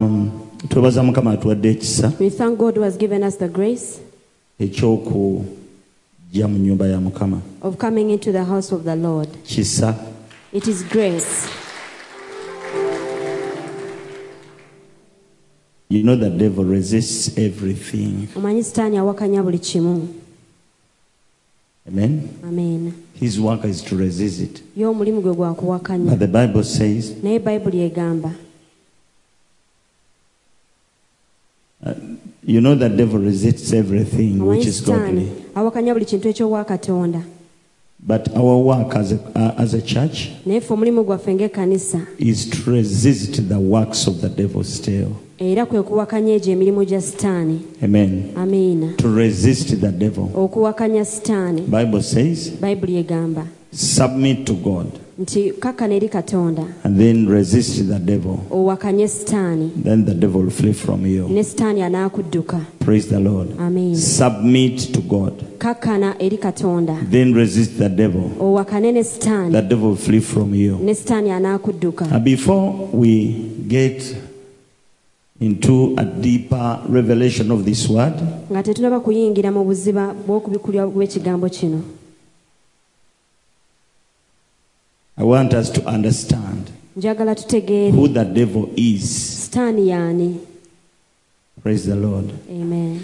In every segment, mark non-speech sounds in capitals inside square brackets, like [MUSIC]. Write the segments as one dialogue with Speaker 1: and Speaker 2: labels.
Speaker 1: Um, twebaza mukama atuwadde ekisa
Speaker 2: We thank God who has given us the grace
Speaker 1: ekyokujja mu nyumba ya mukama
Speaker 2: of coming into the house of the Lord.
Speaker 1: kisa
Speaker 2: It is grace.
Speaker 1: you know the devil resists everything
Speaker 2: omanyi sitaani awakanya buli kimu
Speaker 1: amen
Speaker 2: amen
Speaker 1: his work is to resist it
Speaker 2: ye omulimu gwe gwakuwakanya
Speaker 1: but the bible says
Speaker 2: naye bayibuli egamba
Speaker 1: you know the devil resists everything which
Speaker 2: omanyi
Speaker 1: is
Speaker 2: sitaani
Speaker 1: godly
Speaker 2: awakanya buli kintu eky'obwa katonda
Speaker 1: but our work as a, uh, as a church
Speaker 2: naye ffe omulimu gwaffe ng'ekkanisa
Speaker 1: is to resist the works of the devil still
Speaker 2: era kwe kuwakanya egyo emirimu gya sitaani
Speaker 1: amen
Speaker 2: amiina
Speaker 1: to resist the devil
Speaker 2: okuwakanya sitaani
Speaker 1: bible says
Speaker 2: bayibuli egamba
Speaker 1: submit to god
Speaker 2: nti kakkana eri katonda
Speaker 1: and then resist the devil
Speaker 2: owakanye sitaani
Speaker 1: then the devil will flee from you
Speaker 2: ne sitaani anaakudduka
Speaker 1: praise the lord
Speaker 2: amiina
Speaker 1: submit to god
Speaker 2: kakkana eri katonda
Speaker 1: then resist the devil
Speaker 2: owakane ne sitaani
Speaker 1: the devil will flee from you
Speaker 2: ne sitaani anaakudduka
Speaker 1: and before we get into a deeper revelation of this word
Speaker 2: nga tetunaba kuyingira mu buziba bw'okubikulwa bw'ekigambo kino
Speaker 1: i want us to understand
Speaker 2: njagala tutegeere
Speaker 1: who the devil is
Speaker 2: sitaani yaani
Speaker 1: praise the lord
Speaker 2: amen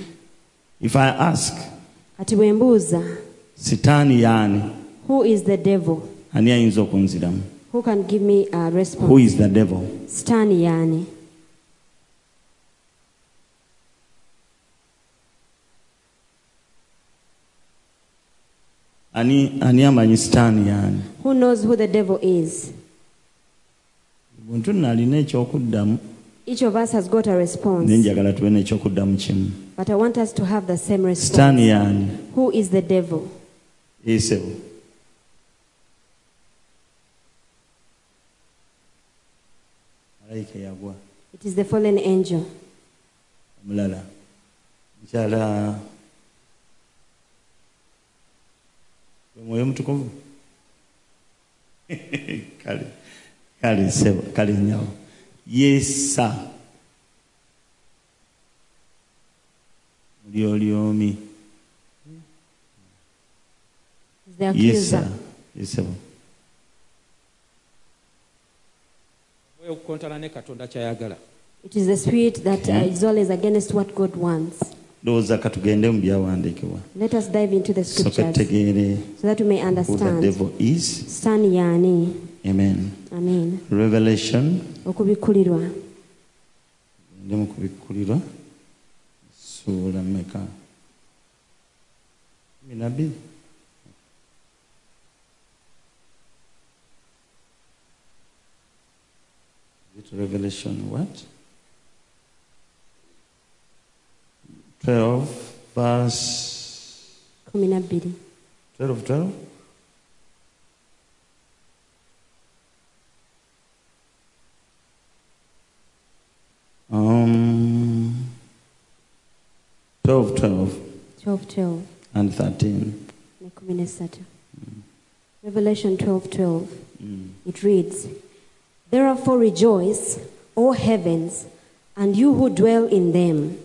Speaker 1: if i ask
Speaker 2: kati bwe mbuuza
Speaker 1: sitaani yani
Speaker 2: who is the devil
Speaker 1: ani ayinza okunziramu
Speaker 2: who can give me a
Speaker 1: who
Speaker 2: response
Speaker 1: is the devil
Speaker 2: sitaani yaani
Speaker 1: ani, ani amanyi sitaani yani
Speaker 2: who knows who the devil is
Speaker 1: buntu naalina ekyokuddamu
Speaker 2: each of us has got a
Speaker 1: naye
Speaker 2: response
Speaker 1: njagala tube n'ekyokuddamu kimu
Speaker 2: but i want us to have the same response
Speaker 1: sitaani yani
Speaker 2: who is the devil
Speaker 1: esebo malayika yagwa
Speaker 2: it is the fallen angel
Speaker 1: omulala mukyala omwoyo [LAUGHS] mutukuvu kale kale sebo kale nyawo yesa mulyolyomi
Speaker 2: is the
Speaker 1: yesa
Speaker 2: accuser
Speaker 1: yesebo
Speaker 3: omwoyo okukontana ne katonda kyayagala
Speaker 2: it is the spirit that uh, is always against what god wants
Speaker 1: ndowooza katugende mu byawandiikibwa
Speaker 2: let us dive into the
Speaker 1: soka
Speaker 2: scriptures
Speaker 1: tutegeere
Speaker 2: so that we may
Speaker 1: who the
Speaker 2: understand
Speaker 1: devil is
Speaker 2: sitaani yaani
Speaker 1: amen
Speaker 2: amen
Speaker 1: revelation
Speaker 2: okubikulirwa
Speaker 1: ndi mu kubikkulirwa ssuula mmeka kumi na bbiri Is it revelation what 12 verse
Speaker 2: kumi na bbiri
Speaker 1: 12 12 Um, 12, 12
Speaker 2: 12 12
Speaker 1: and 13.
Speaker 2: ne kumi n'essatu revelation 12 12
Speaker 1: Mm.
Speaker 2: it reads therefore rejoice o heavens and you who dwell in them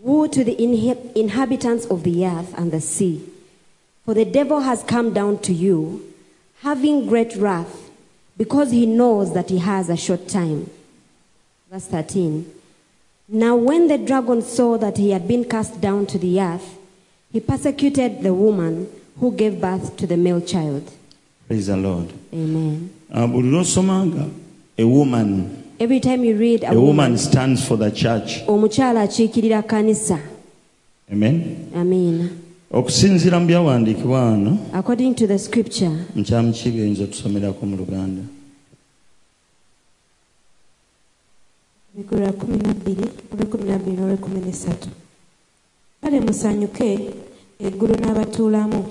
Speaker 2: woe to the inhe- inhabitants of the earth and the sea for the devil has come down to you having great wrath because he knows that he has a short time verse 13 Now, when the dragon saw that he had been cast down to the earth, he persecuted the woman who gave birth to the male child.
Speaker 1: Praise the Lord.
Speaker 2: Amen.
Speaker 1: Uh, buli lw'osomanga a woman
Speaker 2: Every time you read a
Speaker 1: a woman
Speaker 2: woman,
Speaker 1: stands for the church
Speaker 2: omukyala akiikirira kanisa.
Speaker 1: amen
Speaker 2: Amen.
Speaker 1: okusinziira mu byawandiikibwa wano
Speaker 2: According to the scripture,
Speaker 1: mukyamu kibi oyinza otusomerako mu luganda
Speaker 4: Migula kumi na bbiri olwekumi na bbiri n'olwekumi n'essatu kale musanyuke eggulu n'abatuulamu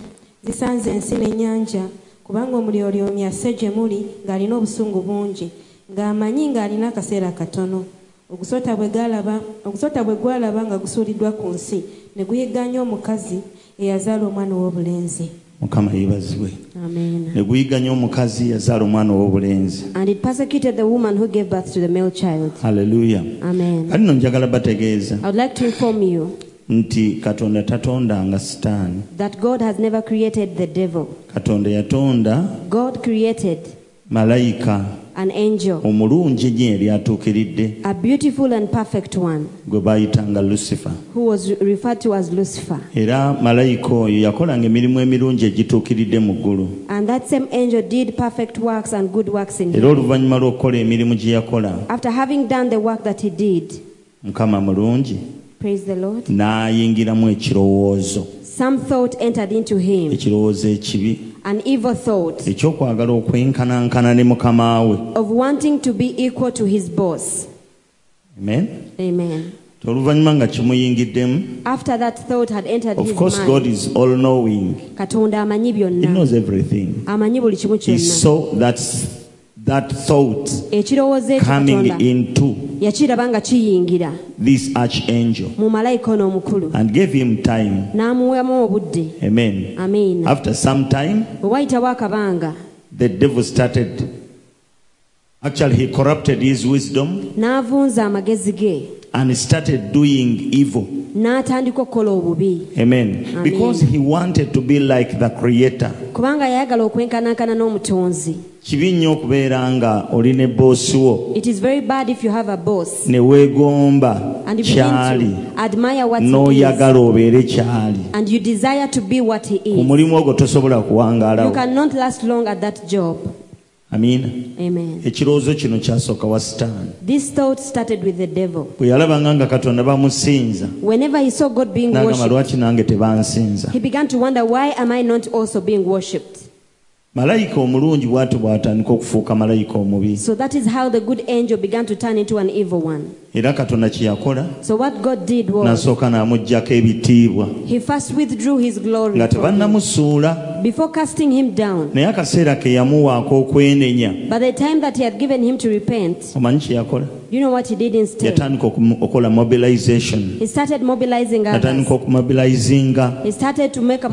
Speaker 4: zisanze ensi n'ennyanja kubanga omulyolyomi asse gye muli ng'alina obusungu bungi ng'amanyi ng'alina akaseera katono ogusota bwe gwalaba ogusota bwe gwalaba nga gusuuliddwa ku nsi ne guyigganya omukazi eyazaala omwana ow'obulenzi
Speaker 1: mukama yeebazibwe
Speaker 2: Amen.
Speaker 1: ne guyiganya omukazi yazaala omwana ow'obulenzi
Speaker 2: And it persecuted the woman who gave birth to the male child.
Speaker 1: haleluya
Speaker 2: Amen.
Speaker 1: kati nno njagala bategeeza
Speaker 2: I would like to inform you
Speaker 1: nti katonda tatondanga sitaani
Speaker 2: that God has never created the devil.
Speaker 1: katonda yatonda
Speaker 2: God created
Speaker 1: malayika
Speaker 2: an angel,
Speaker 1: omulungi ennyo yali atuukiridde
Speaker 2: a beautiful and perfect one,
Speaker 1: gwe baayitanga lusifa
Speaker 2: who was referred to as Lucifer.
Speaker 1: era malayika oyo yakolanga emirimu emirungi egituukiridde mu ggulu
Speaker 2: And that same angel did perfect works and good works in
Speaker 1: era
Speaker 2: him.
Speaker 1: oluvannyuma lw'okukola emirimu gye yakola
Speaker 2: After having done the work that he did,
Speaker 1: mukama mulungi
Speaker 2: praise the Lord,
Speaker 1: n'ayingiramu ekirowoozo
Speaker 2: some thought entered into him,
Speaker 1: ekirowoozo ekibi
Speaker 2: an evil thought
Speaker 1: ekyokwagala okwenkanankana ne mukama we
Speaker 2: of wanting to be equal to his boss.
Speaker 1: amen
Speaker 2: Amen.
Speaker 1: oluvannyuma nga kimuyingiddemu
Speaker 2: After that thought had entered
Speaker 1: of
Speaker 2: his
Speaker 1: course god
Speaker 2: mind,
Speaker 1: is all knowing
Speaker 2: Katonda amanyi
Speaker 1: he
Speaker 2: byonna,
Speaker 1: knows everything
Speaker 2: amanyi buli kimu
Speaker 1: he
Speaker 2: kyonna.
Speaker 1: saw that, that thought
Speaker 2: Ekirowoozo ekyo
Speaker 1: coming
Speaker 2: Katonda
Speaker 1: into
Speaker 2: yakiraba nga kiyingira
Speaker 1: this archangel
Speaker 2: mu malayika ono omukulu,
Speaker 1: and gave him time
Speaker 2: n'amuwamu obudde.
Speaker 1: amen
Speaker 2: Amen.
Speaker 1: after some time
Speaker 2: Bwe wayitawo akabanga,
Speaker 1: the devil started actually he corrupted his wisdom
Speaker 2: n'avunza amagezi ge,
Speaker 1: and he started doing evil
Speaker 2: n'atandika okukola obubi
Speaker 1: amen,
Speaker 2: Amen.
Speaker 1: because he wanted to be like the creator
Speaker 2: kubanga yayagala okwenkanankana n'omutonzi
Speaker 1: kibi nnyo okubeera nga olina eboosi wo
Speaker 2: it is very bad if you have a boss
Speaker 1: ne weegomba
Speaker 2: and you
Speaker 1: kyali
Speaker 2: begin to admire what he is
Speaker 1: n'oyagala obeere kyali
Speaker 2: and you desire to be what he
Speaker 1: ku
Speaker 2: is
Speaker 1: mulimu ogwo tosobola
Speaker 2: you
Speaker 1: kuwangaalawo
Speaker 2: cannot last long at that job
Speaker 1: amiina
Speaker 2: amen
Speaker 1: ekirowoozo kino kyasooka wa sitaani
Speaker 2: this thought started with the devil
Speaker 1: bwe yalabanga nga katonda bamusinza
Speaker 2: whenever he saw god being
Speaker 1: n'agamba
Speaker 2: worshipped
Speaker 1: lwaki nange tebansinza
Speaker 2: he began to wonder why am i not also being worshipped
Speaker 1: malayika omulungi bw'atyo bw'atandika okufuuka malayika omubi
Speaker 2: so that is how the good angel began to turn into an evil one
Speaker 1: era katonda kye yakola
Speaker 2: so what god did was
Speaker 1: n'asooka n'amuggyako ebitiibwa
Speaker 2: he first withdrew his glory
Speaker 1: nga
Speaker 2: from him.
Speaker 1: tebannamusuula
Speaker 2: before casting him down
Speaker 1: naye akaseera ke yamuwaako okwenenya
Speaker 2: By the time that he had given him to repent,
Speaker 1: omanyi kye yakola
Speaker 2: you know what he did instead?
Speaker 1: yatandika okumu- okola mobilization
Speaker 2: He started mobilizing others.
Speaker 1: yatandika okumobilizinga
Speaker 2: He started to make a
Speaker 1: Bamalayika.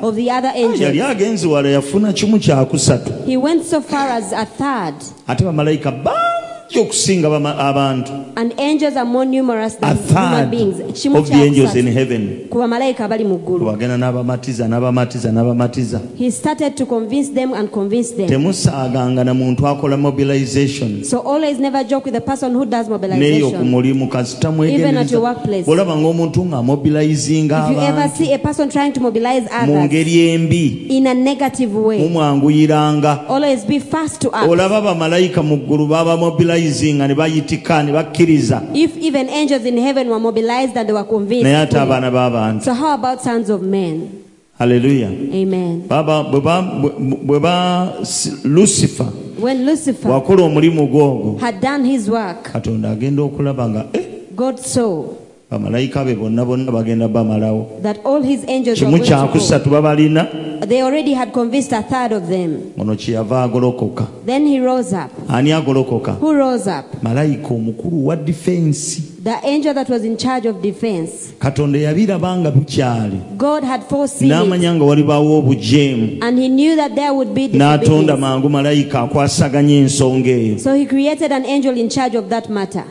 Speaker 2: mobilization of the other
Speaker 1: yali
Speaker 2: angels.
Speaker 1: agenzi wala yafuna kimu kyakusatu
Speaker 2: He went so far as a third,
Speaker 1: ate bamalayika bangi okusinga bama- abantu
Speaker 2: and angels are more numerous
Speaker 1: a
Speaker 2: than human
Speaker 1: third
Speaker 2: beings.
Speaker 1: of the angels in
Speaker 2: Chimucha
Speaker 1: heaven
Speaker 2: Kubamalaika bali mu ggulu.
Speaker 1: wagenda n'abamatiza n'abamatiza n'abamatiza
Speaker 2: He started to convince them and convince them.
Speaker 1: temusaaganga na muntu akola mobilization
Speaker 2: So always never joke with the person who does
Speaker 1: neyo ku
Speaker 2: mobilization.
Speaker 1: mulimu kasita
Speaker 2: Even at
Speaker 1: mwegendereza
Speaker 2: your workplace.
Speaker 1: olabanga omuntu ng'amobilizinga
Speaker 2: If you ever
Speaker 1: abantu
Speaker 2: see a person trying to mobilize
Speaker 1: mu
Speaker 2: others
Speaker 1: ngeri embi
Speaker 2: in a negative way,
Speaker 1: mumwanguyiranga
Speaker 2: always be fast to act.
Speaker 1: olaba bamalayika mu ggulu babamobilizinga ne bayitika ne bakkiriza
Speaker 2: If even angels in heaven were mobilized and they were
Speaker 1: naye ate
Speaker 2: convinced.
Speaker 1: abaana b'abantu
Speaker 2: So how about sons of men?
Speaker 1: haleluya
Speaker 2: Amen.
Speaker 1: Baba- bwe ba- bwe- bwe ba si- lusifa
Speaker 2: When Lucifer
Speaker 1: wakola omulimu gwogwo
Speaker 2: had done his work,
Speaker 1: katonda agenda okulaba nga eh,
Speaker 2: God saw
Speaker 1: bamalayika be bonna bonna bagenda bamalawo
Speaker 2: that all his angels were
Speaker 1: kimu
Speaker 2: going to
Speaker 1: kyakusatu babalina
Speaker 2: go. They already had convinced a third of them.
Speaker 1: ono kyeyava agolokoka
Speaker 2: Then he rose up.
Speaker 1: ani agolokoka
Speaker 2: Who rose up?
Speaker 1: malayika omukulu wa difensi
Speaker 2: The angel that was in charge of defense.
Speaker 1: katonda yabiraba nga bukyali
Speaker 2: God had foreseen it,
Speaker 1: n'amanya nga walibaawo obujeemu
Speaker 2: and he knew that there would be
Speaker 1: n'atonda
Speaker 2: disobedience.
Speaker 1: mangu malayika akwasaganya ensonga eyo
Speaker 2: So he created an angel in charge of that matter.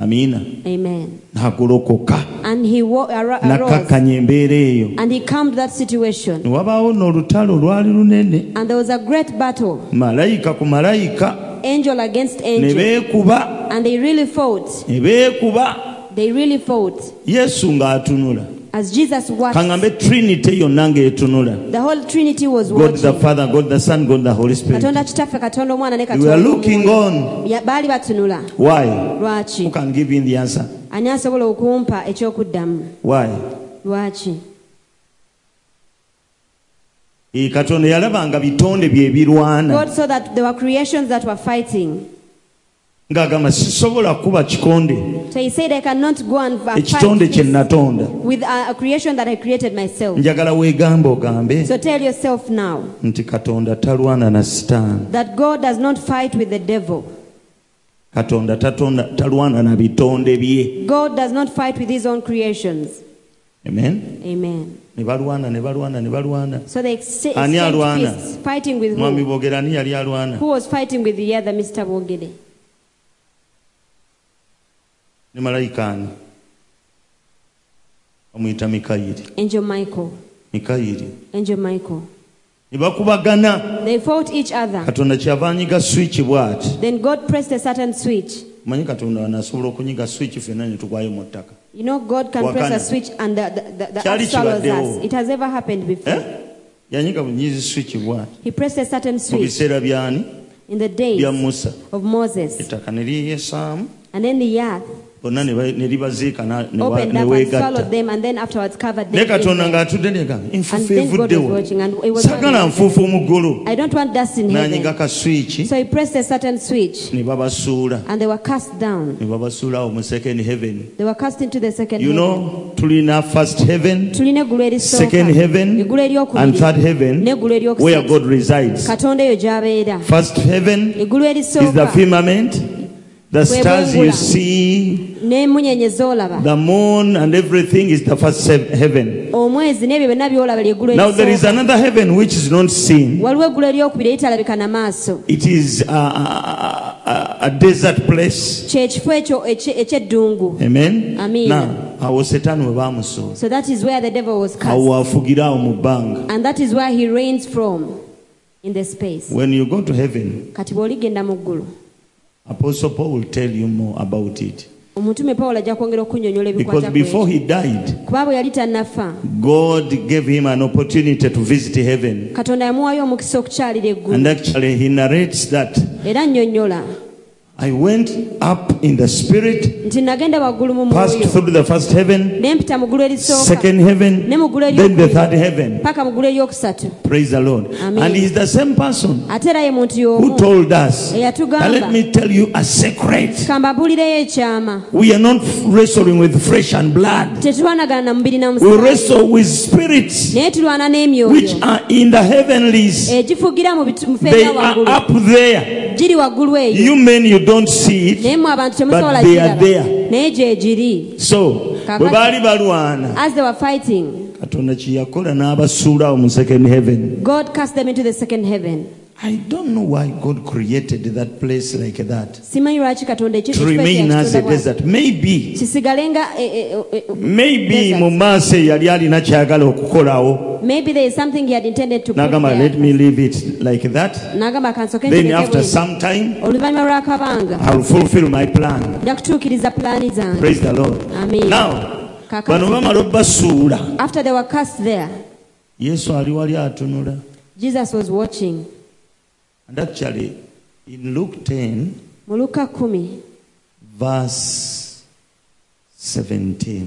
Speaker 1: amiina
Speaker 2: Amen.
Speaker 1: n'agolokoka
Speaker 2: And he wo- ar- arose
Speaker 1: n'akkakkanya embeera eyo
Speaker 2: and he calmed that situation.
Speaker 1: ne wabaawo n'olutalo olwali lunene
Speaker 2: And there was a great battle,
Speaker 1: malayika ku malayika
Speaker 2: angel against
Speaker 1: ne
Speaker 2: angel.
Speaker 1: beekuba
Speaker 2: And they really fought.
Speaker 1: ne beekuba
Speaker 2: They really fought.
Speaker 1: yesu ng'atunula
Speaker 2: As Jesus watched,
Speaker 1: kaŋŋambe trinity yonna ng'etunula
Speaker 2: the whole Trinity was
Speaker 1: god the
Speaker 2: watching.
Speaker 1: father god the son god the holy spirit
Speaker 2: Katonda kitaffe Katonda omwana ne
Speaker 1: we are
Speaker 2: Katonda
Speaker 1: looking
Speaker 2: Omwoyo.
Speaker 1: on
Speaker 2: Ya- baali batunula
Speaker 1: why who
Speaker 2: lwaki
Speaker 1: can give him the answer
Speaker 2: ani asobola okumpa ekyokuddamu
Speaker 1: why
Speaker 2: lwaki
Speaker 1: Eh, katonda yalabanga bitonde byebirwana
Speaker 2: god saw that there were creations that were fighting
Speaker 1: ng'agamba sisobola kuba kikonde
Speaker 2: so he said i cannot go and and fight
Speaker 1: ekitonde kye
Speaker 2: this
Speaker 1: natonda
Speaker 2: with a, a creation that i created myself
Speaker 1: njagala weegambe ogambe
Speaker 2: so tell yourself now
Speaker 1: nti katonda talwana na sitaani
Speaker 2: that god does not fight with the devil
Speaker 1: katonda tatonda talwana na bitonde bye
Speaker 2: god does not fight with his own creations
Speaker 1: amen
Speaker 2: Amen.
Speaker 1: ne balwana ne balwana ne balwana
Speaker 2: So they ex-
Speaker 1: Ani alwana?
Speaker 2: exchanged fists, fighting with
Speaker 1: mwami
Speaker 2: who?
Speaker 1: bogerani yali alwana
Speaker 2: Who was fighting with the other Mr. Bogede?
Speaker 1: ne malayika ani bamuyita mikayiri
Speaker 2: Angel Michael.
Speaker 1: mikayiri
Speaker 2: Angel Michael.
Speaker 1: ne bakubagana
Speaker 2: They fought each other.
Speaker 1: katonda kyava anyiga swiki bw'ati
Speaker 2: Then God pressed a certain switch.
Speaker 1: manyi katonda wanaasobola okunyiga swiki fenna ne tugwayo mu ttaka
Speaker 2: You know, God can
Speaker 1: Wakana.
Speaker 2: press a switch and the, the, the, the
Speaker 1: Kyali
Speaker 2: earth swallows
Speaker 1: kibaddewo.
Speaker 2: us. It has ever happened before.
Speaker 1: Eh? yanyiga bunyizi swiki bw'ati
Speaker 2: He pressed a certain
Speaker 1: mu
Speaker 2: switch
Speaker 1: biseera byani
Speaker 2: in the days
Speaker 1: bya musa
Speaker 2: of Moses.
Speaker 1: ettaka ne liyesaamu
Speaker 2: And then the earth
Speaker 1: bonna ne ba- ne libaziika na- ne wa-
Speaker 2: opened
Speaker 1: ne
Speaker 2: up and swallowed
Speaker 1: weegatta
Speaker 2: them and then afterwards covered
Speaker 1: naye
Speaker 2: them. in
Speaker 1: katonda
Speaker 2: them.
Speaker 1: ng'atudde negamba
Speaker 2: And
Speaker 1: enfuufu
Speaker 2: then God was
Speaker 1: evuddewo
Speaker 2: watching and it was
Speaker 1: saagala
Speaker 2: wondering,
Speaker 1: nfuufu omuggulu
Speaker 2: I don't want dust in
Speaker 1: n'anyiga
Speaker 2: heaven.
Speaker 1: kaswiki
Speaker 2: So he pressed a certain switch
Speaker 1: ne babasuula
Speaker 2: and they were cast down.
Speaker 1: ne babasuula awo mu second heaven
Speaker 2: They were cast into the second
Speaker 1: you
Speaker 2: heaven.
Speaker 1: know tulina first heaven
Speaker 2: tulina eggulu erisooka,
Speaker 1: second heaven
Speaker 2: eggulu
Speaker 1: and third
Speaker 2: eryokubiri
Speaker 1: heaven
Speaker 2: n'eggulu
Speaker 1: where god
Speaker 2: eryokusatu
Speaker 1: resides
Speaker 2: katonda eyo gy'abeera
Speaker 1: first heaven
Speaker 2: eggulu
Speaker 1: is the
Speaker 2: erisooka
Speaker 1: firmament the
Speaker 2: Kwe
Speaker 1: stars you
Speaker 2: bwengula.
Speaker 1: see
Speaker 2: n'emunyenye z'olaba
Speaker 1: the moon and everything is the first he- heaven
Speaker 2: omwezi n'ebyo byonna by'olaba lyeggulu
Speaker 1: now there is
Speaker 2: erisooka
Speaker 1: another heaven which is not seen
Speaker 2: waliwo eggulu eryokubiri eritalabika na maaso
Speaker 1: it is a, a, a- a desert place
Speaker 2: kyekifo ekyo ekye- eky'eddungu
Speaker 1: amen
Speaker 2: Amina.
Speaker 1: na awo setani we baamusuula
Speaker 2: so that is where the devil was
Speaker 1: awo
Speaker 2: cast
Speaker 1: wafugira awo mu bbanga
Speaker 2: and that is where he reigns from in the space
Speaker 1: when you go to heaven
Speaker 2: kati bw'oligenda mu ggulu
Speaker 1: apostle paul will tell you more about it
Speaker 2: omutume pawulo ajja kwongera okunyonyola
Speaker 1: because
Speaker 2: ebikwata ku
Speaker 1: before
Speaker 2: ekyo.
Speaker 1: he died
Speaker 2: kuba bwe yali tannafa
Speaker 1: god gave him an opportunity to visit heaven
Speaker 2: katonda yamuwaayo omukisa okukyalira
Speaker 1: and
Speaker 2: eggulu
Speaker 1: actually he narrates that
Speaker 2: era nnyonnyola
Speaker 1: i went up in the spirit
Speaker 2: nti nagenda waggulu mu
Speaker 1: passed
Speaker 2: mwoyo
Speaker 1: through the first heaven
Speaker 2: ne mpita mu ggulu erisooka
Speaker 1: second heaven
Speaker 2: ne mu ggulu
Speaker 1: then the third
Speaker 2: eryokubiri
Speaker 1: heaven
Speaker 2: paka mu ggulu eryokusatu
Speaker 1: praise the lord
Speaker 2: Amen.
Speaker 1: and he's the same person
Speaker 2: ate era ye muntu
Speaker 1: who
Speaker 2: y'omu
Speaker 1: told us
Speaker 2: Eyatugamba.
Speaker 1: now let me tell you a secret
Speaker 2: kamba mbuulireyo ekyama
Speaker 1: we are not wrestling with flesh and blood
Speaker 2: tetulwanagana na mubiri na
Speaker 1: we
Speaker 2: musa
Speaker 1: wrestle with spirits
Speaker 2: naye tulwana
Speaker 1: which
Speaker 2: n'emyoyo
Speaker 1: are in the heavenlies
Speaker 2: egifugira mu bitu- mu ffe
Speaker 1: They
Speaker 2: ebya
Speaker 1: are
Speaker 2: waggulu
Speaker 1: up there.
Speaker 2: giri waggulu eyo
Speaker 1: You men, you don't see it.
Speaker 2: naye mu abantu temusobola
Speaker 1: But they are
Speaker 2: giraba
Speaker 1: there.
Speaker 2: naye gye giri
Speaker 1: So, bwe baali balwana
Speaker 2: as they were fighting
Speaker 1: katonda kye yakola n'abasuulawo mu second heaven
Speaker 2: god cast them into the second heaven
Speaker 1: i don't know why god created that place like that
Speaker 2: simanyi lwaki katonda ekyo
Speaker 1: to
Speaker 2: ekifo ekyo
Speaker 1: remain as a
Speaker 2: yakitonda bw'ati.
Speaker 1: desert maybe
Speaker 2: kisigale nga e- e- e- e-
Speaker 1: maybe mu maaso eyo yali alina kyayagala okukolawo
Speaker 2: maybe there is something he had intended to put
Speaker 1: n'agamba
Speaker 2: there.
Speaker 1: let me leave it like that
Speaker 2: n'agamba kansoke
Speaker 1: then
Speaker 2: ntegeke
Speaker 1: after
Speaker 2: bwenti.
Speaker 1: some time
Speaker 2: oluvannyuma lw'akabanga
Speaker 1: i'll fulfill my plan
Speaker 2: nja kutuukiriza pulaani zange
Speaker 1: praise the lord
Speaker 2: Amen.
Speaker 1: now
Speaker 2: Kakati.
Speaker 1: bano bamala obbasuula
Speaker 2: after they were cast there
Speaker 1: yesu ali wali atunula
Speaker 2: jesus was watching
Speaker 1: And actually, in Luke 10,
Speaker 2: mu luka 10
Speaker 1: verse 17,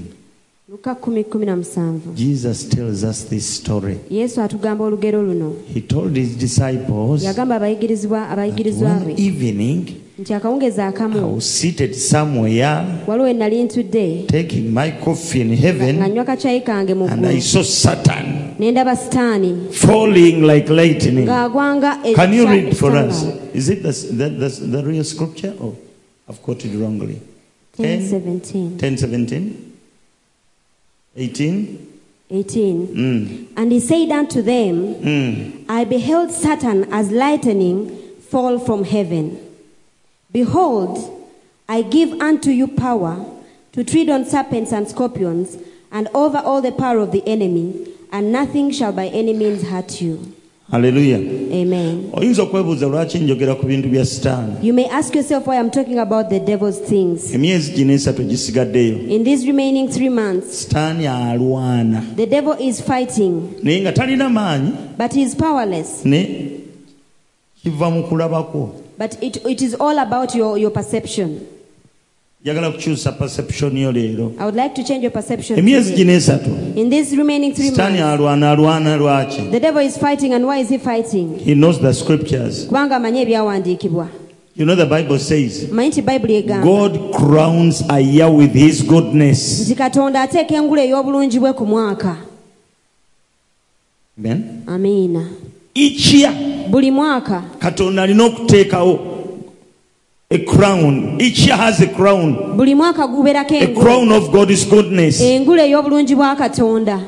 Speaker 2: luka 117
Speaker 1: Jesus tells us this story.
Speaker 2: yesu atugamba olugero luno
Speaker 1: He told his disciples that
Speaker 2: yagamba abayigirizwa abayigirizwa
Speaker 1: one
Speaker 2: be
Speaker 1: evening,
Speaker 2: nti akawungezi
Speaker 1: I
Speaker 2: akamu
Speaker 1: was seated somewhere
Speaker 2: waliwo enali ntudde
Speaker 1: taking my coffee in
Speaker 2: nga
Speaker 1: heaven,
Speaker 2: nywa kacyayi kange mu
Speaker 1: and I
Speaker 2: ggulu
Speaker 1: saw Satan
Speaker 2: ne ndaba sitaani
Speaker 1: falling like lightning.
Speaker 2: ng'agwanga
Speaker 1: Can you
Speaker 2: ekisa-
Speaker 1: read for us?
Speaker 2: ekitangaala.
Speaker 1: Is it the, the, the, the real scripture? Oh, I've quoted wrongly. 10,
Speaker 2: 10:17,
Speaker 1: 10 17, 18.
Speaker 2: 18.
Speaker 1: Mm,
Speaker 2: And he said unto them,
Speaker 1: mm.
Speaker 2: I beheld Satan as lightning fall from heaven. Behold, I give unto you power to tread on serpents and scorpions, and over all the power of the enemy, and nothing shall by any means hurt you.
Speaker 1: haleluya
Speaker 2: Amen.
Speaker 1: oyinza okwebuuza lwaki njogera ku bintu bya sitaani
Speaker 2: You may ask yourself why I'm talking about the devil's things.
Speaker 1: emyezi gino esatu gisigaddeyo
Speaker 2: In these remaining three months,
Speaker 1: sitaani alwana
Speaker 2: the devil is fighting,
Speaker 1: naye nga talina maanyi
Speaker 2: but he is powerless.
Speaker 1: ne kiva mu kulabakwo
Speaker 2: But it, it is all about your, your perception.
Speaker 1: njagala kukyusa perception yo leero
Speaker 2: I would like to change your perception.
Speaker 1: emyezi
Speaker 2: today.
Speaker 1: gino esatu
Speaker 2: In these remaining three
Speaker 1: sitaani
Speaker 2: months,
Speaker 1: alwana alwana lwaki
Speaker 2: the devil is fighting, and why is he fighting?
Speaker 1: he knows the scriptures
Speaker 2: kubanga amanyi ebyawandiikibwa
Speaker 1: you know the bible says
Speaker 2: manyi nti bayibuli egamba
Speaker 1: god crowns a year with his goodness
Speaker 2: nti katonda ateeka engula ey'obulungi bwe ku mwaka
Speaker 1: Amen.
Speaker 2: amiina
Speaker 1: each year
Speaker 2: buli mwaka
Speaker 1: katonda alina okuteekawo a crown each year has a crown
Speaker 2: buli mwaka gubeerako
Speaker 1: a
Speaker 2: engula
Speaker 1: crown of God's goodness.
Speaker 2: engula ey'obulungi bwa katonda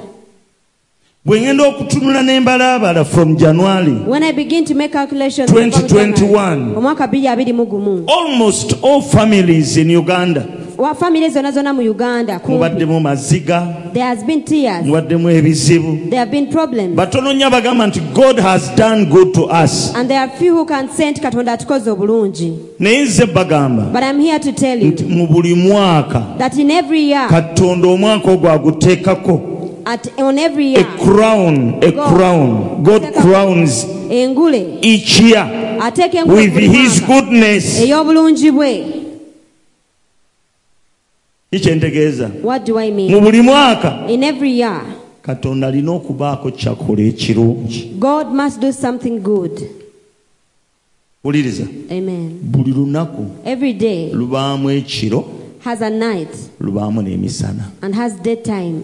Speaker 1: bwe ngenda okutunula n'embalaabala from january
Speaker 2: When I begin to make calculations,
Speaker 1: 2021.
Speaker 2: omwaka 2021
Speaker 1: almost all families in uganda
Speaker 2: wa famire zonna zonna mu uganda kumpi,
Speaker 1: mubaddemu maziga
Speaker 2: there has been tears
Speaker 1: mubaddemu ebizibu
Speaker 2: there have been problems
Speaker 1: batono nnyo abagamba nti god has done good to us
Speaker 2: and there are few who can say nti katonda atukoze obulungi
Speaker 1: naye nze bagamba
Speaker 2: but i'm here to tell
Speaker 1: nti
Speaker 2: you
Speaker 1: mu buli mwaka
Speaker 2: that in every year
Speaker 1: katonda omwaka ogwo aguteekako
Speaker 2: at, on every
Speaker 1: a
Speaker 2: year
Speaker 1: crown a
Speaker 2: God.
Speaker 1: crown god crowns
Speaker 2: engule
Speaker 1: each year
Speaker 2: ateeka engule
Speaker 1: with
Speaker 2: buli
Speaker 1: his
Speaker 2: mwaka
Speaker 1: goodness
Speaker 2: ey'obulungi bwe
Speaker 1: kikyentegeeza
Speaker 2: what do i mean
Speaker 1: mu buli mwaka
Speaker 2: in every year
Speaker 1: katonda alina okubaako kyakola ekirungi
Speaker 2: god must do something good
Speaker 1: wuliriza
Speaker 2: amen
Speaker 1: buli lunaku
Speaker 2: every day
Speaker 1: lubaamu ekiro
Speaker 2: has a night
Speaker 1: lubaamu n'emisana
Speaker 2: and has daytime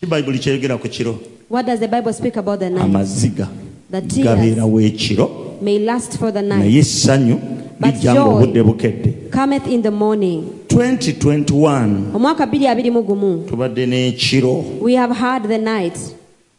Speaker 1: ki bayibuli kyeyogera ku kiro
Speaker 2: what does the bible speak about the night
Speaker 1: amaziga
Speaker 2: The tears.
Speaker 1: gabeerawo ekiro
Speaker 2: may last for the night
Speaker 1: naye essanyu lijja
Speaker 2: joy-
Speaker 1: ngaobudde bukedde
Speaker 2: cometh in the morning
Speaker 1: 2021
Speaker 2: omwaka 2021
Speaker 1: tubadde n'ekiro
Speaker 2: we have had the night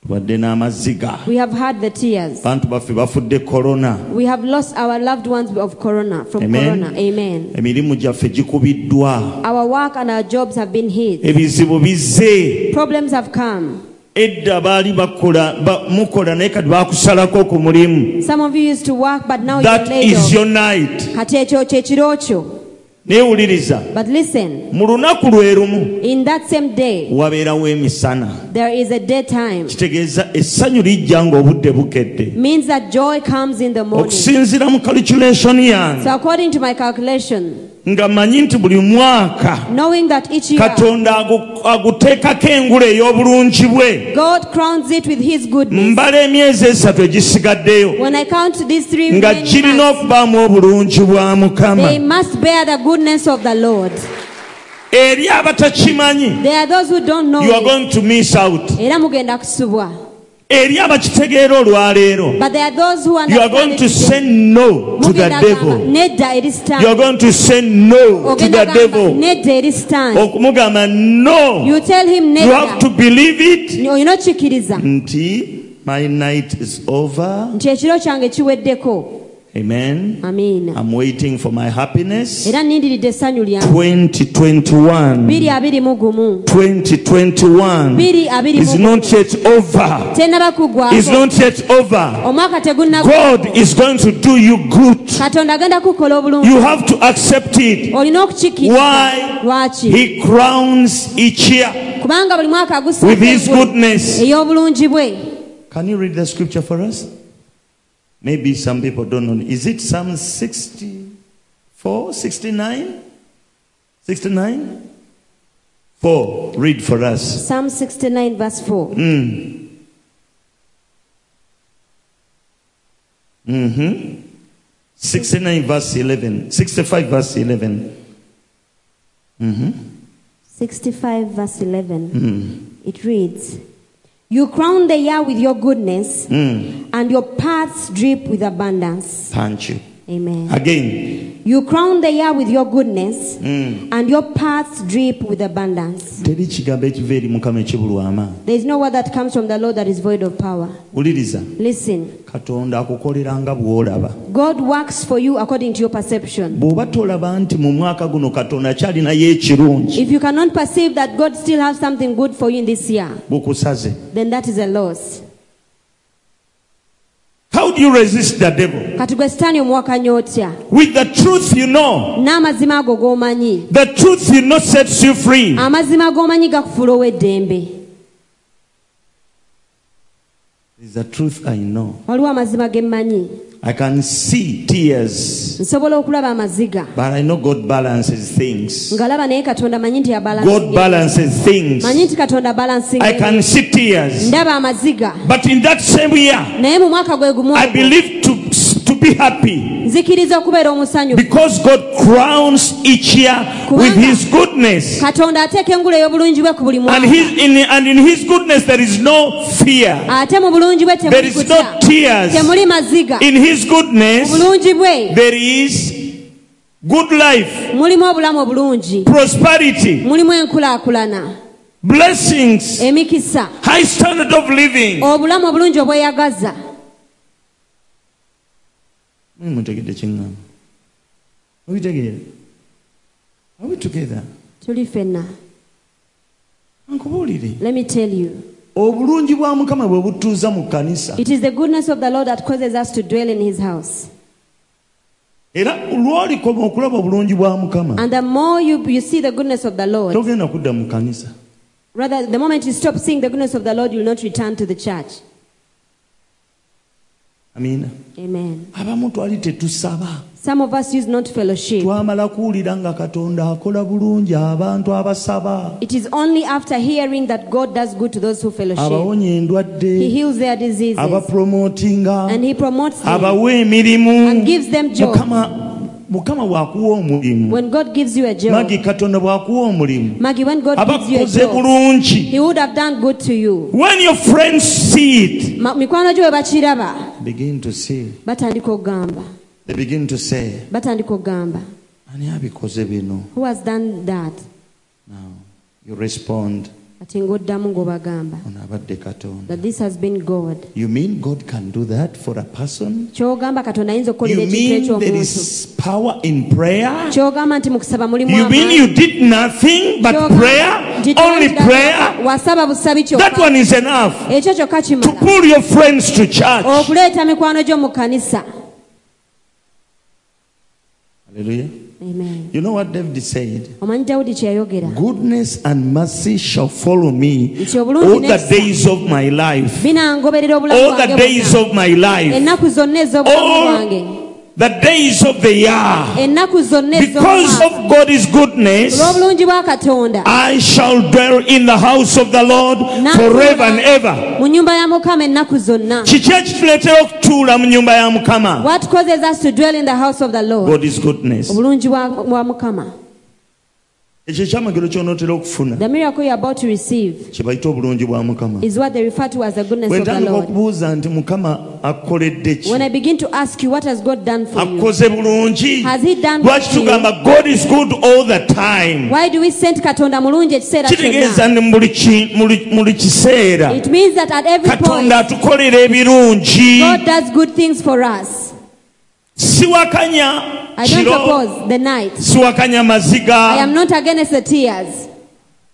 Speaker 1: tubadde n'amaziga
Speaker 2: we have had the tears
Speaker 1: bantu baffe bafudde korona
Speaker 2: we have lost our loved ones of corona from
Speaker 1: Amen.
Speaker 2: corona amen
Speaker 1: emirimu gyaffe gikubiddwa
Speaker 2: our work and our jobs have been hit
Speaker 1: ebizibu bizze
Speaker 2: problems have come
Speaker 1: edda baali bakola ba- mukola naye kati bakusalako ku mulimu
Speaker 2: some of you used to work but now you're
Speaker 1: that
Speaker 2: laid
Speaker 1: is
Speaker 2: off
Speaker 1: your night
Speaker 2: kati ekyo kyekiro kyo
Speaker 1: naye wuliriza
Speaker 2: but listen
Speaker 1: mu lunaku lwe lumu
Speaker 2: in that same day
Speaker 1: wabeerawo emisana
Speaker 2: there is a daytime
Speaker 1: kitegeeza essanyu lijja ng'obudde bukedde
Speaker 2: means that joy comes in the morning
Speaker 1: okusinziira mu calculation yange
Speaker 2: so according to my calculation
Speaker 1: nga mmanyi nti buli mwaka
Speaker 2: knowing that each year
Speaker 1: katonda agu- aguteekako engula ey'obulungi bwe
Speaker 2: god crowns it with his goodness
Speaker 1: mbala emyezi esatu egisigaddeyo
Speaker 2: when i count these three
Speaker 1: nga
Speaker 2: remaining
Speaker 1: kirina
Speaker 2: months,
Speaker 1: okubaamu obulungi bwa
Speaker 2: they
Speaker 1: mukama
Speaker 2: must bear the goodness of the lord
Speaker 1: eri abatakimanyi
Speaker 2: there are those who don't know
Speaker 1: you are
Speaker 2: it.
Speaker 1: going to miss out
Speaker 2: era mugenda kusubwa
Speaker 1: eri abakitegeera olwaleero
Speaker 2: but there are those who
Speaker 1: you are
Speaker 2: understand
Speaker 1: going
Speaker 2: it
Speaker 1: to
Speaker 2: today.
Speaker 1: say no to the
Speaker 2: Mugenda agamba,
Speaker 1: devil
Speaker 2: nedda it is time
Speaker 1: you are going to say no to
Speaker 2: ogenda
Speaker 1: the
Speaker 2: agamba
Speaker 1: devil
Speaker 2: nedda it is time
Speaker 1: okumugamba no
Speaker 2: you tell him
Speaker 1: you have to Mm.
Speaker 2: nedda
Speaker 1: believe it
Speaker 2: olina okkiriza
Speaker 1: nti my night is over
Speaker 2: nti ekiro kyange kiweddeko
Speaker 1: amen
Speaker 2: amiina
Speaker 1: i'm waiting for my happiness
Speaker 2: era nindiridde essanyu lyange
Speaker 1: 2021
Speaker 2: biri abiri mu gumu
Speaker 1: 2021
Speaker 2: biri abiri mu
Speaker 1: is
Speaker 2: gumu.
Speaker 1: not yet over
Speaker 2: tennaba
Speaker 1: is
Speaker 2: kugwako
Speaker 1: not yet over
Speaker 2: omwaka tegunnagu
Speaker 1: god is going to do you good
Speaker 2: katonda agenda kukola obulungi
Speaker 1: You have to accept it.
Speaker 2: olina okukikiriza
Speaker 1: Why?
Speaker 2: lwaki
Speaker 1: He crowns each year
Speaker 2: kubanga buli mwaka
Speaker 1: with His
Speaker 2: agusa
Speaker 1: goodness.
Speaker 2: ey'obulungi bwe
Speaker 1: Can you read the scripture for us? Maybe some people don't know. Is it Psalm 64, 69? 69? 4. Read for us.
Speaker 2: psalm 69 verse 4
Speaker 1: Mm. Mm-hmm. 69 verse 11. 65 verse 11.
Speaker 2: 65 verse 11
Speaker 1: Mm.
Speaker 2: it reads you crown the year with your goodness and your paths drip with abundance
Speaker 1: Mm. Thank you.
Speaker 2: amen
Speaker 1: Again.
Speaker 2: you crown the year with your goodness
Speaker 1: Mm.
Speaker 2: and your paths drip with abundance
Speaker 1: Teri kigambo ekiva eri Mukama ekibulwa amaanyi.
Speaker 2: there is no word that comes from the lord that is void of power
Speaker 1: Wuliriza.
Speaker 2: listen
Speaker 1: katonda akukolera nga bw'olaba
Speaker 2: god works for you according to your perception
Speaker 1: bw'oba tolaba nti mu mwaka guno katonda akyalinayo ekirungi
Speaker 2: if you cannot perceive that god still has something good for you in this year
Speaker 1: bukusaze
Speaker 2: then that is a loss
Speaker 1: how do you resist the devil
Speaker 2: kati gwe sitaani omuwakanyi otya
Speaker 1: with the truth you know
Speaker 2: n'amazima ago g'omanyi
Speaker 1: the truth you know sets you free
Speaker 2: amazima g'omanyi gakufuula ow'eddembe
Speaker 1: is the truth i know
Speaker 2: waliwo amazima ge mmanyi
Speaker 1: i can see tears
Speaker 2: nsobola okulaba amaziga
Speaker 1: but i know god balances things
Speaker 2: ngalaba naye katonda manyi nti
Speaker 1: god
Speaker 2: yabalansi
Speaker 1: balances things
Speaker 2: manyi nti katonda balansinga
Speaker 1: i can see tears
Speaker 2: ndaba amaziga
Speaker 1: but in that same year
Speaker 2: naye mu mwaka gwe gumu
Speaker 1: i
Speaker 2: ogwo,
Speaker 1: believe to, to be happy
Speaker 2: nzikiriza okubeera omusanyufu
Speaker 1: Because God crowns each year with His goodness.
Speaker 2: katonda ateeka engula ey'obulungi bwe ku buli
Speaker 1: And,
Speaker 2: mwaka
Speaker 1: his, in, and in His goodness, there is no fear,
Speaker 2: ate mu bulungi bwe
Speaker 1: there
Speaker 2: temuli
Speaker 1: is
Speaker 2: kutya
Speaker 1: no tears.
Speaker 2: temuli maziga
Speaker 1: In His
Speaker 2: mu
Speaker 1: goodness,
Speaker 2: bulungi bwe
Speaker 1: there is good life,
Speaker 2: mulimu obulamu obulungi
Speaker 1: prosperity.
Speaker 2: mulimu enkulaakulana
Speaker 1: blessings,
Speaker 2: emikisa
Speaker 1: high standard of living.
Speaker 2: obulamu obulungi obweyagaza
Speaker 1: Mwe mutegedde kyeŋŋamba mubitegeere are we together
Speaker 2: tuli ffenna
Speaker 1: ankubuulire
Speaker 2: let me tell you
Speaker 1: obulungi bwa mukama bwe butuuza mu kkanisa
Speaker 2: it is the goodness of the lord that causes us to dwell in his house
Speaker 1: era lwolikoma okulaba obulungi bwa mukama
Speaker 2: and the more you, you see the goodness of the lord
Speaker 1: togenda kudda mu kkanisa
Speaker 2: rather the moment you stop seeing the goodness of the lord you'll not return to the church
Speaker 1: amiina
Speaker 2: amen
Speaker 1: abamu twali tetusaba
Speaker 2: some of us use not fellowship
Speaker 1: twamala kuwulira nga katonda akola bulungi abantu abasaba
Speaker 2: it is only after hearing that god does good to those who fellowship
Speaker 1: abawonya
Speaker 2: he
Speaker 1: endwadde
Speaker 2: heals their diseases
Speaker 1: abapromotinga
Speaker 2: and he promotes them
Speaker 1: abawa emirimu
Speaker 2: and gives them job.
Speaker 1: Mukama- mukama bwakuwa omulimu
Speaker 2: when god gives you a job
Speaker 1: magi katonda bwakuwa omulimu
Speaker 2: Maggie, when God gives you a
Speaker 1: abakukoze
Speaker 2: job,
Speaker 1: bulungi
Speaker 2: He would have done good to you.
Speaker 1: when your friends see it
Speaker 2: Ma- mikwano gyo bwe bakiraba
Speaker 1: begin to say
Speaker 2: batandika okugamba
Speaker 1: they begin to say
Speaker 2: batandika okugamba
Speaker 1: ani abikoze bino
Speaker 2: who has done that
Speaker 1: now you respond
Speaker 2: kati ng'oddamu ng'obagamba
Speaker 1: ono abadde katonda
Speaker 2: that this has been god
Speaker 1: you mean god can do that for a person
Speaker 2: kyogamba katonda ayinza okukolera
Speaker 1: you
Speaker 2: ekintu
Speaker 1: mean there
Speaker 2: ekyomuntu
Speaker 1: is power in prayer
Speaker 2: kyogamba nti mu kusaba mulimu
Speaker 1: you mean you
Speaker 2: amaanyi?
Speaker 1: did nothing but
Speaker 2: Ky'ogamba
Speaker 1: prayer
Speaker 2: nti
Speaker 1: only
Speaker 2: tewali kirala,
Speaker 1: prayer
Speaker 2: wasaba busabi
Speaker 1: that
Speaker 2: kyokka
Speaker 1: one is enough
Speaker 2: ekyo kyokka
Speaker 1: to
Speaker 2: kimala
Speaker 1: pull your friends to church
Speaker 2: okuleeta mikwano gyo mu kanisa
Speaker 1: hallelujah
Speaker 2: amen
Speaker 1: you know what david said
Speaker 2: omanyi dawudi kye yayogera
Speaker 1: Goodness and mercy shall follow me
Speaker 2: Nti obulungi
Speaker 1: all the
Speaker 2: n'ekisa
Speaker 1: days of my life.
Speaker 2: binangoberera obulamu
Speaker 1: All the
Speaker 2: bwange
Speaker 1: days
Speaker 2: bwonna.
Speaker 1: of my life.
Speaker 2: ennaku zonna ez'obulamu bwange
Speaker 1: All the days of the year.
Speaker 2: ennaku zonna
Speaker 1: Because
Speaker 2: ez'omwaka
Speaker 1: of God's goodness,
Speaker 2: olw'obulungi bwa katonda
Speaker 1: I shall dwell in the house of the Lord forever and ever.
Speaker 2: mu nyumba ya mukama ennaku zonna
Speaker 1: kiki ekituleetera okutuula mu nnyumba ya mukama
Speaker 2: what causes us to dwell in the house of the lord
Speaker 1: god's goodness
Speaker 2: obulungi bwa bwa mukama
Speaker 1: ekyo ekyamagero ky'onootera okufuna
Speaker 2: the miracle you're about to receive
Speaker 1: kye bayita obulungi bwa mukama
Speaker 2: is what they refer to as the goodness
Speaker 1: bwe
Speaker 2: of the
Speaker 1: ntandika
Speaker 2: lord
Speaker 1: okubuuza nti mukama akoledde ki
Speaker 2: when i begin to ask you what has god done for you
Speaker 1: akukoze bulungi
Speaker 2: Has he done
Speaker 1: lwaki
Speaker 2: good to you?
Speaker 1: tugamba god is good all the time
Speaker 2: why do we send katonda mulungi ekiseera
Speaker 1: kitegeeza
Speaker 2: kyonna
Speaker 1: nti mu buli ki- mu buli- mu buli kiseera
Speaker 2: it means that at every point
Speaker 1: katonda atukolera ebirungi
Speaker 2: god does good things for us
Speaker 1: siwakanya
Speaker 2: i don't
Speaker 1: kiro
Speaker 2: oppose the night
Speaker 1: siwakanya
Speaker 2: i am
Speaker 1: maziga
Speaker 2: not against the tears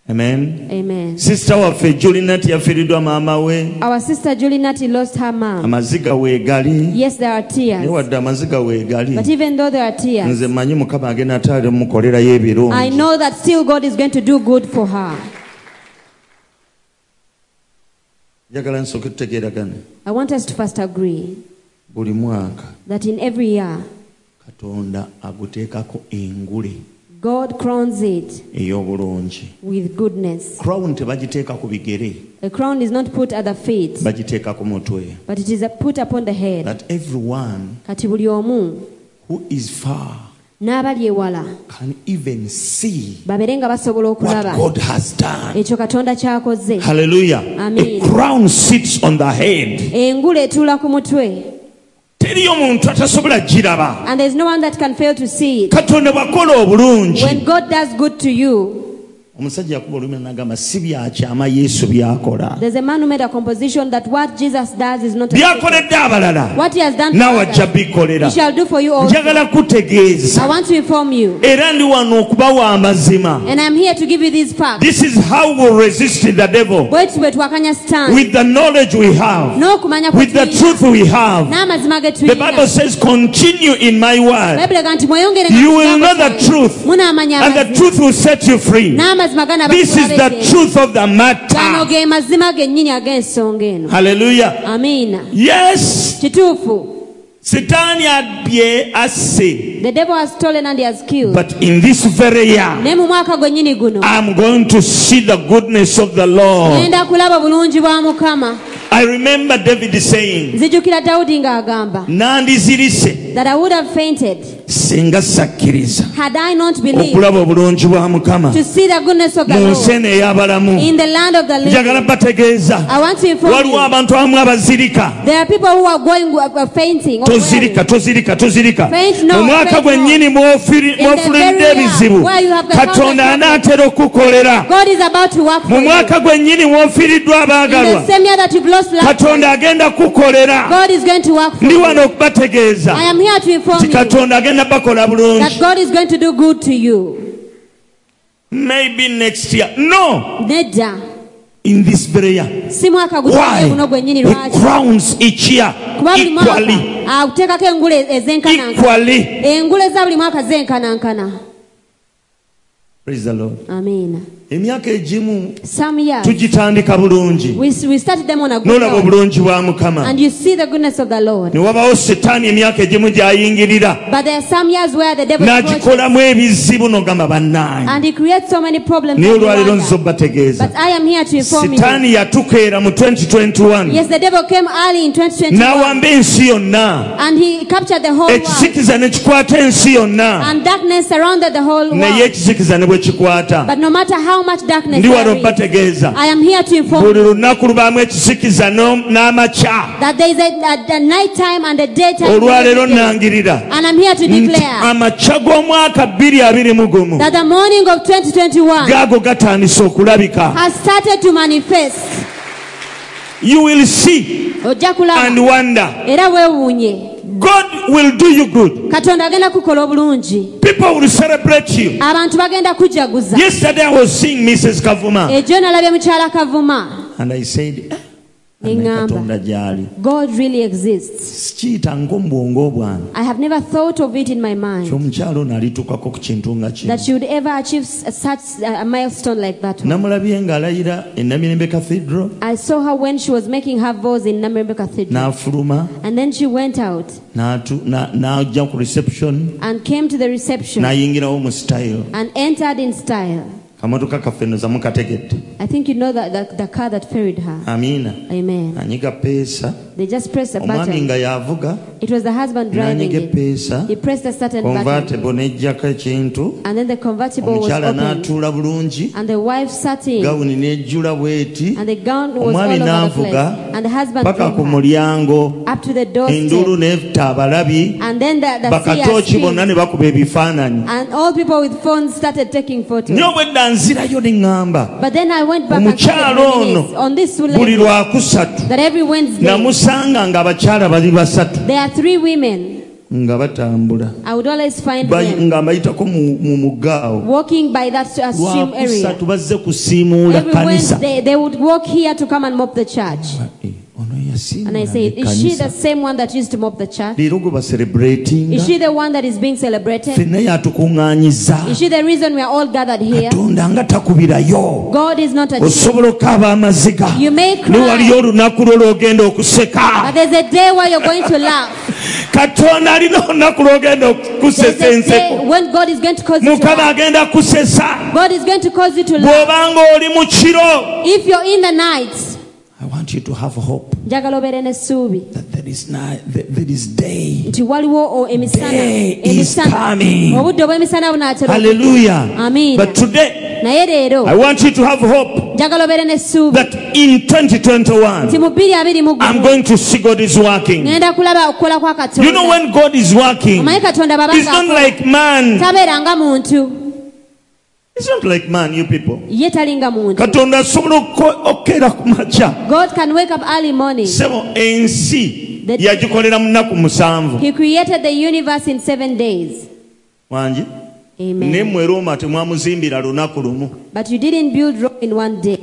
Speaker 1: amen
Speaker 2: amen
Speaker 1: sisita waffe julinati yafiiriddwa maama we
Speaker 2: our sister julie nati lost her mom
Speaker 1: amaziga weegali
Speaker 2: yes there are
Speaker 1: naye
Speaker 2: tears
Speaker 1: wadde amaziga weegali
Speaker 2: But even though there are tears,
Speaker 1: nze manyi mukama agenda ate ali mukolerayo
Speaker 2: I
Speaker 1: ebirungi
Speaker 2: know that still God is going to do good for her.
Speaker 1: njagala nsooke tutegeeragana
Speaker 2: I want us to first agree
Speaker 1: buli mwaka
Speaker 2: that in every year,
Speaker 1: katonda aguteekako engule
Speaker 2: God crowns it
Speaker 1: ey'obulungi
Speaker 2: with goodness.
Speaker 1: crown tebagiteeka ku bigere
Speaker 2: A crown is not put at the feet,
Speaker 1: bagiteeka ku mutwe
Speaker 2: but it is put upon the head.
Speaker 1: that everyone
Speaker 2: Kati buli omu
Speaker 1: who is far
Speaker 2: n'abali ewala
Speaker 1: can even see
Speaker 2: babeere nga basobola
Speaker 1: what
Speaker 2: okulaba
Speaker 1: god has done
Speaker 2: ekyo katonda ky'akoze.
Speaker 1: hallelujah
Speaker 2: Amen.
Speaker 1: a crown sits on the head
Speaker 2: Engule etuula ku mutwe,
Speaker 1: teriyo muntu atasobola giraba
Speaker 2: and there is no one that can fail to see it.
Speaker 1: katonda bwakola obulungi
Speaker 2: When God does good to you,
Speaker 1: omusajja yakuba olumira nagamba si byakyama yesu byakola
Speaker 2: there's a man who made a composition that what Jesus does is not a secret.
Speaker 1: byakoledde abalala
Speaker 2: What he has done for
Speaker 1: naawe
Speaker 2: others,
Speaker 1: ajja bikolera
Speaker 2: he shall do for you also.
Speaker 1: njagala kutegeeza
Speaker 2: I want to inform you,
Speaker 1: era ndi wano okubawa amazima
Speaker 2: and I'm here to give you these facts.
Speaker 1: this is how we resist the devil
Speaker 2: Bwe tube twakanya stand
Speaker 1: with the knowledge we have
Speaker 2: n'okumanya kwe
Speaker 1: with the
Speaker 2: tulina
Speaker 1: truth we have
Speaker 2: n'amazima ge
Speaker 1: the bible
Speaker 2: tulina.
Speaker 1: says continue in my word
Speaker 2: Bayibuli ega nti mweyongere
Speaker 1: You
Speaker 2: nga
Speaker 1: will
Speaker 2: kigambo
Speaker 1: know the
Speaker 2: kyange.
Speaker 1: truth,
Speaker 2: munaamanya
Speaker 1: and the
Speaker 2: amazima
Speaker 1: truth will set you free
Speaker 2: n'amazima gana
Speaker 1: this is the truth of the
Speaker 2: gano
Speaker 1: matter
Speaker 2: ge mazima gennyini ag'ensonga eno
Speaker 1: hallelujah
Speaker 2: amiina
Speaker 1: yes
Speaker 2: kituufu
Speaker 1: sitani abbye asse
Speaker 2: the devil has stolen and he has killed
Speaker 1: but in this very year
Speaker 2: naye mu mwaka gwennyini guno
Speaker 1: i'm going to see the goodness of the lord
Speaker 2: genda kulaba bulungi bwa mukama
Speaker 1: i remember david saying
Speaker 2: nzijukira dawudi ng'agamba
Speaker 1: nandizirise fainted
Speaker 2: that I would have fainted
Speaker 1: singa sakkiriza
Speaker 2: had I not believed
Speaker 1: okulaba obulungi bwa mukama
Speaker 2: to see the goodness of the
Speaker 1: mu nsi
Speaker 2: Lord
Speaker 1: eno ey'abalamu
Speaker 2: in the land of the
Speaker 1: njagala
Speaker 2: living.
Speaker 1: bategeeza
Speaker 2: I want to inform
Speaker 1: waliwo
Speaker 2: you
Speaker 1: abantu abamu abazirika
Speaker 2: there are people who are going who are fainting. or
Speaker 1: tozirika
Speaker 2: wearing.
Speaker 1: tozirika tozirika
Speaker 2: Faint not,
Speaker 1: mu mwaka
Speaker 2: faint
Speaker 1: gwennyini mw'ofiri-
Speaker 2: the
Speaker 1: mw'ofulumidde
Speaker 2: very year
Speaker 1: ebizibu
Speaker 2: where you have the
Speaker 1: katonda
Speaker 2: counter-
Speaker 1: anaatera okukolera
Speaker 2: God is about to work for
Speaker 1: mu
Speaker 2: you.
Speaker 1: mwaka gwennyini w'ofiiriddwa
Speaker 2: In
Speaker 1: abaagalwa
Speaker 2: the same year that you've lost life,
Speaker 1: katonda agenda kukolera
Speaker 2: God is going to work for
Speaker 1: ndi
Speaker 2: you.
Speaker 1: wano okubategeeza
Speaker 2: I am here to inform
Speaker 1: nti
Speaker 2: you
Speaker 1: katonda agenda bakola
Speaker 2: that
Speaker 1: bulungi
Speaker 2: God is going to do good to you.
Speaker 1: maybe next year no
Speaker 2: Nedda.
Speaker 1: in this very year
Speaker 2: si mwaka
Speaker 1: why
Speaker 2: gutonye guno gwennyini
Speaker 1: he
Speaker 2: lwaki
Speaker 1: crowns each year
Speaker 2: kuba buli mwaka
Speaker 1: equally
Speaker 2: akuteekako engule ezenkanankana
Speaker 1: equally
Speaker 2: engule eza buli mwaka zenkanankana
Speaker 1: praise the lord
Speaker 2: amina
Speaker 1: emyaka egimu
Speaker 2: some years
Speaker 1: tugitandika bulungi
Speaker 2: we, we started them on a good
Speaker 1: n'olaba
Speaker 2: note,
Speaker 1: obulungi bwa mukama
Speaker 2: and you see the goodness of the lord
Speaker 1: ne wabawo setaani emyaka egimu gy'ayingirira
Speaker 2: but there are some years where the devil approaches,
Speaker 1: n'agikolamu ebizibu n'ogamba bannaanyi
Speaker 2: and he creates so many problems
Speaker 1: naye
Speaker 2: that you
Speaker 1: olwaleero nza
Speaker 2: wonder.
Speaker 1: obategeeza
Speaker 2: but i am here to inform you
Speaker 1: sitaani yatukeera mu 2021
Speaker 2: yes the devil came early in 2021
Speaker 1: n'awamba ensi yonna
Speaker 2: and he captured the whole world
Speaker 1: ekisikiza ne kikwata ensi yonna
Speaker 2: and darkness surrounded the whole
Speaker 1: naye
Speaker 2: world
Speaker 1: ekisikiza ne bwe kikwata
Speaker 2: but no matter how much darkness
Speaker 1: ndi wano
Speaker 2: there is,
Speaker 1: obategeeza
Speaker 2: i am here to inform you
Speaker 1: buli lunaku lubaamu ekisikiza n'om- n'amakya
Speaker 2: that there is a, a, a night time and a day time.
Speaker 1: olwaleero nangirira
Speaker 2: and I'm here to
Speaker 1: nti
Speaker 2: declare
Speaker 1: amakya g'omwaka 221
Speaker 2: that the morning of 2021
Speaker 1: gaago gatandise okulabika
Speaker 2: has started to manifest.
Speaker 1: you will see
Speaker 2: Ojja
Speaker 1: and
Speaker 2: kulaba
Speaker 1: wonder
Speaker 2: era weewuunye
Speaker 1: god will do you good
Speaker 2: katonda agenda kukola obulungi
Speaker 1: people will celebrate you
Speaker 2: abantu bagenda kujaguza
Speaker 1: yesterday i was seeing mrs kavuma
Speaker 2: ejo nalabye mukyala kavuma
Speaker 1: and i said "Eh,
Speaker 2: Ne
Speaker 1: Annaye
Speaker 2: ŋŋamba,
Speaker 1: katonda gyali
Speaker 2: god really exists
Speaker 1: sikiyita ng'obwongo bwange
Speaker 2: i have never thought of it in my mind
Speaker 1: kyomukyalo ono alitukako ku kintu nga kino
Speaker 2: that she would ever achieve s- such a a milestone like that one.
Speaker 1: namulabye ng'alayira enamirembe cathedral
Speaker 2: i saw her when she was making her vows in namrembe cathedral
Speaker 1: n'afuluma
Speaker 2: and then she went out
Speaker 1: n'atu- na- n'ajja ku reception
Speaker 2: and came to the reception
Speaker 1: n'ayingirawo mu style
Speaker 2: and entered in style.
Speaker 1: kamotoka kaffe noza mukategedde
Speaker 2: I think you know that the, the car that ferried her.
Speaker 1: amiina
Speaker 2: Amen.
Speaker 1: anyiga peesa
Speaker 2: They just pressed a
Speaker 1: omwami
Speaker 2: button.
Speaker 1: nga yavuga
Speaker 2: It was the husband driving
Speaker 1: n'anyiga
Speaker 2: it.
Speaker 1: epeesa
Speaker 2: He pressed a certain button,
Speaker 1: konvatebo n'ejjako ekintu
Speaker 2: and then the convertible was
Speaker 1: omukyala
Speaker 2: opened,
Speaker 1: n'atuula bulungi
Speaker 2: and the wife sat in,
Speaker 1: gawuni n'ejjula bweti
Speaker 2: and the gown was all
Speaker 1: omwami
Speaker 2: over the place,
Speaker 1: n'avuga
Speaker 2: and the husband
Speaker 1: paka ku
Speaker 2: drove her
Speaker 1: mulyango
Speaker 2: up to the
Speaker 1: enduulu
Speaker 2: doorstep,
Speaker 1: n'efta abalabi
Speaker 2: and then the, the seer
Speaker 1: bakatooki bonna
Speaker 2: screamed,
Speaker 1: ne bakuba ebifaananyi
Speaker 2: and all people with phones started taking photos.
Speaker 1: naye obwedda nzirayo ne ŋŋamba
Speaker 2: But then I went back and
Speaker 1: omukyala
Speaker 2: started
Speaker 1: ono
Speaker 2: reminisce on this
Speaker 1: buli
Speaker 2: lady
Speaker 1: lwakusatu
Speaker 2: that every Wednesday
Speaker 1: namusanga ng'abakyala bali basatu
Speaker 2: there are three women.
Speaker 1: nga batambula
Speaker 2: I would always find
Speaker 1: Ba-
Speaker 2: them.
Speaker 1: nga mbayitako mu mu muggaawo
Speaker 2: walking by that uh, stream area.
Speaker 1: lwakusatu bazze kusiimuula
Speaker 2: Every
Speaker 1: kanisa
Speaker 2: Wednesday, they would walk here to come and mop the church.
Speaker 1: Eh, ono
Speaker 2: And I
Speaker 1: yasiimuula
Speaker 2: said, Is she the
Speaker 1: kanisa
Speaker 2: same one that used to mop the church?
Speaker 1: leero gwe baserebuletinga
Speaker 2: Is she the one that is being celebrated?
Speaker 1: ffenna yatukuŋŋaanyiza
Speaker 2: Is she the reason we are all gathered here?
Speaker 1: katonda nga takubirayo
Speaker 2: God is not a cheat.
Speaker 1: osobola okaaba amaziga
Speaker 2: You may
Speaker 1: ne
Speaker 2: cry,
Speaker 1: waliyo olunaku lwo lwogenda
Speaker 2: but
Speaker 1: okuseka
Speaker 2: there's a day where you're going to
Speaker 1: [LAUGHS]
Speaker 2: laugh.
Speaker 1: katonda alina olunaku lwogenda
Speaker 2: There's
Speaker 1: okusesa
Speaker 2: a day
Speaker 1: enseko
Speaker 2: when God is going to cause you to
Speaker 1: mukama
Speaker 2: laugh.
Speaker 1: agenda kusesa
Speaker 2: God is going to cause you to laugh.
Speaker 1: bw'obanga oli mu kiro
Speaker 2: If you're in the night,
Speaker 1: I want you to have hope
Speaker 2: njagala obeere n'essuubi
Speaker 1: that there is, night, that there is day.
Speaker 2: nti waliwo o- emisana
Speaker 1: Day is
Speaker 2: emisana
Speaker 1: coming.
Speaker 2: obudde obw'emisana bunaatera
Speaker 1: Hallelujah.
Speaker 2: Amina.
Speaker 1: But today,
Speaker 2: naye leero
Speaker 1: I want you to have hope
Speaker 2: njagala obeere n'essuubi
Speaker 1: that in 2021,
Speaker 2: nti mu bbiri abiri mu
Speaker 1: I'm
Speaker 2: gumu
Speaker 1: going to see God is working.
Speaker 2: ŋŋenda kulaba okukola kwa
Speaker 1: You know
Speaker 2: katonda
Speaker 1: when God is working,
Speaker 2: omanyi katonda baba
Speaker 1: it's
Speaker 2: nga
Speaker 1: not
Speaker 2: akola.
Speaker 1: like man.
Speaker 2: tabeera nga muntu
Speaker 1: It's not like man, you people.
Speaker 2: ye tali nga muntu
Speaker 1: katonda asobola okuko- okukeera ku makya
Speaker 2: god can wake up early morning
Speaker 1: sebo ensi
Speaker 2: The-
Speaker 1: yagikolera mu nnaku musanvu
Speaker 2: he created the universe in seven days
Speaker 1: wangi ne
Speaker 2: amen
Speaker 1: mmwe roma temwamuzimbira lunaku lumu
Speaker 2: but you didn't build rome in one day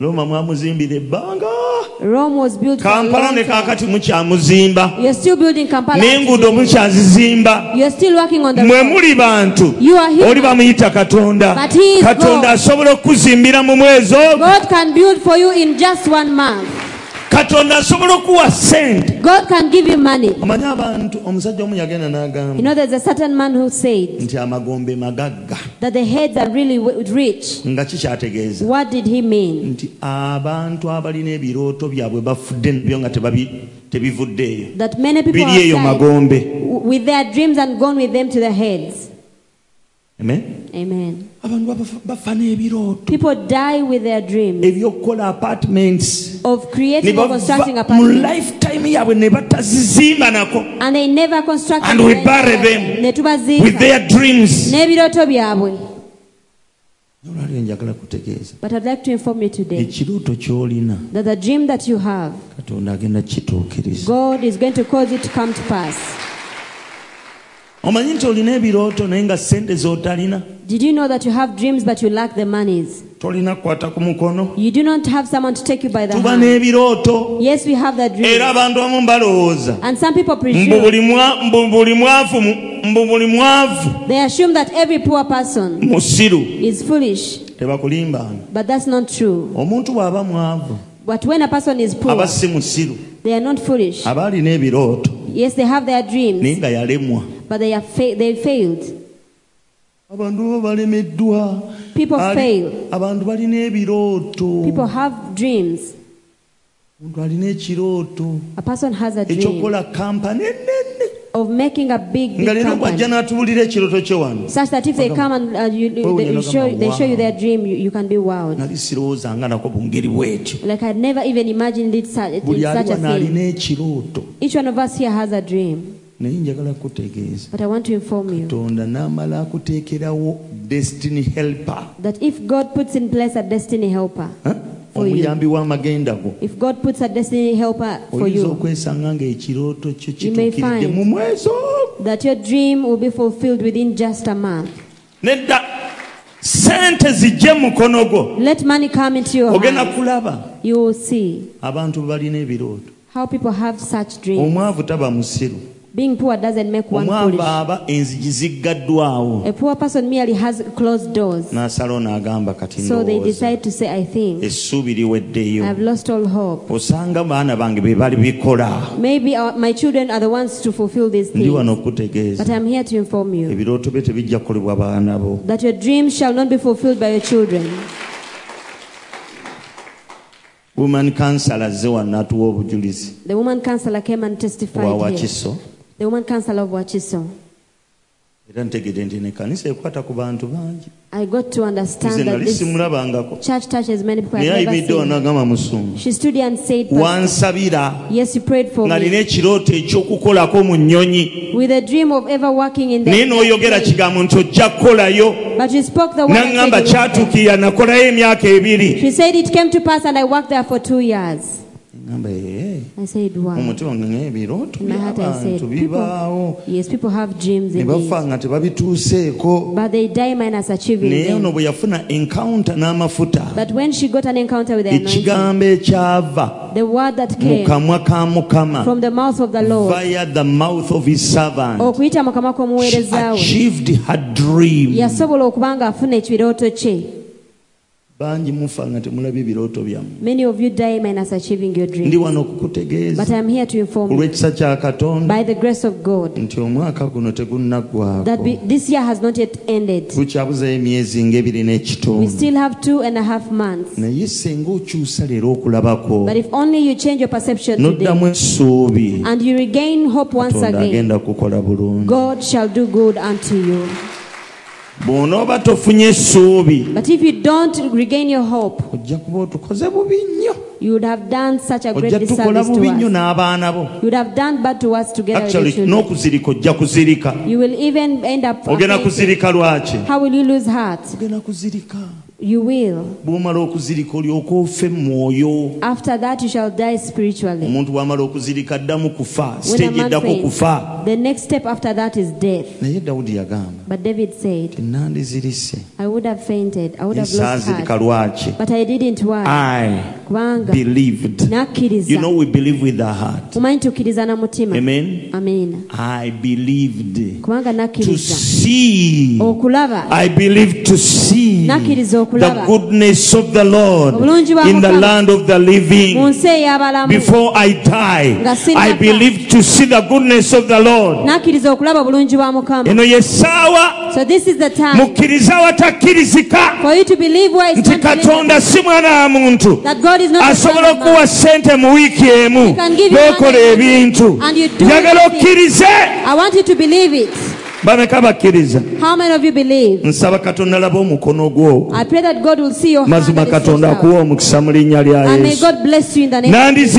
Speaker 1: roma mwamuzimbira ebbanga
Speaker 2: rome was built for a
Speaker 1: kampala
Speaker 2: long
Speaker 1: ne
Speaker 2: time.
Speaker 1: kakati mukyamuzimba
Speaker 2: you're still building kampala
Speaker 1: n'enguudo mukyazizimba
Speaker 2: you're still working on the
Speaker 1: mwe
Speaker 2: road.
Speaker 1: muli bantu
Speaker 2: You are human.
Speaker 1: oli bamuyita katonda
Speaker 2: But he is
Speaker 1: katonda
Speaker 2: God.
Speaker 1: asobola okukuzimbira mu mwezi ogwo
Speaker 2: god can build for you in just one month
Speaker 1: katonda asobola okuwa sente
Speaker 2: God can give you money.
Speaker 1: omanyi abantu omusajja omu yagenda
Speaker 2: You
Speaker 1: n'agamba
Speaker 2: know, there's a certain man who said
Speaker 1: nti amagombe magagga
Speaker 2: that the heads are really w- rich.
Speaker 1: nga kikyategeeza
Speaker 2: What did he mean?
Speaker 1: nti abantu abalina ebirooto byabwe bafudde nabyo nga tebabi- tebivuddeeyo
Speaker 2: That many people
Speaker 1: biri eyo
Speaker 2: are died
Speaker 1: magombe
Speaker 2: w- with their dreams and gone with them to their heads.
Speaker 1: Amen?
Speaker 2: Amen.
Speaker 1: abantu bafa- bafa n'ebirooto
Speaker 2: People die with their dreams
Speaker 1: ebyokukola apartments
Speaker 2: of
Speaker 1: ne
Speaker 2: creating or
Speaker 1: bava
Speaker 2: constructing
Speaker 1: mu
Speaker 2: apartments.
Speaker 1: lifetime yaabwe ne batazizimba nako
Speaker 2: And they never construct
Speaker 1: And we bury them
Speaker 2: ne
Speaker 1: with
Speaker 2: tubaziika
Speaker 1: their dreams
Speaker 2: n'ebirooto byabwe.
Speaker 1: olwaliro njagala kutegeeza
Speaker 2: But I'd like to inform you today
Speaker 1: ekirooto ky'olina
Speaker 2: that the dream that you have,
Speaker 1: katonda agenda kituukiriza
Speaker 2: God is going to cause it to come to pass.
Speaker 1: omanyi nti olina ebirooto naye nga sente z'otalina
Speaker 2: Did you know that you have dreams but you lack the monies?
Speaker 1: tolina kukwata ku mukono
Speaker 2: You do not have someone to take you by the
Speaker 1: tuba
Speaker 2: hand.
Speaker 1: n'ebirooto
Speaker 2: Yes, we have that
Speaker 1: era
Speaker 2: dream.
Speaker 1: abantu abamu balowooza
Speaker 2: And some people
Speaker 1: mbu
Speaker 2: presume,
Speaker 1: buli mwa- mbu buli mwavu mu- mbu buli mwavu
Speaker 2: they assume that every poor person
Speaker 1: musiru
Speaker 2: is foolish,
Speaker 1: tebakulimbanga
Speaker 2: but that's not true.
Speaker 1: omuntu bw'aba mwavu
Speaker 2: But when a person is poor,
Speaker 1: aba si musiru
Speaker 2: they are not foolish.
Speaker 1: aba alina ebirooto
Speaker 2: Yes, they have their
Speaker 1: naye
Speaker 2: dreams,
Speaker 1: nga yalemwa
Speaker 2: but they, are fa- they failed.
Speaker 1: abantu bo balemeddwa
Speaker 2: People
Speaker 1: Ali-
Speaker 2: fail.
Speaker 1: abantu balina ebirooto
Speaker 2: People have dreams.
Speaker 1: omuntu alina ekirooto
Speaker 2: A person has a dream
Speaker 1: ekyokukola kampani enene
Speaker 2: of making a big,
Speaker 1: nga
Speaker 2: big
Speaker 1: leero bwajja
Speaker 2: company.
Speaker 1: n'atubulira ekirooto kye wano
Speaker 2: Such that if they come and uh, you,
Speaker 1: Wewe
Speaker 2: they, you
Speaker 1: unaona
Speaker 2: show,
Speaker 1: kama
Speaker 2: they show you
Speaker 1: wow.
Speaker 2: their dream, you, you can be wowed.
Speaker 1: nali sirowoozanga nako bungeri bwetyo
Speaker 2: Like I'd never even imagined it such, it
Speaker 1: buli ali
Speaker 2: such a
Speaker 1: wano alina
Speaker 2: thing.
Speaker 1: ekirooto
Speaker 2: Each one of us here has a dream,
Speaker 1: naye njagala kutegeeza
Speaker 2: but I want to inform you
Speaker 1: katonda n'amala akuteekerawo destiny helper
Speaker 2: that if God puts in place a destiny helper
Speaker 1: Huh?
Speaker 2: For you.
Speaker 1: omuyambi w'amagenda go
Speaker 2: If God puts a destiny helper for
Speaker 1: oyinza
Speaker 2: you,
Speaker 1: okwesanga ng'ekirooto kyo
Speaker 2: You may
Speaker 1: kituukiridde
Speaker 2: find-
Speaker 1: mu mwezi ogwo
Speaker 2: that your dream will be fulfilled within just a month.
Speaker 1: nedda sente zijje mu mukono gwo
Speaker 2: Let money come into your
Speaker 1: ogenda
Speaker 2: hand.
Speaker 1: kulaba
Speaker 2: You will see
Speaker 1: abantu bwe balina ebirooto
Speaker 2: how people have such dreams.
Speaker 1: omwavu taba musiru
Speaker 2: Being poor doesn't make one
Speaker 1: omwavu
Speaker 2: foolish.
Speaker 1: aba enzigi ziggaddwawo
Speaker 2: A poor person merely has closed doors.
Speaker 1: n'asala ono agamba kati
Speaker 2: So they
Speaker 1: ndowooza
Speaker 2: decide to say, I think
Speaker 1: essuubi liweddeyo
Speaker 2: I've lost all hope.
Speaker 1: osanga baana bange be bali bikola
Speaker 2: Maybe our, my children are the ones to fulfill these
Speaker 1: ndi wano
Speaker 2: things. But
Speaker 1: okutegeeza
Speaker 2: I'm here to inform you
Speaker 1: ebirooto bye tebijja kukolebwa baana bo
Speaker 2: that your dreams shall not be fulfilled by your children.
Speaker 1: woman kansala azze wano atuwa obujulizi
Speaker 2: The woman counselor came and
Speaker 1: wa
Speaker 2: testified here.
Speaker 1: wakiso
Speaker 2: The woman counselor of Wachiso.
Speaker 1: era ntegedde nti nekanisa ekwata ku bantu bangi
Speaker 2: I got to
Speaker 1: nze
Speaker 2: understand that
Speaker 1: nali
Speaker 2: this
Speaker 1: simulabangako
Speaker 2: church touches many people
Speaker 1: naye
Speaker 2: I've never
Speaker 1: ayimiddde wano
Speaker 2: seen.
Speaker 1: agamba musungu
Speaker 2: She stood here and said, "Pastor,
Speaker 1: wansabira
Speaker 2: Yes, you prayed for
Speaker 1: nga nina
Speaker 2: me
Speaker 1: ekirooto ekyokukolako mu nnyonyi
Speaker 2: with a dream of ever working in
Speaker 1: naye n'oyogera
Speaker 2: the
Speaker 1: kigambo nti ojja kukolayo
Speaker 2: But you spoke the word. I said
Speaker 1: naŋŋamba
Speaker 2: you would.
Speaker 1: kyatuukirira nakolayo emyaka ebiri
Speaker 2: She said, It came to pass, and I worked there for two years.
Speaker 1: ŋŋamba ee
Speaker 2: I said, Wow.
Speaker 1: omutima nganga ebirooto
Speaker 2: In my heart, I said,
Speaker 1: byabantu bibaawo
Speaker 2: people, Yes, people have dreams
Speaker 1: ne
Speaker 2: indeed.
Speaker 1: bafa nga tebabituuseeko
Speaker 2: But they die minus achieving
Speaker 1: naye ono
Speaker 2: them.
Speaker 1: bwe yafuna encounter n'amafuta
Speaker 2: But when she got an encounter with the anointing,
Speaker 1: ekigambo ekyava
Speaker 2: the word that
Speaker 1: mu
Speaker 2: came
Speaker 1: kamwa ka mukama
Speaker 2: from the mouth of the Lord,
Speaker 1: via the mouth of his servant
Speaker 2: okuyita mukama
Speaker 1: she
Speaker 2: kw'omuweereza we,
Speaker 1: achieved her dream
Speaker 2: yasobola okuba nga afuna ekirooto kye.
Speaker 1: bangi mufa nga temulabye birooto byammwe
Speaker 2: Many of you die minus achieving your
Speaker 1: ndi
Speaker 2: dream.
Speaker 1: wano okukutegeeza
Speaker 2: But um, I'm here to inform you,
Speaker 1: olw'ekisa kya katonda
Speaker 2: by the grace of God,
Speaker 1: nti omwaka guno tegunnaggwako
Speaker 2: that be, this year has not yet ended.
Speaker 1: gukyabuzayo emyezi ng'ebiri
Speaker 2: We
Speaker 1: n'ekitundu
Speaker 2: still have two and a half months.
Speaker 1: naye singa okyusa leero okulabako
Speaker 2: But if only you change your perception
Speaker 1: n'oddamu
Speaker 2: today
Speaker 1: essuubi
Speaker 2: and you regain hope once
Speaker 1: katonda
Speaker 2: again,
Speaker 1: agenda kukola bulungi
Speaker 2: God shall do good unto you.
Speaker 1: bw'onooba tofunye essuubi
Speaker 2: But if you don't regain your hope,
Speaker 1: ojja kuba otukoze bubi nnyo
Speaker 2: you would have done such a great
Speaker 1: ojja tukola
Speaker 2: disservice to
Speaker 1: bubi nnyo
Speaker 2: us.
Speaker 1: n'abaana bo
Speaker 2: You would have done bad to us together with your
Speaker 1: actually
Speaker 2: children.
Speaker 1: n'okuzirika ojja kuzirika
Speaker 2: You will even end up.
Speaker 1: ogenda
Speaker 2: offended.
Speaker 1: kuzirika lwaki
Speaker 2: How will you lose heart?
Speaker 1: ogenda kuzirika
Speaker 2: You will.
Speaker 1: bw'omala okuzirika olyoka ofe mwoyo
Speaker 2: After that, you shall die spiritually.
Speaker 1: omuntu bw'amala okuzirika addamu kufa
Speaker 2: When a
Speaker 1: stage
Speaker 2: man
Speaker 1: eddako
Speaker 2: fails,
Speaker 1: kufa
Speaker 2: the next step after that is death.
Speaker 1: naye dawudi yagamba
Speaker 2: But David said,
Speaker 1: tenandizirise
Speaker 2: I would have fainted. I would have lost
Speaker 1: saazirika
Speaker 2: heart.
Speaker 1: lwaki
Speaker 2: But I didn't. Why?
Speaker 1: i
Speaker 2: kubanga
Speaker 1: believed Ah, you
Speaker 2: nakkiriza
Speaker 1: know we believe with our heart
Speaker 2: omanyi tukkiriza na mutima
Speaker 1: amen
Speaker 2: amina
Speaker 1: i believed
Speaker 2: kubanga
Speaker 1: to
Speaker 2: nakkiriza
Speaker 1: see
Speaker 2: okulaba
Speaker 1: I believe to see
Speaker 2: Nakkiriza
Speaker 1: the good
Speaker 2: okulaba.
Speaker 1: goodness of the Lord
Speaker 2: Obulungi bwa
Speaker 1: in the
Speaker 2: Mukama.
Speaker 1: land of the
Speaker 2: mu
Speaker 1: living.
Speaker 2: nsi ey'abalamu
Speaker 1: Before I die,
Speaker 2: Nga sinnafa.
Speaker 1: I believe to see the goodness of the Lord.
Speaker 2: n'akkiriza okulaba obulungi bwa mukama
Speaker 1: eno yesaawa
Speaker 2: so this is the time
Speaker 1: mukkiriza awatakkirizika
Speaker 2: for you to believe where it's
Speaker 1: nti
Speaker 2: not believable,
Speaker 1: katonda si mwana wa muntu
Speaker 2: that God is not a son
Speaker 1: asobola
Speaker 2: of man.
Speaker 1: okuwa ssente mu wiiki emu
Speaker 2: can give you
Speaker 1: n'okola
Speaker 2: money
Speaker 1: ebintu
Speaker 2: and you do
Speaker 1: njagala
Speaker 2: everything.
Speaker 1: okkirize
Speaker 2: I want you to believe it.
Speaker 1: bameka bakkiriza
Speaker 2: How many of you believe?
Speaker 1: nsaba katonda laba omukono gwo
Speaker 2: I pray that God will see your hand
Speaker 1: mazima
Speaker 2: that is
Speaker 1: katonda
Speaker 2: stretched out.
Speaker 1: akuwa omukisa mu linnya lya
Speaker 2: And may
Speaker 1: yesu
Speaker 2: God bless you in the name.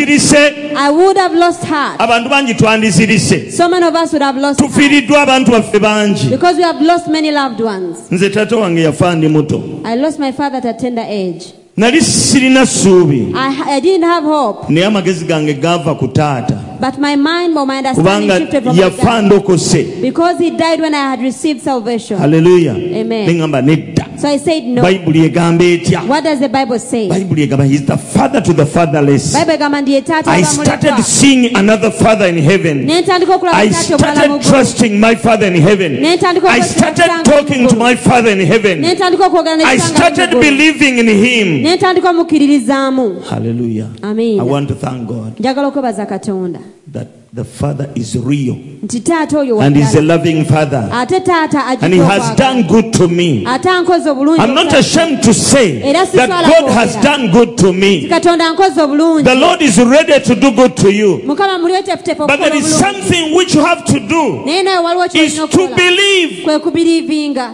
Speaker 1: nandizirise
Speaker 2: I would have lost heart.
Speaker 1: abantu bangi twandizirise
Speaker 2: So many of us would have lost heart
Speaker 1: tufiiriddwa abantu baffe bangi
Speaker 2: because we have lost many loved ones.
Speaker 1: nze taata wange yafa ndi muto
Speaker 2: I lost my father at a tender age.
Speaker 1: nali sirina ssuubi
Speaker 2: I, I didn't have hope,
Speaker 1: naye amagezi gange gaava ku taata
Speaker 2: but my mind or my understanding
Speaker 1: kubanga
Speaker 2: shifted from my
Speaker 1: yafa
Speaker 2: dad
Speaker 1: ndokose
Speaker 2: because he died when I had received salvation.
Speaker 1: haleluya
Speaker 2: Amen.
Speaker 1: neŋamba nedda
Speaker 2: So I said no.
Speaker 1: bayibuli egamba etya
Speaker 2: What does the Bible say?
Speaker 1: bayibuli egamba he is the father to the fatherless
Speaker 2: Bible egamba ndi etaata
Speaker 1: i started
Speaker 2: abamuletwa.
Speaker 1: seeing another father in heaven
Speaker 2: Nentandika okulaba
Speaker 1: I
Speaker 2: etaata obulamu
Speaker 1: started
Speaker 2: bwe.
Speaker 1: trusting my father in heaven.
Speaker 2: Nentandika
Speaker 1: I
Speaker 2: okwekisa
Speaker 1: started
Speaker 2: okusangamu
Speaker 1: talking to
Speaker 2: eggulu.
Speaker 1: my father in heaven.
Speaker 2: nentandika okwogera
Speaker 1: I
Speaker 2: n'ekisanga
Speaker 1: started
Speaker 2: mu ggulu.
Speaker 1: believing in him.
Speaker 2: nentandika omukkiririzaamu
Speaker 1: Hallelujah.
Speaker 2: Amen.
Speaker 1: I want to thank God
Speaker 2: njagala okwebaza katonda
Speaker 1: that the father is real
Speaker 2: nti taata oyo
Speaker 1: and he's a
Speaker 2: waddala.
Speaker 1: loving father
Speaker 2: ate taata
Speaker 1: and he
Speaker 2: ajjudde
Speaker 1: has
Speaker 2: okwagala.
Speaker 1: done good to me.
Speaker 2: ate ankoze obulungi
Speaker 1: I'm not
Speaker 2: okusala.
Speaker 1: ashamed to say
Speaker 2: Era
Speaker 1: that
Speaker 2: siswala
Speaker 1: God has
Speaker 2: kwogera.
Speaker 1: done good to me.
Speaker 2: katonda ankoze
Speaker 1: The
Speaker 2: obulungi
Speaker 1: Lord is ready to do good to you.
Speaker 2: mukama mulyeteefuteefu
Speaker 1: But
Speaker 2: okukola
Speaker 1: there is
Speaker 2: obulungi
Speaker 1: something which you have to do
Speaker 2: naye nawe waliwo
Speaker 1: is
Speaker 2: kyolina
Speaker 1: to
Speaker 2: okukola
Speaker 1: believe.
Speaker 2: kwe kubiriivinga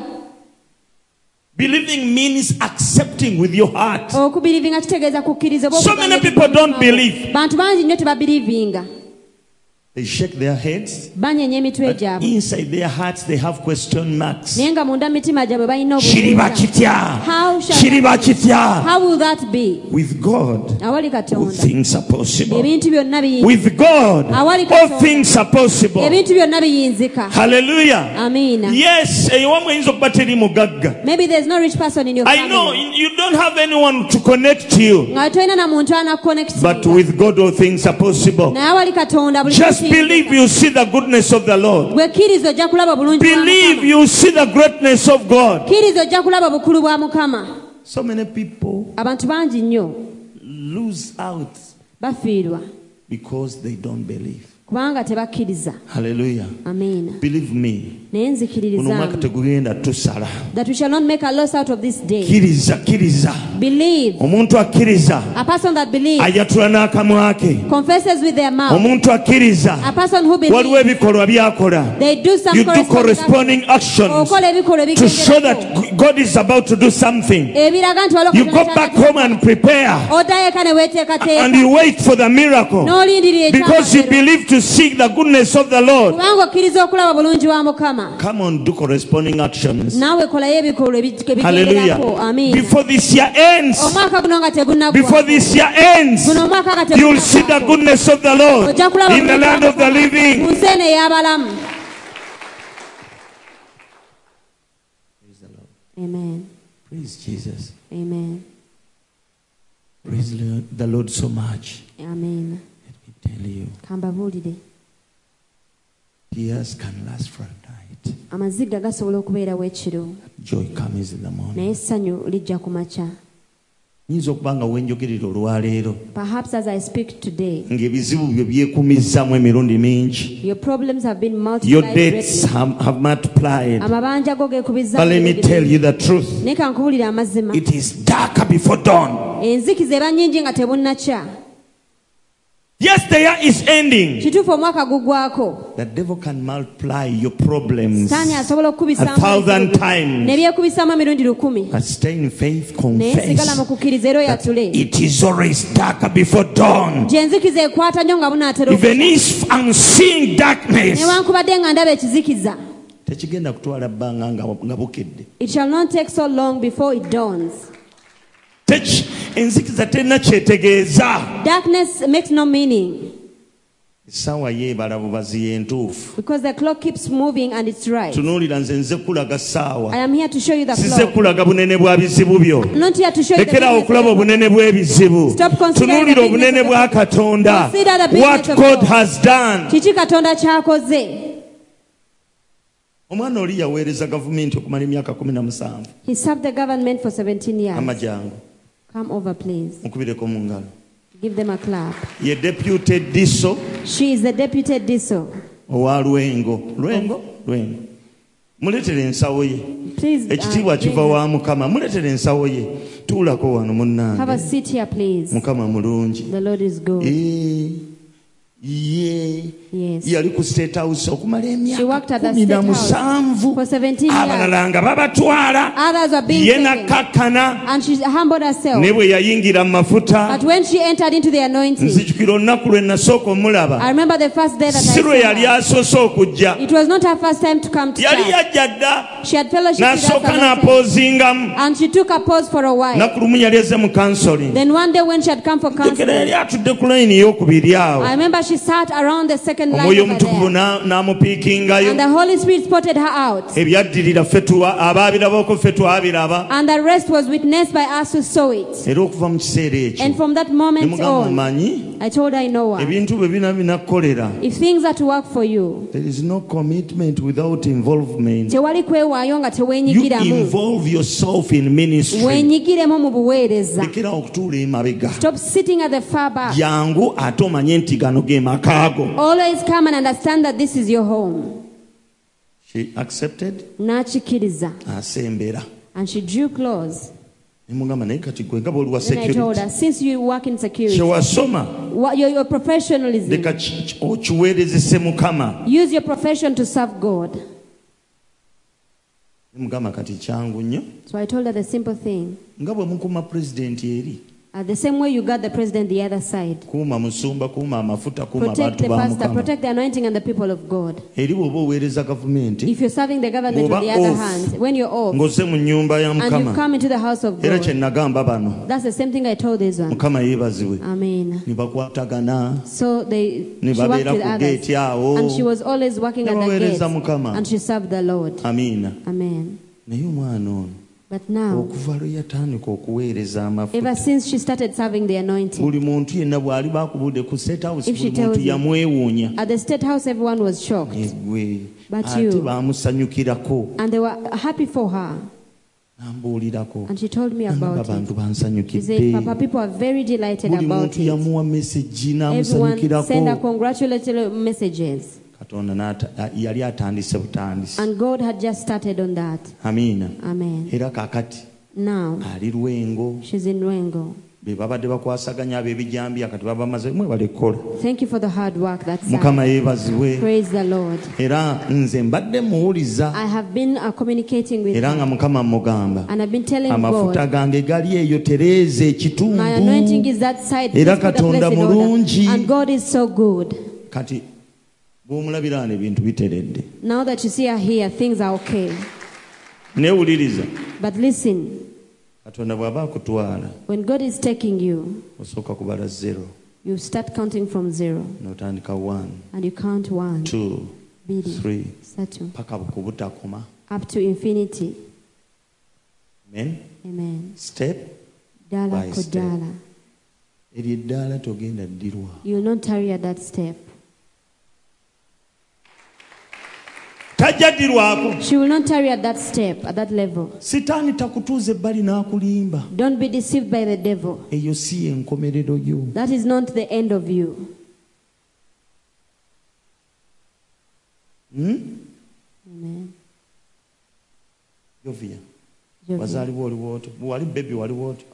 Speaker 1: Believing means accepting with your heart.
Speaker 2: okubiriivinga kitegeeza kukkiriza oba
Speaker 1: So
Speaker 2: okugamba
Speaker 1: many
Speaker 2: ekintu
Speaker 1: people don't
Speaker 2: mu mutima gwo.
Speaker 1: believe.
Speaker 2: bantu bangi nnyo tebabiriivinga
Speaker 1: They shake their heads.
Speaker 2: banyenya emitwe
Speaker 1: But
Speaker 2: gyabwe
Speaker 1: inside their hearts they have question marks.
Speaker 2: naye nga munda mu mitima gyabwe balina
Speaker 1: Kiriba
Speaker 2: obubuuza.
Speaker 1: kitya?
Speaker 2: How shall
Speaker 1: Kiriba kitya?
Speaker 2: How will that be?
Speaker 1: With God,
Speaker 2: awali
Speaker 1: all
Speaker 2: katonda
Speaker 1: things are possible.
Speaker 2: ebintu byonna biyinzika
Speaker 1: With God, all
Speaker 2: Awali Katonda.
Speaker 1: things are possible.
Speaker 2: ebintu byonna biyinzika
Speaker 1: Hallelujah.
Speaker 2: amiina
Speaker 1: Yes, eh, eyowamu eyinza okuba teri mugagga.
Speaker 2: maybe there's no rich person in your
Speaker 1: I know
Speaker 2: family
Speaker 1: you don't have anyone to connect to you.
Speaker 2: nga tolina na muntu anakuconnectinga
Speaker 1: But with God, all things are possible.
Speaker 2: naye awali katonda buli
Speaker 1: Just
Speaker 2: kimu kiyinzika.
Speaker 1: believe you see the goodness of the Lord.
Speaker 2: gwe kkiriza ojja kulaba obulungi bwa
Speaker 1: Believe
Speaker 2: Mukama.
Speaker 1: you see the greatness of God.
Speaker 2: kkiriza ojja kulaba obukulu bwa mukama
Speaker 1: So many people
Speaker 2: abantu bangi nnyo
Speaker 1: lose out
Speaker 2: bafiirwa
Speaker 1: because they don't believe.
Speaker 2: kubanga tebakkiriza
Speaker 1: Hallelujah.
Speaker 2: amiina
Speaker 1: Believe me.
Speaker 2: naye
Speaker 1: Guno omwaka
Speaker 2: nzikiririzaamu
Speaker 1: tegugenda tusala.
Speaker 2: that we shall not make a loss out of this day
Speaker 1: Kkiriza, kkiriza.
Speaker 2: believe
Speaker 1: Omuntu akkiriza
Speaker 2: a person that believes
Speaker 1: ayatula n'akamwa ke.
Speaker 2: confesses with their mouth
Speaker 1: Omuntu
Speaker 2: a
Speaker 1: akkiriza
Speaker 2: person who believes
Speaker 1: waliwo ebikolwa by'akola.
Speaker 2: They do some
Speaker 1: You do corresponding actions
Speaker 2: okola ebikolwa
Speaker 1: to show
Speaker 2: ebigenderako
Speaker 1: that God is about to do something.
Speaker 2: ebiraga nti
Speaker 1: You go back home and prepare
Speaker 2: odayoeka ne
Speaker 1: and
Speaker 2: weeteekateeka
Speaker 1: you wait for the miracle
Speaker 2: n'olindirira
Speaker 1: because you
Speaker 2: ekyamagero
Speaker 1: believe to seek the goodness of the Lord.
Speaker 2: kubanga okkiriza okulaba bulungi wa mukama
Speaker 1: Come on, do corresponding actions.
Speaker 2: naawe kolayo ebikolwa ebi-
Speaker 1: Hallelujah.
Speaker 2: ebigenderako amiina
Speaker 1: Before this year ends,
Speaker 2: omwaka guno nga
Speaker 1: before
Speaker 2: tegunaguno
Speaker 1: this year ends,
Speaker 2: omwaka nga
Speaker 1: you'll see the
Speaker 2: tegunaggwaako.
Speaker 1: goodness of the Lord
Speaker 2: ojja kulaba
Speaker 1: in the
Speaker 2: bulungi
Speaker 1: land
Speaker 2: bwa
Speaker 1: of the
Speaker 2: Mukama mu
Speaker 1: living.
Speaker 2: nsi eno ey'abalamu Amen.
Speaker 1: Praise Jesus.
Speaker 2: Amen.
Speaker 1: Praise Lord- the Lord so much.
Speaker 2: Amen.
Speaker 1: Let me tell you,
Speaker 2: kambabuulire
Speaker 1: tears can last for a night.
Speaker 2: amaziga gasobola okubeerawo ekiro
Speaker 1: Joy comes in the
Speaker 2: naye
Speaker 1: morning.
Speaker 2: essanyu lijja ku makya
Speaker 1: Nyinza okuba nga wenjogerera olwaleero.
Speaker 2: perhaps as i speak today
Speaker 1: ng'ebizibu byo byekumizzaamu emirundi mingi
Speaker 2: Your problems have been
Speaker 1: your
Speaker 2: multiplied
Speaker 1: debts
Speaker 2: greatly.
Speaker 1: have, have multiplied
Speaker 2: Amabanja go gekubizza.
Speaker 1: but let me tell you the truth
Speaker 2: Neka nkuwulira amazima.
Speaker 1: it is darker before dawn
Speaker 2: Enzikiza eba nnyingi nga tebunnakya.
Speaker 1: yes the year is ending
Speaker 2: Kituufu omwaka gugwako.
Speaker 1: the devil can multiply your problems
Speaker 2: Sitaani asobola
Speaker 1: a
Speaker 2: okukubisaamu
Speaker 1: thousand
Speaker 2: ebizibu. Ne
Speaker 1: times
Speaker 2: byekubisaamu emirundi lukumi.
Speaker 1: but stay in faith
Speaker 2: Naye sigala
Speaker 1: confess
Speaker 2: mu kukkiriza era
Speaker 1: that
Speaker 2: oyatule.
Speaker 1: it is always darker before dawn
Speaker 2: Gye enzikiza ekwata nnyo nga bunaatera
Speaker 1: even
Speaker 2: okukya.
Speaker 1: if i'm seeing darkness
Speaker 2: Newankubadde nga ndaba ekizikiza.
Speaker 1: tekigenda kutwala bbanga nga nga bukedde
Speaker 2: It shall not take so long before it dawns.
Speaker 1: Teki- enzikiza terina kyetegeeza
Speaker 2: Darkness makes no meaning
Speaker 1: essaawa yeebala bubazi y'entuufu
Speaker 2: because the clock keeps moving and it's right.
Speaker 1: tunuulira nze nze kulaga
Speaker 2: I
Speaker 1: ssaawa
Speaker 2: am here to show you the
Speaker 1: size
Speaker 2: clock.
Speaker 1: kulaga bunene bwa bizibu byo
Speaker 2: I'm not here to show you the
Speaker 1: lekeraawo
Speaker 2: business
Speaker 1: okulaba
Speaker 2: of God.
Speaker 1: obunene bw'ebizibu
Speaker 2: Stop considering
Speaker 1: tunuulira
Speaker 2: the business
Speaker 1: obunene
Speaker 2: of
Speaker 1: bwa
Speaker 2: God.
Speaker 1: katonda
Speaker 2: Consider the business
Speaker 1: what
Speaker 2: of
Speaker 1: god
Speaker 2: God.
Speaker 1: has done
Speaker 2: kiki katonda kyakoze
Speaker 1: omwana oli yaweereza gavumenti okumala emyaka kumi na musanvu
Speaker 2: He served the government for 17 years.
Speaker 1: amajangu
Speaker 2: Come over, please.
Speaker 1: mukubireko mu ngalo
Speaker 2: Give them a clap.
Speaker 1: ye deputy diso
Speaker 2: She is the deputy DISO.
Speaker 1: owa lwengo lwengo lwengo muleetera ensawo ye
Speaker 2: Please. uh,
Speaker 1: ekitiibwa
Speaker 2: bring
Speaker 1: kiva
Speaker 2: her-
Speaker 1: wa mukama muleetera ensawo ye tuulako wano
Speaker 2: Have a Oh.
Speaker 1: munnange
Speaker 2: seat here, please.
Speaker 1: mukama mulungi
Speaker 2: The Lord is good.
Speaker 1: Eh, ye
Speaker 2: Yes.
Speaker 1: yali ku state house okumala
Speaker 2: She worked
Speaker 1: emyaka
Speaker 2: at the
Speaker 1: kumi na
Speaker 2: State House
Speaker 1: musanvu
Speaker 2: for 17 years. Ah,
Speaker 1: abalala nga babatwala
Speaker 2: Others were being
Speaker 1: ye
Speaker 2: taken,
Speaker 1: nakakkana
Speaker 2: and she humbled herself.
Speaker 1: ne bwe yayingira mu
Speaker 2: But
Speaker 1: mafuta
Speaker 2: when she entered into the anointing,
Speaker 1: nzijukira olunaku lwe nasooka
Speaker 2: I
Speaker 1: omulaba
Speaker 2: remember the first day that I
Speaker 1: si lwe
Speaker 2: saw
Speaker 1: yali
Speaker 2: her.
Speaker 1: asoose okujja
Speaker 2: It was not her first time to come to
Speaker 1: yali
Speaker 2: church.
Speaker 1: yajja dda
Speaker 2: She had fellowship with us
Speaker 1: n'asooka
Speaker 2: for a long time,
Speaker 1: n'apoozingamu
Speaker 2: and she took a pause for a while.
Speaker 1: naku lumu yali ezze mu kansoli
Speaker 2: Then one day when she had come for
Speaker 1: jukira
Speaker 2: counseling,
Speaker 1: yali atudde ku layini ey'okubiri awo
Speaker 2: I remember she sat around the second line
Speaker 1: omwoyo
Speaker 2: over
Speaker 1: omutukuvu
Speaker 2: there,
Speaker 1: na- n'amupiikingayo
Speaker 2: and the Holy Spirit spotted her out,
Speaker 1: ebyaddirira ffe tuwa- abaabirabako ffe twabiraba
Speaker 2: and the rest was witnessed by us who saw it.
Speaker 1: era okuva mu kiseera
Speaker 2: And
Speaker 1: ekyo
Speaker 2: from that moment
Speaker 1: nemugamba
Speaker 2: on,
Speaker 1: omanyi
Speaker 2: I told her, "You know what?
Speaker 1: ebintu bwe bina binakukolera
Speaker 2: If things are to work for you,
Speaker 1: there is no commitment without involvement
Speaker 2: tewali kwewaayo nga
Speaker 1: Mm-hmm. you
Speaker 2: tewennyigiramu,
Speaker 1: involve yourself in ministry
Speaker 2: wenyigiremu mu buweereza."
Speaker 1: lekera okutuula emabega
Speaker 2: Stop sitting at the far back.
Speaker 1: jangu ate omanye nti gano ge makaago
Speaker 2: Always come and understand that this is your home.
Speaker 1: she accepted
Speaker 2: Nachikiriza.
Speaker 1: asembera
Speaker 2: And she drew close.
Speaker 1: nemugamba naye kati gwe nga bwoliwa
Speaker 2: Then I told
Speaker 1: security
Speaker 2: her, since you work in security,
Speaker 1: kyewasoma
Speaker 2: what your, your professionalism,
Speaker 1: leka ki- ki- okiweerezese mukama
Speaker 2: use your profession to serve God.
Speaker 1: nemugamba kati kyangu nnyo
Speaker 2: So I told her the simple thing.
Speaker 1: nga bwe mukuma pulezidenti eri
Speaker 2: Uh, the same way you got the president the other side.
Speaker 1: kuuma musumba kuuma amafuta kuuma
Speaker 2: Protect the
Speaker 1: abantu ba
Speaker 2: pastor,
Speaker 1: mukama
Speaker 2: protect the anointing and the people of God.
Speaker 1: eri bw'oba oweereza gavumenti
Speaker 2: If you're serving the government
Speaker 1: Bw'oba
Speaker 2: on the other
Speaker 1: off,
Speaker 2: hand, when you're off
Speaker 1: ng'ozze mu nnyumba ya
Speaker 2: and you
Speaker 1: mukama
Speaker 2: come into the house of
Speaker 1: era kye
Speaker 2: God,
Speaker 1: nagamba bano
Speaker 2: that's the same thing I told this one.
Speaker 1: mukama yeebazibwe
Speaker 2: Ah. Amen.
Speaker 1: ne bakwatagana
Speaker 2: So they
Speaker 1: Ne
Speaker 2: she worked
Speaker 1: babeera
Speaker 2: with
Speaker 1: ku
Speaker 2: others.
Speaker 1: gate awo.
Speaker 2: And she was always working
Speaker 1: Ne
Speaker 2: at the
Speaker 1: baweereza
Speaker 2: gate.
Speaker 1: Mukama.
Speaker 2: And she served the Lord.
Speaker 1: amiina
Speaker 2: Amen.
Speaker 1: naye omwana ono
Speaker 2: But now,
Speaker 1: okuva lwe yatandika okuweereza amafuta
Speaker 2: ever since she started serving the anointing,
Speaker 1: buli muntu yenna bw'ali bakubudde ku state house
Speaker 2: If she
Speaker 1: buli muntu
Speaker 2: tells you-
Speaker 1: yamwewuunya
Speaker 2: at the state house everyone was shocked.
Speaker 1: egwe
Speaker 2: But
Speaker 1: ate
Speaker 2: you-
Speaker 1: baamusanyukirako
Speaker 2: And they were happy for her.
Speaker 1: nambuulirako
Speaker 2: And she told me
Speaker 1: namba
Speaker 2: about it.
Speaker 1: abantu
Speaker 2: She said,
Speaker 1: bansanyukidde
Speaker 2: Papa, people are very delighted
Speaker 1: buli
Speaker 2: about
Speaker 1: muntu
Speaker 2: it.
Speaker 1: yamuwa meseji
Speaker 2: Everyone send her
Speaker 1: n'amusanyukirako
Speaker 2: congratulatory messages.
Speaker 1: katonda n'ata- a- yali atandise butandisi
Speaker 2: And God had just started on that.
Speaker 1: amiina
Speaker 2: Amen.
Speaker 1: era kakati
Speaker 2: Now,
Speaker 1: ali lwengo
Speaker 2: she's in Ruengo.
Speaker 1: be babadde bakwasaganya ab'ebijambiya kati babamaze mwebale kukola
Speaker 2: Thank you for the hard work that's done.
Speaker 1: mukama yeebazibwe
Speaker 2: Praise the Lord.
Speaker 1: era nze mbadde muwuliza
Speaker 2: I have been uh, communicating with
Speaker 1: era nga
Speaker 2: her,
Speaker 1: mukama mugamba
Speaker 2: and I've been telling
Speaker 1: amafuta
Speaker 2: God,
Speaker 1: gange gali eyo tereeza ekitundu
Speaker 2: my anointing is that side. Please
Speaker 1: Era
Speaker 2: put the place
Speaker 1: Katonda
Speaker 2: in
Speaker 1: mulungi.
Speaker 2: order. And God is so good.
Speaker 1: kati bw'omulabira ne ebintu biteredde
Speaker 2: Now that you see her here, things are okay.
Speaker 1: neewuliriza
Speaker 2: But listen,
Speaker 1: katonda bw'aba akutwala
Speaker 2: when God is taking you,
Speaker 1: osooka kubala zero
Speaker 2: you start counting from zero,
Speaker 1: notandika one
Speaker 2: and you count one,
Speaker 1: two
Speaker 2: bidi,
Speaker 1: three
Speaker 2: satu,
Speaker 1: paka ku butakoma
Speaker 2: up to infinity.
Speaker 1: amen
Speaker 2: Amen.
Speaker 1: step
Speaker 2: Dala
Speaker 1: By step.
Speaker 2: kodala.
Speaker 1: eryo eddaala togenda ddirwa
Speaker 2: You will not tarry at that step.
Speaker 1: tajja ddirwako
Speaker 2: She will not tarry at that step, at that level.
Speaker 1: sitaani takutuuza ebbali n'akulimba
Speaker 2: Don't be deceived by the devil.
Speaker 1: eyo si yenkomerero yo
Speaker 2: That is not the end of you.
Speaker 1: Hmm?
Speaker 2: Amen.
Speaker 1: jovia
Speaker 2: Jovia,
Speaker 1: wazaalibwa oliwooto wali bebi waliwooto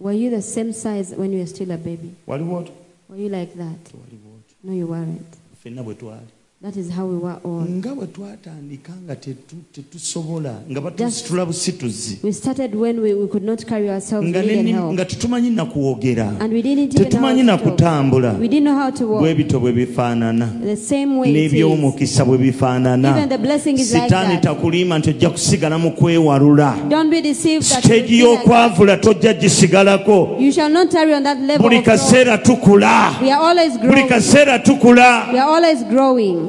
Speaker 2: Were you the same size when you were still a baby?
Speaker 1: waliwooto
Speaker 2: Were you like that?
Speaker 1: waliwooto
Speaker 2: No, you weren't.
Speaker 1: ffenna bwe twali
Speaker 2: That is how we were all.
Speaker 1: nga bwe twatandika nga tetu- tetusobola nga batusitula busituzi
Speaker 2: We started when we, we could not carry ourselves, we
Speaker 1: nga,
Speaker 2: needed
Speaker 1: ne-
Speaker 2: help.
Speaker 1: nga tetumanyi nakuwogera
Speaker 2: And we didn't even know
Speaker 1: tetumanyi
Speaker 2: how to talk.
Speaker 1: nakutambula
Speaker 2: We didn't know how to walk.
Speaker 1: bwebito bwe bifaanana
Speaker 2: The same way it is.
Speaker 1: n'ebyomukisa bwe bifaanana
Speaker 2: Even the blessing is like
Speaker 1: sitaani
Speaker 2: that.
Speaker 1: takulimba nti ojja kusigala mu kwewalula
Speaker 2: Don't be deceived that you will
Speaker 1: siteegi
Speaker 2: be like that.
Speaker 1: y'okwavula tojja gisigalako
Speaker 2: You shall not tarry on that level
Speaker 1: buli
Speaker 2: of growth.
Speaker 1: kaseera tukula
Speaker 2: We are always
Speaker 1: buli
Speaker 2: growing.
Speaker 1: kaseera tukula
Speaker 2: We are always growing.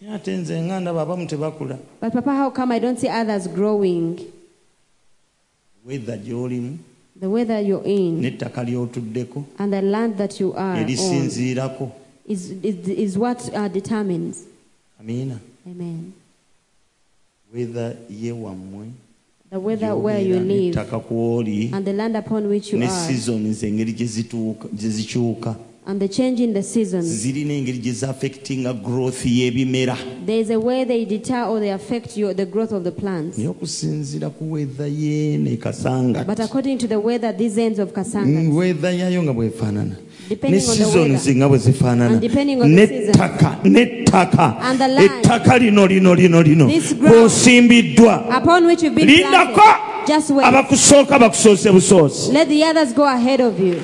Speaker 1: Naye ate nze nga ndaba abamu tebakula
Speaker 2: But Papa, how come I don't see others growing
Speaker 1: wedha gy'olimu
Speaker 2: the weather you're in
Speaker 1: n'ettaka ly'otuddeko
Speaker 2: and the land that you are on
Speaker 1: erisinziirako
Speaker 2: is, is, is what uh, determines.
Speaker 1: amiina
Speaker 2: Amen.
Speaker 1: whether ye wammwe
Speaker 2: the weather where you
Speaker 1: gy'obeera,
Speaker 2: live,
Speaker 1: ettaka kw'oli
Speaker 2: and the land upon which you
Speaker 1: ne
Speaker 2: are,
Speaker 1: seasons engeri gye zituuka- gye zikyuka
Speaker 2: and the change in the seasons.
Speaker 1: zirina engeri gye zaffectinga growth y'ebimera
Speaker 2: There is a way they deter or they affect your, the growth of the plants.
Speaker 1: naye okusinziira ku weatha yeene kasanga
Speaker 2: But according to the weather, these ends of Kasanga,
Speaker 1: weatha Mm, yaayo nga bwefaanana
Speaker 2: Depending
Speaker 1: ne
Speaker 2: on the
Speaker 1: seasons
Speaker 2: weather.
Speaker 1: nga bwe zifaanana
Speaker 2: And depending on the seasons.
Speaker 1: nettaka nettaka
Speaker 2: And the land.
Speaker 1: ettaka lino lino lino lino
Speaker 2: This ground.
Speaker 1: kw'osimbiddwa
Speaker 2: upon which you've been
Speaker 1: lindako
Speaker 2: planted, just wait.
Speaker 1: abakusooka bakusoose busoose
Speaker 2: Let the others go ahead of you.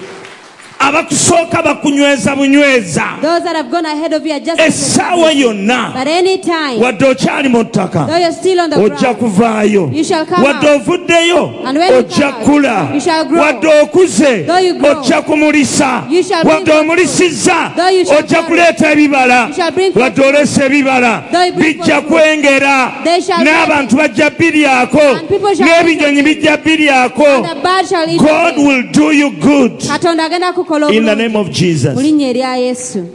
Speaker 1: abakusooka bakunyweza bunyweza
Speaker 2: Those that have gone ahead of you are just.
Speaker 1: Eh, essaawa yonna
Speaker 2: But any time,
Speaker 1: wadde okyali mu ttaka
Speaker 2: though you're still on the
Speaker 1: ojja
Speaker 2: ground,
Speaker 1: kuvaayo
Speaker 2: You shall come
Speaker 1: wadde ovuddeyo
Speaker 2: And when you
Speaker 1: ojja
Speaker 2: come out,
Speaker 1: kkula
Speaker 2: you shall grow.
Speaker 1: wadde okuze
Speaker 2: Though you grow,
Speaker 1: ojja kumulisa
Speaker 2: you shall bring
Speaker 1: wadde
Speaker 2: forth
Speaker 1: omulisizza
Speaker 2: Though you shall
Speaker 1: ojja
Speaker 2: carry.
Speaker 1: kuleeta ebibala
Speaker 2: You shall bring forth
Speaker 1: wadde olesa ebibala
Speaker 2: Though you bring
Speaker 1: bijja
Speaker 2: forth fruit.
Speaker 1: kwengera
Speaker 2: They shall
Speaker 1: n'abantu bajja biryako
Speaker 2: And people shall
Speaker 1: n'ebinyonyi
Speaker 2: eat
Speaker 1: bijja biryako
Speaker 2: the bird shall eat.
Speaker 1: god
Speaker 2: them.
Speaker 1: will do you good
Speaker 2: Katonda agenda kukola
Speaker 1: in the
Speaker 2: obulungi
Speaker 1: name of jesus
Speaker 2: mu linnya erya yesu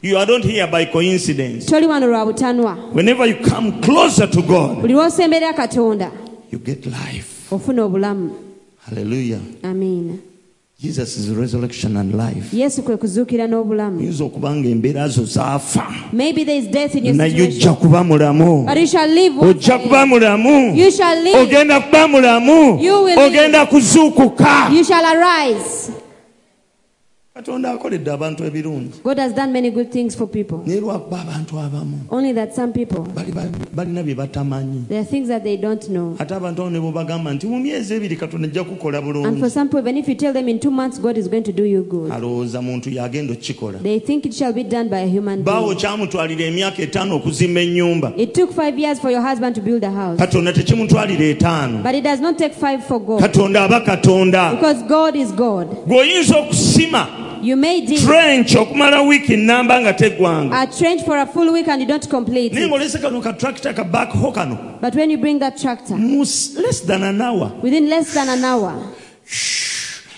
Speaker 1: you are not here by coincidence
Speaker 2: toli wano lwa butanwa
Speaker 1: whenever you come closer to god
Speaker 2: buli lw'osemberera katonda
Speaker 1: you get life
Speaker 2: ofuna obulamu
Speaker 1: hallelujah
Speaker 2: amiina
Speaker 1: jesus is resurrection and life
Speaker 2: yesu kwe kuzuukira n'obulamu
Speaker 1: oyinza okuba nga embeera zo zaafa
Speaker 2: maybe there is death in your
Speaker 1: naye ojja
Speaker 2: situation
Speaker 1: kuba mulamu
Speaker 2: but you shall live once
Speaker 1: ojja
Speaker 2: again.
Speaker 1: kuba mulamu
Speaker 2: you shall live
Speaker 1: ogenda kuba mulamu
Speaker 2: You will
Speaker 1: ogenda kuzuukuka
Speaker 2: you shall arise
Speaker 1: katonda akoledde abantu ebirungi
Speaker 2: god has done many good things for people
Speaker 1: naye lwakuba abantu abamu
Speaker 2: only that some people
Speaker 1: bali- bali- balina bye batamanyi
Speaker 2: there are things that they don't know
Speaker 1: ate abantu abamu ne bwebagamba nti mu myezi ebiri katonda ajja kukola
Speaker 2: and for
Speaker 1: bulungi
Speaker 2: some people even if you tell them in two months god is going to do you good
Speaker 1: alowooza muntu yagenda okukikola
Speaker 2: they think it shall be done by a human
Speaker 1: baawo
Speaker 2: being
Speaker 1: kyamutwalira emyaka etaano okuzimba ennyumba
Speaker 2: it took five years for your husband to build a house
Speaker 1: katonda tekimutwalira etaano
Speaker 2: but it does not take five for god
Speaker 1: katonda aba katonda
Speaker 2: because god is god
Speaker 1: gweoyinza okusima
Speaker 2: you may dig
Speaker 1: trench okumala wiiki namba nga teggwanga
Speaker 2: a trench for a full week and you don't complete
Speaker 1: naye
Speaker 2: it.
Speaker 1: ngaolese kano katrakita ka backho kano
Speaker 2: But when you bring that tractor,
Speaker 1: mu s- less than an hour
Speaker 2: within less than an hour,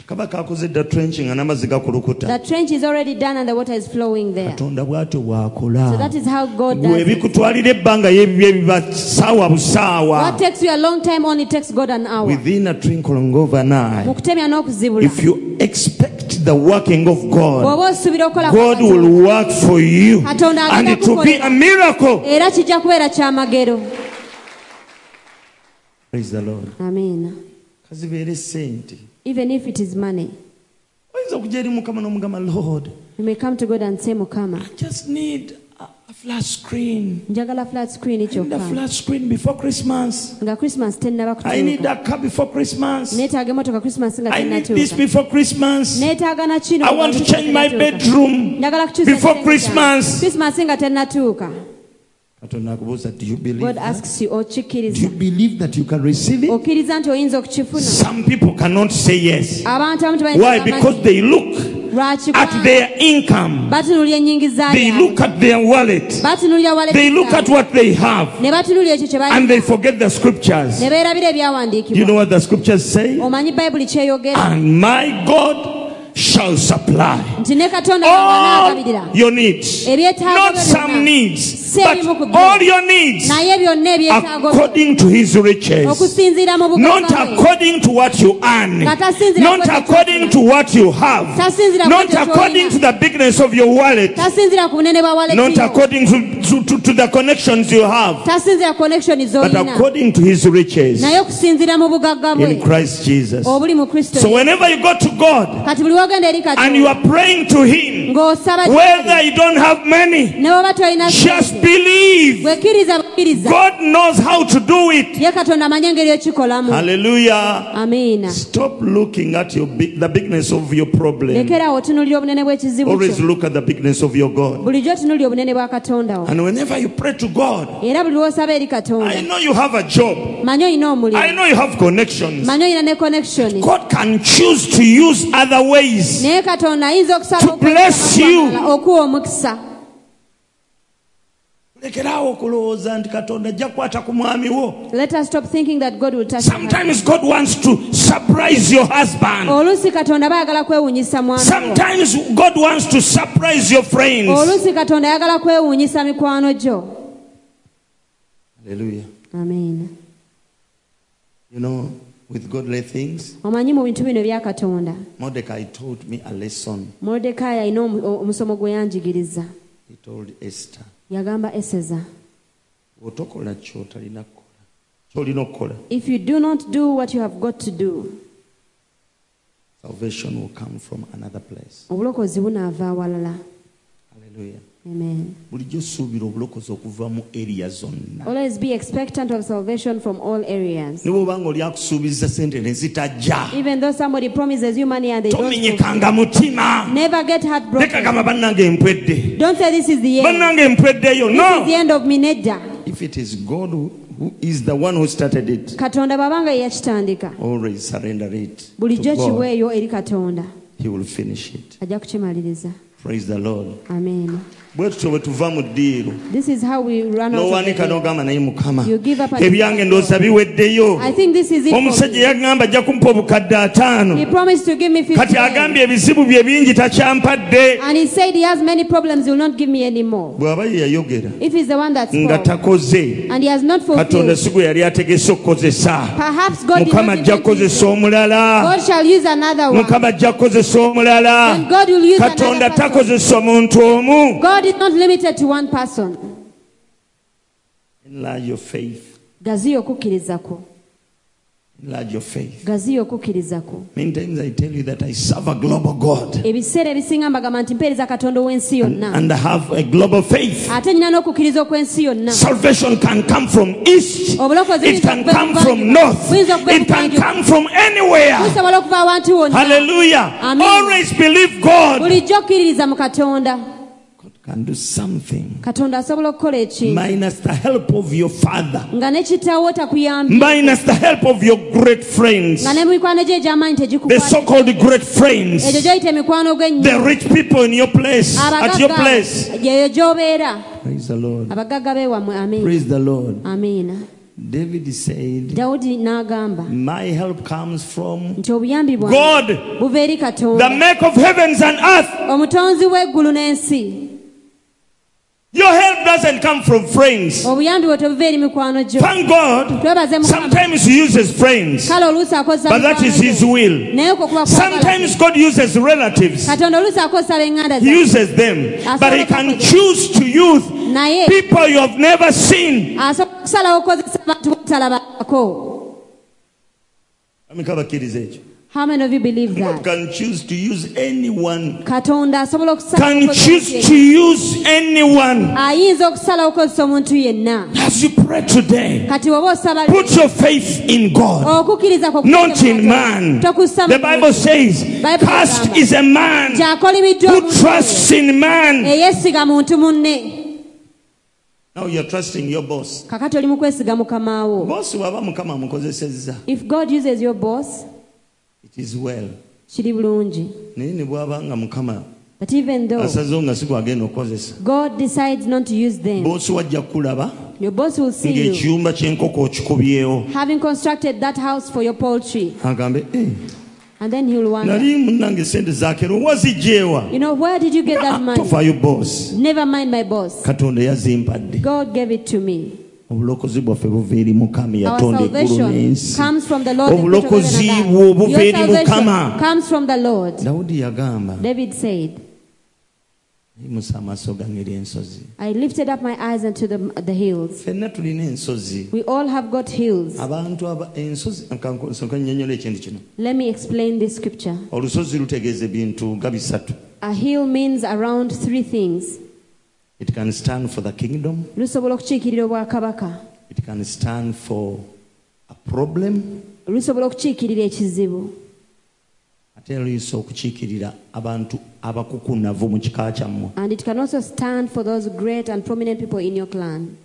Speaker 1: kabaka akoze dda trench nga n'amazzi gakulukuta
Speaker 2: that trench is already done and the water is flowing there.
Speaker 1: katonda bw'atyo
Speaker 2: So that
Speaker 1: bw'akola
Speaker 2: is how God
Speaker 1: gwe
Speaker 2: does it.
Speaker 1: ebikutwalira ebbanga y'ebibyo ebiba saawa
Speaker 2: What
Speaker 1: busaawa
Speaker 2: takes you a long time only takes God an hour.
Speaker 1: within a twinkling of an eye
Speaker 2: Mu kutemya n'okuzibula.
Speaker 1: if you expect the working of god
Speaker 2: Bw'oba osuubira okukola kwa
Speaker 1: God
Speaker 2: Katonda,
Speaker 1: will work for you.
Speaker 2: Katonda
Speaker 1: And it will be
Speaker 2: agenda
Speaker 1: a miracle.
Speaker 2: era kijja kubeera kyamagero
Speaker 1: Praise the Lord.
Speaker 2: amen
Speaker 1: kazibeere sente
Speaker 2: even if it is money
Speaker 1: oyinza okujja eri mukama n'omugamba lord
Speaker 2: you may come to god and say mukama
Speaker 1: i just need a, a flat screen
Speaker 2: njagala flat screen
Speaker 1: I need a
Speaker 2: kyokka
Speaker 1: flat screen before christmas
Speaker 2: nga christmas tennaba
Speaker 1: i need
Speaker 2: kutuuka
Speaker 1: a car before christmas
Speaker 2: neetaaga emotoka christmas nga
Speaker 1: i need this
Speaker 2: tennatuuka
Speaker 1: before christmas
Speaker 2: neetaaga na kino
Speaker 1: i want to change my bedroom
Speaker 2: njagala
Speaker 1: Before Christmas.
Speaker 2: kukyusakrismas nga tennatuuka
Speaker 1: katonda akubuuza do you believe
Speaker 2: god
Speaker 1: that?
Speaker 2: asks you
Speaker 1: do
Speaker 2: okkiriza
Speaker 1: you believe that you can receive it
Speaker 2: okkiriza nti oyinza okukifuna
Speaker 1: some people cannot say yes
Speaker 2: abantu abamu
Speaker 1: why
Speaker 2: tebayinza kugamba
Speaker 1: because they look
Speaker 2: nti, "Lwaki
Speaker 1: at
Speaker 2: kubanga?"
Speaker 1: their income
Speaker 2: batunulira ennyingiza
Speaker 1: they
Speaker 2: yaabwe.
Speaker 1: look at their wallet
Speaker 2: batunulira wale
Speaker 1: they look at
Speaker 2: zaabwe.
Speaker 1: what they have
Speaker 2: ne batunulira ekyo kye balina.
Speaker 1: and they forget the scriptures
Speaker 2: ne beerabira
Speaker 1: Do you
Speaker 2: ebyawandiikibwa
Speaker 1: know what the scriptures say
Speaker 2: omanyi bayibuli kyeyogera
Speaker 1: and my god shall supply
Speaker 2: nti ne katonda
Speaker 1: Oh,
Speaker 2: bw'anaagabirira
Speaker 1: all your needs
Speaker 2: Ebyetaago
Speaker 1: not
Speaker 2: byonna.
Speaker 1: some needs
Speaker 2: Si
Speaker 1: but
Speaker 2: ebimu ku byo.
Speaker 1: all your needs
Speaker 2: naye byonna ebyetaago bye,
Speaker 1: according to his riches
Speaker 2: okusinziira mu
Speaker 1: not
Speaker 2: bugabawe
Speaker 1: according to what you earn
Speaker 2: Nga tasinzira
Speaker 1: not
Speaker 2: kwekyo
Speaker 1: according
Speaker 2: ky'ofuna.
Speaker 1: to what you have
Speaker 2: Tasinzira
Speaker 1: not
Speaker 2: kwekyo
Speaker 1: according
Speaker 2: ky'olina.
Speaker 1: to the bigness of your wallet
Speaker 2: tasinzira ku bunene bwa wallet
Speaker 1: not
Speaker 2: yo.
Speaker 1: according to, to, to, to the connections you have
Speaker 2: tasinzira ku connection
Speaker 1: but
Speaker 2: z'olina
Speaker 1: according to his riches
Speaker 2: naye okusinziira mu bugagga bwe
Speaker 1: in Christ Jesus.
Speaker 2: obuli mu kristo
Speaker 1: So whenever you go to God
Speaker 2: kati buli wogenda eri
Speaker 1: and you
Speaker 2: katonda
Speaker 1: are praying to Him,
Speaker 2: ng'osaba
Speaker 1: whether you don't have money,
Speaker 2: ne bwoba tolina
Speaker 1: just
Speaker 2: sente,
Speaker 1: believe.
Speaker 2: wekkiriza bukkiriza
Speaker 1: God knows how to do it.
Speaker 2: ye katonda amanyi engeri ekikolamu
Speaker 1: Hallelujah.
Speaker 2: amiina
Speaker 1: Stop looking at your big, the bigness of your problem.
Speaker 2: lekeraawo otunulira obunene bw'ekizibu
Speaker 1: Always
Speaker 2: kyo
Speaker 1: look at the bigness of your God.
Speaker 2: bulijjo otunulira obunene bwa katonda wo
Speaker 1: And whenever you pray to God,
Speaker 2: era buli lw'osaba eri
Speaker 1: I
Speaker 2: katonda
Speaker 1: know you have a job.
Speaker 2: manyi olina
Speaker 1: I
Speaker 2: omulimu
Speaker 1: know you have connections.
Speaker 2: manyi olina ne connection
Speaker 1: God can choose to use other ways.
Speaker 2: naye katonda ayinza okusaba
Speaker 1: To bless you.
Speaker 2: okukwagala, okuwa omukisa
Speaker 1: Lekeraawo okulowooza nti Katonda ajja kukwata ku mwami wo.
Speaker 2: let us stop thinking that god will touch us.
Speaker 1: Sometimes God wants to surprise your husband.
Speaker 2: oluusi katonda aba ayagala kwewuunyisa mwami wo.
Speaker 1: Sometimes God wants to surprise your friends.
Speaker 2: oluusi katonda ayagala kwewuunyisa mikwano gyo
Speaker 1: Hallelujah.
Speaker 2: amen
Speaker 1: You know, with godly things,
Speaker 2: omanyi mu bintu bino ebya katonda
Speaker 1: Mordecai taught me a lesson.
Speaker 2: moluddekaayi alina omu- o- omusomo gwe yanjigiriza
Speaker 1: He told Esther,
Speaker 2: yagamba eseza
Speaker 1: bw'otokola ky'otalina kukola ky'olina okukola
Speaker 2: if you do not do what you have got to do
Speaker 1: salvation will come from another place
Speaker 2: obulokozi bunaava awalala
Speaker 1: Hallelujah.
Speaker 2: amen
Speaker 1: bulijjo suubira obulokozi okuva mu eriya zonna
Speaker 2: always be expectant of salvation from all areas
Speaker 1: ne bwobanga oli akusuubiza sente ne zitajja
Speaker 2: even though somebody promises you money and they don't fulfill.
Speaker 1: tomenyekanga mutima
Speaker 2: never get heartbroken
Speaker 1: tekagamba bannange empwedde
Speaker 2: don't say this is the end
Speaker 1: bannange empweddeyo
Speaker 2: this is the
Speaker 1: no
Speaker 2: end of me nedda
Speaker 1: if it is god who, who is the one who started it
Speaker 2: katonda babanga ye yakitandika
Speaker 1: always surrender it
Speaker 2: bulijjo
Speaker 1: to God.
Speaker 2: kiweeyo eri katonda
Speaker 1: he will finish it
Speaker 2: ajja kukimaliriza
Speaker 1: praise the lord
Speaker 2: amen
Speaker 1: bwe tutyo bwe tuva mu ddiiro
Speaker 2: this is how we run out of the
Speaker 1: nowanika
Speaker 2: day.
Speaker 1: n'ogamba naye mukama
Speaker 2: You give up and-
Speaker 1: ebyange ndooza biweddeyo
Speaker 2: i think this is it for
Speaker 1: omusajja
Speaker 2: me.
Speaker 1: yagamba ajja kumpa obukadde ataano
Speaker 2: he promised to give me 50
Speaker 1: kati agambye ebizibu bye bingi takyampadde
Speaker 2: and he said he has many problems he will not give me any more
Speaker 1: bw'aba ye yayogera
Speaker 2: if he's the one that
Speaker 1: nga
Speaker 2: spoke
Speaker 1: takoze
Speaker 2: and he has not
Speaker 1: katonda
Speaker 2: fulfilled
Speaker 1: si gwe yali ategese okukozesa
Speaker 2: perhaps god did
Speaker 1: mukama
Speaker 2: not
Speaker 1: ajja
Speaker 2: even
Speaker 1: kukozesa
Speaker 2: think-
Speaker 1: omulala
Speaker 2: god shall use another one
Speaker 1: mukama ajja kukozesa omulala
Speaker 2: and god will use
Speaker 1: katonda
Speaker 2: another person
Speaker 1: takozesa omuntu omu
Speaker 2: God is not limited to one person.
Speaker 1: Enlarge your faith.
Speaker 2: Gaziyo okukkirizako.
Speaker 1: Enlarge your faith.
Speaker 2: Gaziyo okukkirizako.
Speaker 1: Many times I tell you that I serve a global God
Speaker 2: Ebiseera ebisinga mbagamba nti mpeereza Katonda ow'ensi yonna.
Speaker 1: and I have a global faith.
Speaker 2: Ate nina n'okukkiriza okw'ensi yonna.
Speaker 1: Salvation can come from east.
Speaker 2: Obulokozi
Speaker 1: It can
Speaker 2: buyinza
Speaker 1: come
Speaker 2: okuva
Speaker 1: from
Speaker 2: ebuvanjuba,
Speaker 1: north.
Speaker 2: buyinza okuva
Speaker 1: It can
Speaker 2: ebuvanjuba.
Speaker 1: come from anywhere.
Speaker 2: Busobola okuva awantu wonna.
Speaker 1: Hallelujah.
Speaker 2: Amen.
Speaker 1: Always believe God.
Speaker 2: Bulijjo okkiririza mu Katonda.
Speaker 1: God can do something.
Speaker 2: Katonda asobola okukola ekintu.
Speaker 1: Minus the help of your father.
Speaker 2: Nga ne kitaawo takuyambye.
Speaker 1: Minus the help of your great friends.
Speaker 2: Nga ne mikwano gye egy'amaanyi
Speaker 1: The
Speaker 2: tegikukwata.
Speaker 1: so-called great friends.
Speaker 2: Egyo gy'oyita emikwano
Speaker 1: The
Speaker 2: gw'ennyini.
Speaker 1: rich people in your place. At your place.
Speaker 2: Abagagga gyeyo gy'obeera.
Speaker 1: Praise the Lord.
Speaker 2: Abagagga b'ewammwe. Amen.
Speaker 1: Praise the Lord.
Speaker 2: Amen.
Speaker 1: David said,
Speaker 2: Dawudi n'agamba.
Speaker 1: My help comes from
Speaker 2: nti obuyambi bwange
Speaker 1: God,
Speaker 2: buva eri
Speaker 1: the
Speaker 2: katonda
Speaker 1: maker of heavens and earth.
Speaker 2: omutonzi w'eggulu n'ensi
Speaker 1: Your help doesn't come from friends.
Speaker 2: obuyambi bwe tebuva eri mikwano gyo
Speaker 1: Thank God.
Speaker 2: twebaze mukama
Speaker 1: Sometimes He uses friends,
Speaker 2: kale oluusi akozesa
Speaker 1: but that is
Speaker 2: mikwano
Speaker 1: His
Speaker 2: gyo.
Speaker 1: will.
Speaker 2: naye okwo kuba kwagala
Speaker 1: Sometimes God uses relatives,
Speaker 2: katonda oluusi akozesa
Speaker 1: He
Speaker 2: b'eŋŋanda ze
Speaker 1: uses them, but He can choose to use
Speaker 2: naye
Speaker 1: people you have never seen.
Speaker 2: asobola okusalawo okukozesa abantu botalabako How many of you believe
Speaker 1: God
Speaker 2: that?
Speaker 1: can choose to use anyone,
Speaker 2: katonda asobola okusalawo
Speaker 1: can
Speaker 2: okukozesa
Speaker 1: choose
Speaker 2: omuntu
Speaker 1: to
Speaker 2: yenna.
Speaker 1: use anyone.
Speaker 2: ayinza okusalawo okukozesa omuntu yenna
Speaker 1: As you pray today,
Speaker 2: kati bw'oba osaba
Speaker 1: put your faith in
Speaker 2: Oh,
Speaker 1: God.
Speaker 2: okukkiriza kwo
Speaker 1: Not
Speaker 2: kukkiriza
Speaker 1: in
Speaker 2: mu
Speaker 1: man.
Speaker 2: Katonda. Tokussa mu
Speaker 1: The Bible
Speaker 2: muntu.
Speaker 1: says,
Speaker 2: Bible
Speaker 1: Cast
Speaker 2: egamba,
Speaker 1: is a man
Speaker 2: gy'akolimiddwa
Speaker 1: who
Speaker 2: omuntu
Speaker 1: trusts in man.
Speaker 2: eyeesiga Eh, muntu munne
Speaker 1: Now you're trusting your boss.
Speaker 2: kakati oli mu kwesiga mukamaawo
Speaker 1: Boss waba mukama amukozesezza.
Speaker 2: if god uses your boss
Speaker 1: It is well.
Speaker 2: kiri bulungi
Speaker 1: Naye ne bw'aba nga mukama
Speaker 2: but even though
Speaker 1: asazewo nga si gwagenda okukozesa.
Speaker 2: god decides not to use them
Speaker 1: Boss wajja kulaba
Speaker 2: your boss will see you
Speaker 1: ng'ekiyumba ky'enkoko okikubyewo.
Speaker 2: having constructed that house for your poultry
Speaker 1: Agambe, eh,
Speaker 2: and then he'll wonder
Speaker 1: nali munnange sente zaakero wazijjeewa.
Speaker 2: you know where did you get that money
Speaker 1: Tofaayo boss.
Speaker 2: never mind my boss
Speaker 1: Katonda yazimpadde.
Speaker 2: god gave it to me
Speaker 1: Obulokozi bwaffe buva eri mukama
Speaker 2: our
Speaker 1: yatonda eggulu
Speaker 2: salvation
Speaker 1: n'ensi.
Speaker 2: comes from the lord the creator of heaven
Speaker 1: Obulokozi
Speaker 2: and earth.
Speaker 1: bwo buva
Speaker 2: Your
Speaker 1: eri
Speaker 2: salvation
Speaker 1: Mukama.
Speaker 2: comes from the lord
Speaker 1: dawudi yagamba
Speaker 2: david said
Speaker 1: yimusa amaaso gange eri ensozi
Speaker 2: i lifted up my eyes unto the, the hills
Speaker 1: ffenna tulina ensozi
Speaker 2: we all have got hills
Speaker 1: abantu aba ensozi kannyonyola ekintu kino
Speaker 2: Let me explain this scripture.
Speaker 1: olusozi lutegeeza ebintu nga bisatu
Speaker 2: A hill means around three things.
Speaker 1: it can stand for the kingdom
Speaker 2: Lusobola okukiikirira obwakabaka,
Speaker 1: it can stand for a problem
Speaker 2: lusobola okukiikirira ekizibu,
Speaker 1: ate era luyinza okukiikirira abantu abakukunavu mu kika kyammwe
Speaker 2: and it can also stand for those great and prominent people in your clan.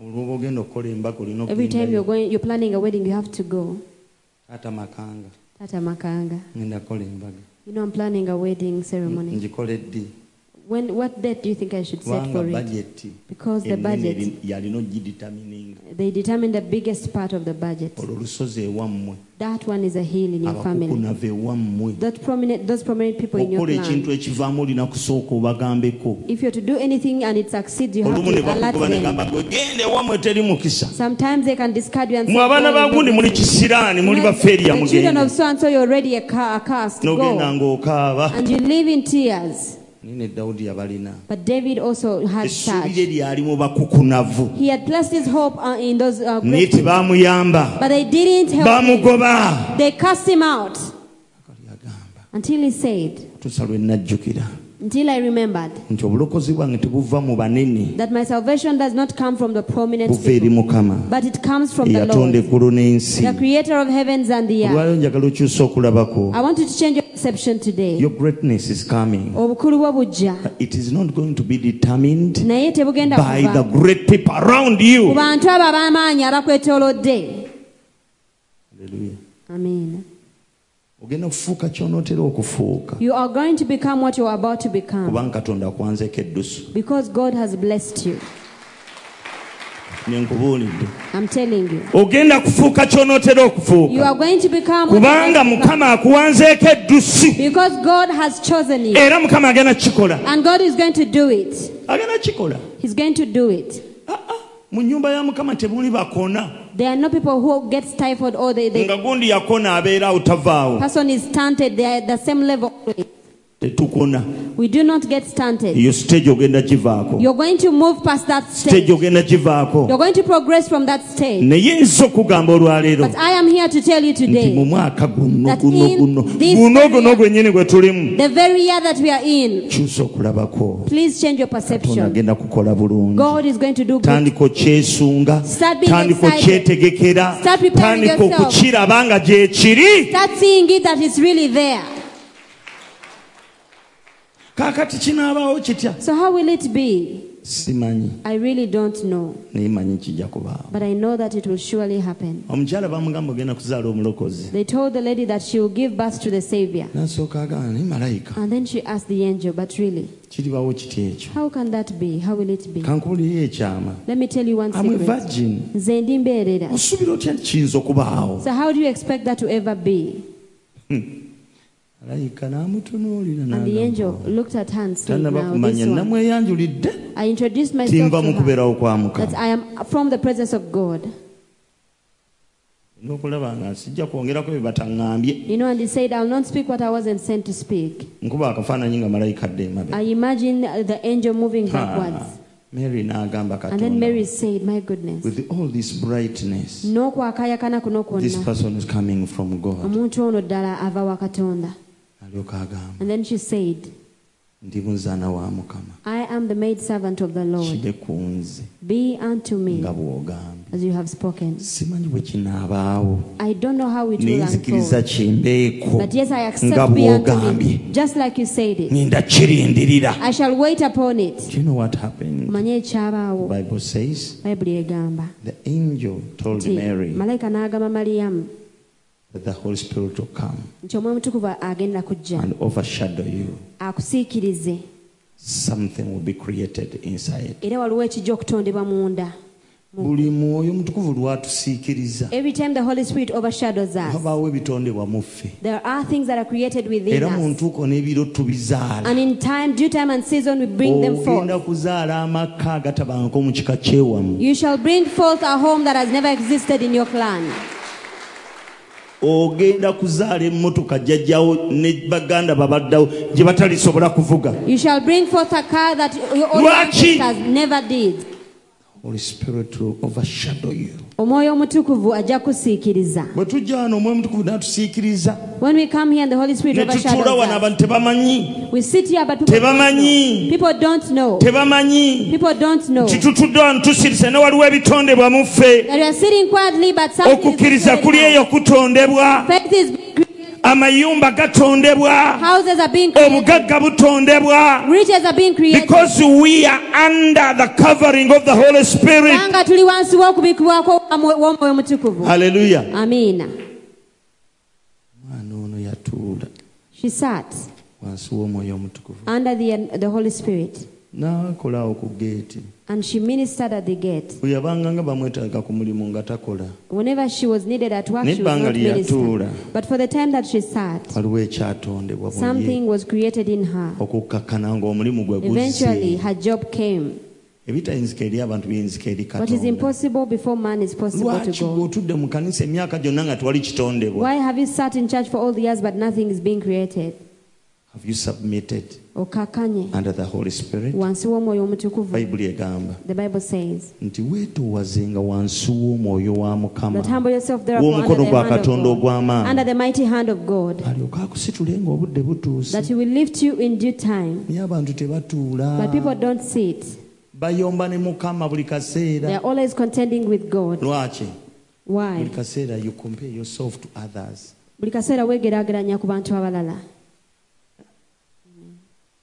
Speaker 1: olwoba ogenda okukola embaga olina
Speaker 2: Every time you're
Speaker 1: okugendayo.
Speaker 2: going, you're planning a wedding, you have to go.
Speaker 1: taata makanga
Speaker 2: Tata Makanga,
Speaker 1: ngenda kukola embaga
Speaker 2: you know I'm planning a wedding ceremony.
Speaker 1: ngikoleddi
Speaker 2: When, what date do you think I should set
Speaker 1: kubanga
Speaker 2: for it?
Speaker 1: bajeti
Speaker 2: Because the
Speaker 1: ennene
Speaker 2: budget-
Speaker 1: eri- yalina ogiditamininga
Speaker 2: They determine the biggest part of the budget.
Speaker 1: olwo lusozi ewammwe
Speaker 2: That one is a heal in your family.
Speaker 1: abakukunava ewammwe
Speaker 2: That prominent, those prominent people in your
Speaker 1: okukola
Speaker 2: clan.
Speaker 1: ekintu ekivaamu olina kusooka obagambeko
Speaker 2: If you're to do anything and it succeeds, you have
Speaker 1: olumu ne
Speaker 2: to alert
Speaker 1: bakukuba
Speaker 2: them.
Speaker 1: negamba gwegenda ewammwe teri mukisa
Speaker 2: Sometimes they can discard you and say,
Speaker 1: mwe abaana
Speaker 2: "Go,
Speaker 1: bagundi
Speaker 2: go."
Speaker 1: muli kisiraani muli
Speaker 2: Like,
Speaker 1: bafeeriya
Speaker 2: The children
Speaker 1: mugenda
Speaker 2: of so and so, you're already a, ca- a cast.
Speaker 1: n'ogenda
Speaker 2: Go.
Speaker 1: ng'okaaba
Speaker 2: And you live in tears.
Speaker 1: nine dawudi yabalina
Speaker 2: But David also had
Speaker 1: essuubi
Speaker 2: such.
Speaker 1: lye lyali mu bakukunavu
Speaker 2: He had placed his hope uh, in those uh,
Speaker 1: naye
Speaker 2: great
Speaker 1: tebamuyamba
Speaker 2: But they didn't help him.
Speaker 1: bamugoba
Speaker 2: They cast him out
Speaker 1: Akali agamba
Speaker 2: until he said,
Speaker 1: tusa lwe najjukira
Speaker 2: until I remembered
Speaker 1: nti obulokozi bwange tebuva mu banene
Speaker 2: that my salvation does not come from the prominent
Speaker 1: buva eri
Speaker 2: people,
Speaker 1: mukama
Speaker 2: but it comes from the
Speaker 1: eyatonda
Speaker 2: Lord,
Speaker 1: eggulu n'ensi
Speaker 2: the creator of heavens and the earth.
Speaker 1: olwaliro njagala okyusa okulabako
Speaker 2: I want you to change your perception today.
Speaker 1: your greatness is coming
Speaker 2: Obukulu bwo bujja
Speaker 1: it is not going to be determined
Speaker 2: naye tebugenda
Speaker 1: by the
Speaker 2: kuva
Speaker 1: great people around
Speaker 2: ku
Speaker 1: you
Speaker 2: bantu abo ab'amaanyi abakwetoolodde
Speaker 1: Hallelujah.
Speaker 2: amen
Speaker 1: ogenda kufuuka kyonootera okufuuka
Speaker 2: you are going to become what you are about to become
Speaker 1: kubanga katonda akwanzeeko eddusu
Speaker 2: because god has blessed you
Speaker 1: nenkubuulidde
Speaker 2: i'm telling you
Speaker 1: ogenda kufuuka kyonootera
Speaker 2: you are
Speaker 1: okufuuka
Speaker 2: going to become what you are
Speaker 1: kubanga
Speaker 2: about to become
Speaker 1: mukama akuwanzeeko eddusu
Speaker 2: because god has chosen you
Speaker 1: era mukama agenda kukikola
Speaker 2: And God is going to do it.
Speaker 1: agenda kukikola
Speaker 2: He's going to do it.
Speaker 1: Ah, ah, mu nyumba ya mukama temuli bakona
Speaker 2: There are no people who get stifled or the, the
Speaker 1: nga gundi yakona abeera awo tavaawo
Speaker 2: person is stunted. They are at the same level. always.
Speaker 1: tetukona
Speaker 2: We do not get stunted.
Speaker 1: eyo stage ogenda givaako
Speaker 2: You're going to move past that
Speaker 1: stage
Speaker 2: stage.
Speaker 1: ogenda givaako
Speaker 2: You're going to progress from that stage.
Speaker 1: naye nza okugamba olwaleero
Speaker 2: But I am here to tell you
Speaker 1: nti mu
Speaker 2: today
Speaker 1: mwaka guno
Speaker 2: that
Speaker 1: guno
Speaker 2: in
Speaker 1: guno
Speaker 2: this
Speaker 1: guno guno
Speaker 2: area-
Speaker 1: gwennyini gwe tulimu
Speaker 2: the very year that we are in,
Speaker 1: kyusa okulabako
Speaker 2: please change your
Speaker 1: katonda
Speaker 2: perception.
Speaker 1: agenda kukola bulungi
Speaker 2: God is going to do good.
Speaker 1: tandika okyesunga
Speaker 2: Start being
Speaker 1: tandika
Speaker 2: excited.
Speaker 1: okyetegekera
Speaker 2: Start preparing
Speaker 1: tandika
Speaker 2: yourself.
Speaker 1: okukiraba nga gye kiri
Speaker 2: Start seeing it that it's really there.
Speaker 1: kaakati kinaabaawo kitya
Speaker 2: So, how will it be?
Speaker 1: simanyi
Speaker 2: I really don't know.
Speaker 1: naye manyi kijja kubaawo
Speaker 2: But I know that it will surely happen.
Speaker 1: omukyala bamugamba ogenda kuzaala omulokozi
Speaker 2: They told the lady that she will give birth to the Savior.
Speaker 1: nasooka agamba naye malayika
Speaker 2: And then she asked the angel, But really,
Speaker 1: kiribawo kiti ekyo
Speaker 2: how can that be? How will it be?
Speaker 1: kankubuliyo ekyama
Speaker 2: Let me tell you one
Speaker 1: amwe
Speaker 2: secret.
Speaker 1: vagin
Speaker 2: Nze ndi mbeerera.
Speaker 1: osuubira otya nti kiyinza okubaawo
Speaker 2: So, how do you expect that to ever be?
Speaker 1: malayika n'amutunuulira
Speaker 2: And the angel
Speaker 1: n'agamba,
Speaker 2: looked at her and said,
Speaker 1: tannaba
Speaker 2: Now,
Speaker 1: kumanya
Speaker 2: this one.
Speaker 1: namweyanjulidde
Speaker 2: I introduced myself
Speaker 1: tinva mu
Speaker 2: to her
Speaker 1: kubeerawo kwa
Speaker 2: that
Speaker 1: mukama
Speaker 2: I am from the presence of God.
Speaker 1: n'okulaba nga sijja kwongerako bye bataŋŋambye
Speaker 2: You know, and he said, I will not speak what I wasn't sent to speak.
Speaker 1: nkuba akafaananyi nga malayika adde
Speaker 2: I
Speaker 1: emabe
Speaker 2: imagine uh, the angel moving
Speaker 1: Ha.
Speaker 2: backwards.
Speaker 1: mary n'agamba
Speaker 2: And then Mary
Speaker 1: katonda
Speaker 2: said, My goodness.
Speaker 1: with all this brightness
Speaker 2: N'okwakayakana kuno
Speaker 1: this
Speaker 2: kwonna.
Speaker 1: person is coming from god
Speaker 2: omuntu ono ddala ava wa katonda
Speaker 1: alyoka agamba
Speaker 2: and then she said
Speaker 1: ndi muzaana wa mukama
Speaker 2: i am the maid servant of the lord
Speaker 1: kide ku nze
Speaker 2: be unto me
Speaker 1: nga bw'ogambye
Speaker 2: as you have spoken
Speaker 1: simanyi bwe kinaabaawo
Speaker 2: i don't know how it will
Speaker 1: naye nzikiriza
Speaker 2: unfold
Speaker 1: kimbeeko
Speaker 2: but yes i
Speaker 1: nga
Speaker 2: accept be unto
Speaker 1: bw'ogambye
Speaker 2: me just like you said it
Speaker 1: ŋenda kirindirira
Speaker 2: i shall wait upon it
Speaker 1: Do you know what happened?
Speaker 2: manye
Speaker 1: The
Speaker 2: ekyabaawo
Speaker 1: Bible says
Speaker 2: bayibuli egamba
Speaker 1: the angel told
Speaker 2: nti
Speaker 1: Mary
Speaker 2: malayika n'agamba mariyamu
Speaker 1: that the Holy Spirit will come
Speaker 2: nti omwoyo mutukuvu agenda kujja
Speaker 1: and overshadow you.
Speaker 2: akusiikirize
Speaker 1: Something will be created inside.
Speaker 2: era waliwo ekijja okutondebwa munda
Speaker 1: buli mwoyo mutukuvu lwatusiikiriza
Speaker 2: every time the holy spirit overshadows us
Speaker 1: wabaawo ebitondebwa mu ffe
Speaker 2: There are things that are created within
Speaker 1: era mu
Speaker 2: us.
Speaker 1: ntuuko n'ebiro tubizaala
Speaker 2: And in time, due time and season, we bring them
Speaker 1: ogenda
Speaker 2: forth.
Speaker 1: kuzaala amaka agatabanko mu kika kyewamu
Speaker 2: You shall bring forth a home that has never existed in your clan.
Speaker 1: ogenda kuzaala emmotoka jjajjawo ne baganda babaddawo gye batalisobola kuvuga
Speaker 2: You shall bring forth a car that your own
Speaker 1: Lwaki?
Speaker 2: ancestors never did.
Speaker 1: Holy Spirit will overshadow you
Speaker 2: Omwoyo omutukuvu ajja kusiikiriza.
Speaker 1: bwe tujja wano omwoyo mutukuvu n'atusiikiriza
Speaker 2: When we come here and the Holy Spirit
Speaker 1: ne tutuula wano
Speaker 2: overshadows us,
Speaker 1: abantu tebamanyi
Speaker 2: we sit here but people don't know.
Speaker 1: Tebamanyi.
Speaker 2: People don't know.
Speaker 1: tebamanyi
Speaker 2: People don't know.
Speaker 1: nti
Speaker 2: That
Speaker 1: tutudde wano tusirise ne waliwo ebitondebwa mu ffe
Speaker 2: we are sitting quietly but something is
Speaker 1: okukkiriza kuli
Speaker 2: created now.
Speaker 1: eyo kutondebwa
Speaker 2: Faith is being created.
Speaker 1: amayumba gatondebwa
Speaker 2: Houses are being created.
Speaker 1: obugagga butondebwa
Speaker 2: Riches are being created.
Speaker 1: because we are under the covering of the Holy Spirit
Speaker 2: kubanga tuli wansi w'okubikibwako w'omwoyo mutukuvu
Speaker 1: haleluya
Speaker 2: amina
Speaker 1: mwana ono yatuula
Speaker 2: she sat
Speaker 1: wansi w'omwoyo omutukuvu
Speaker 2: under the, the Holy Spirit.
Speaker 1: n'akola awo ku geeti
Speaker 2: And she ministered at the gate.
Speaker 1: bwe yabanga nga bamwetaaga ku mulimu nga takola
Speaker 2: Whenever she was needed at work, she was
Speaker 1: N'ebbanga
Speaker 2: not
Speaker 1: lye
Speaker 2: minister.
Speaker 1: yatuula.
Speaker 2: But for the time that she sat,
Speaker 1: waliwo ekyatondebwa mu ye
Speaker 2: something was created in her.
Speaker 1: okukkakkana nga omulimu gwe
Speaker 2: Eventually,
Speaker 1: guzze
Speaker 2: her job came.
Speaker 1: ebitayinzika eri abantu biyinzika eri
Speaker 2: What is
Speaker 1: katonda
Speaker 2: impossible before man is possible to
Speaker 1: lwaki gwe
Speaker 2: go.
Speaker 1: otudde mu kanisa emyaka gyonna nga twali kitondebwa
Speaker 2: Why have you sat in church for all the years but nothing is being created?
Speaker 1: have you submitted
Speaker 2: Okakanye.
Speaker 1: under the holy spirit
Speaker 2: Wansi w'omwoyo omutukuvu.
Speaker 1: bayibuli egamba
Speaker 2: The Bible says
Speaker 1: nti weetowazenga wansi w'omwoyo wa mukama
Speaker 2: that humble yourself therefore under
Speaker 1: W'omukono
Speaker 2: the,
Speaker 1: gwa
Speaker 2: hand of
Speaker 1: Katonda ogw'amaanyi.
Speaker 2: God, under the mighty hand of God,
Speaker 1: alyoka akusitule ng'obudde butuuse
Speaker 2: that He will lift you in due time.
Speaker 1: naye abantu tebatuula
Speaker 2: But people don't sit.
Speaker 1: bayomba ne mukama buli
Speaker 2: They
Speaker 1: kaseera
Speaker 2: are always contending with God.
Speaker 1: lwaki buli
Speaker 2: Why?
Speaker 1: kaseera you compare yourself to others
Speaker 2: buli kaseera weegeraageranya ku bantu abalala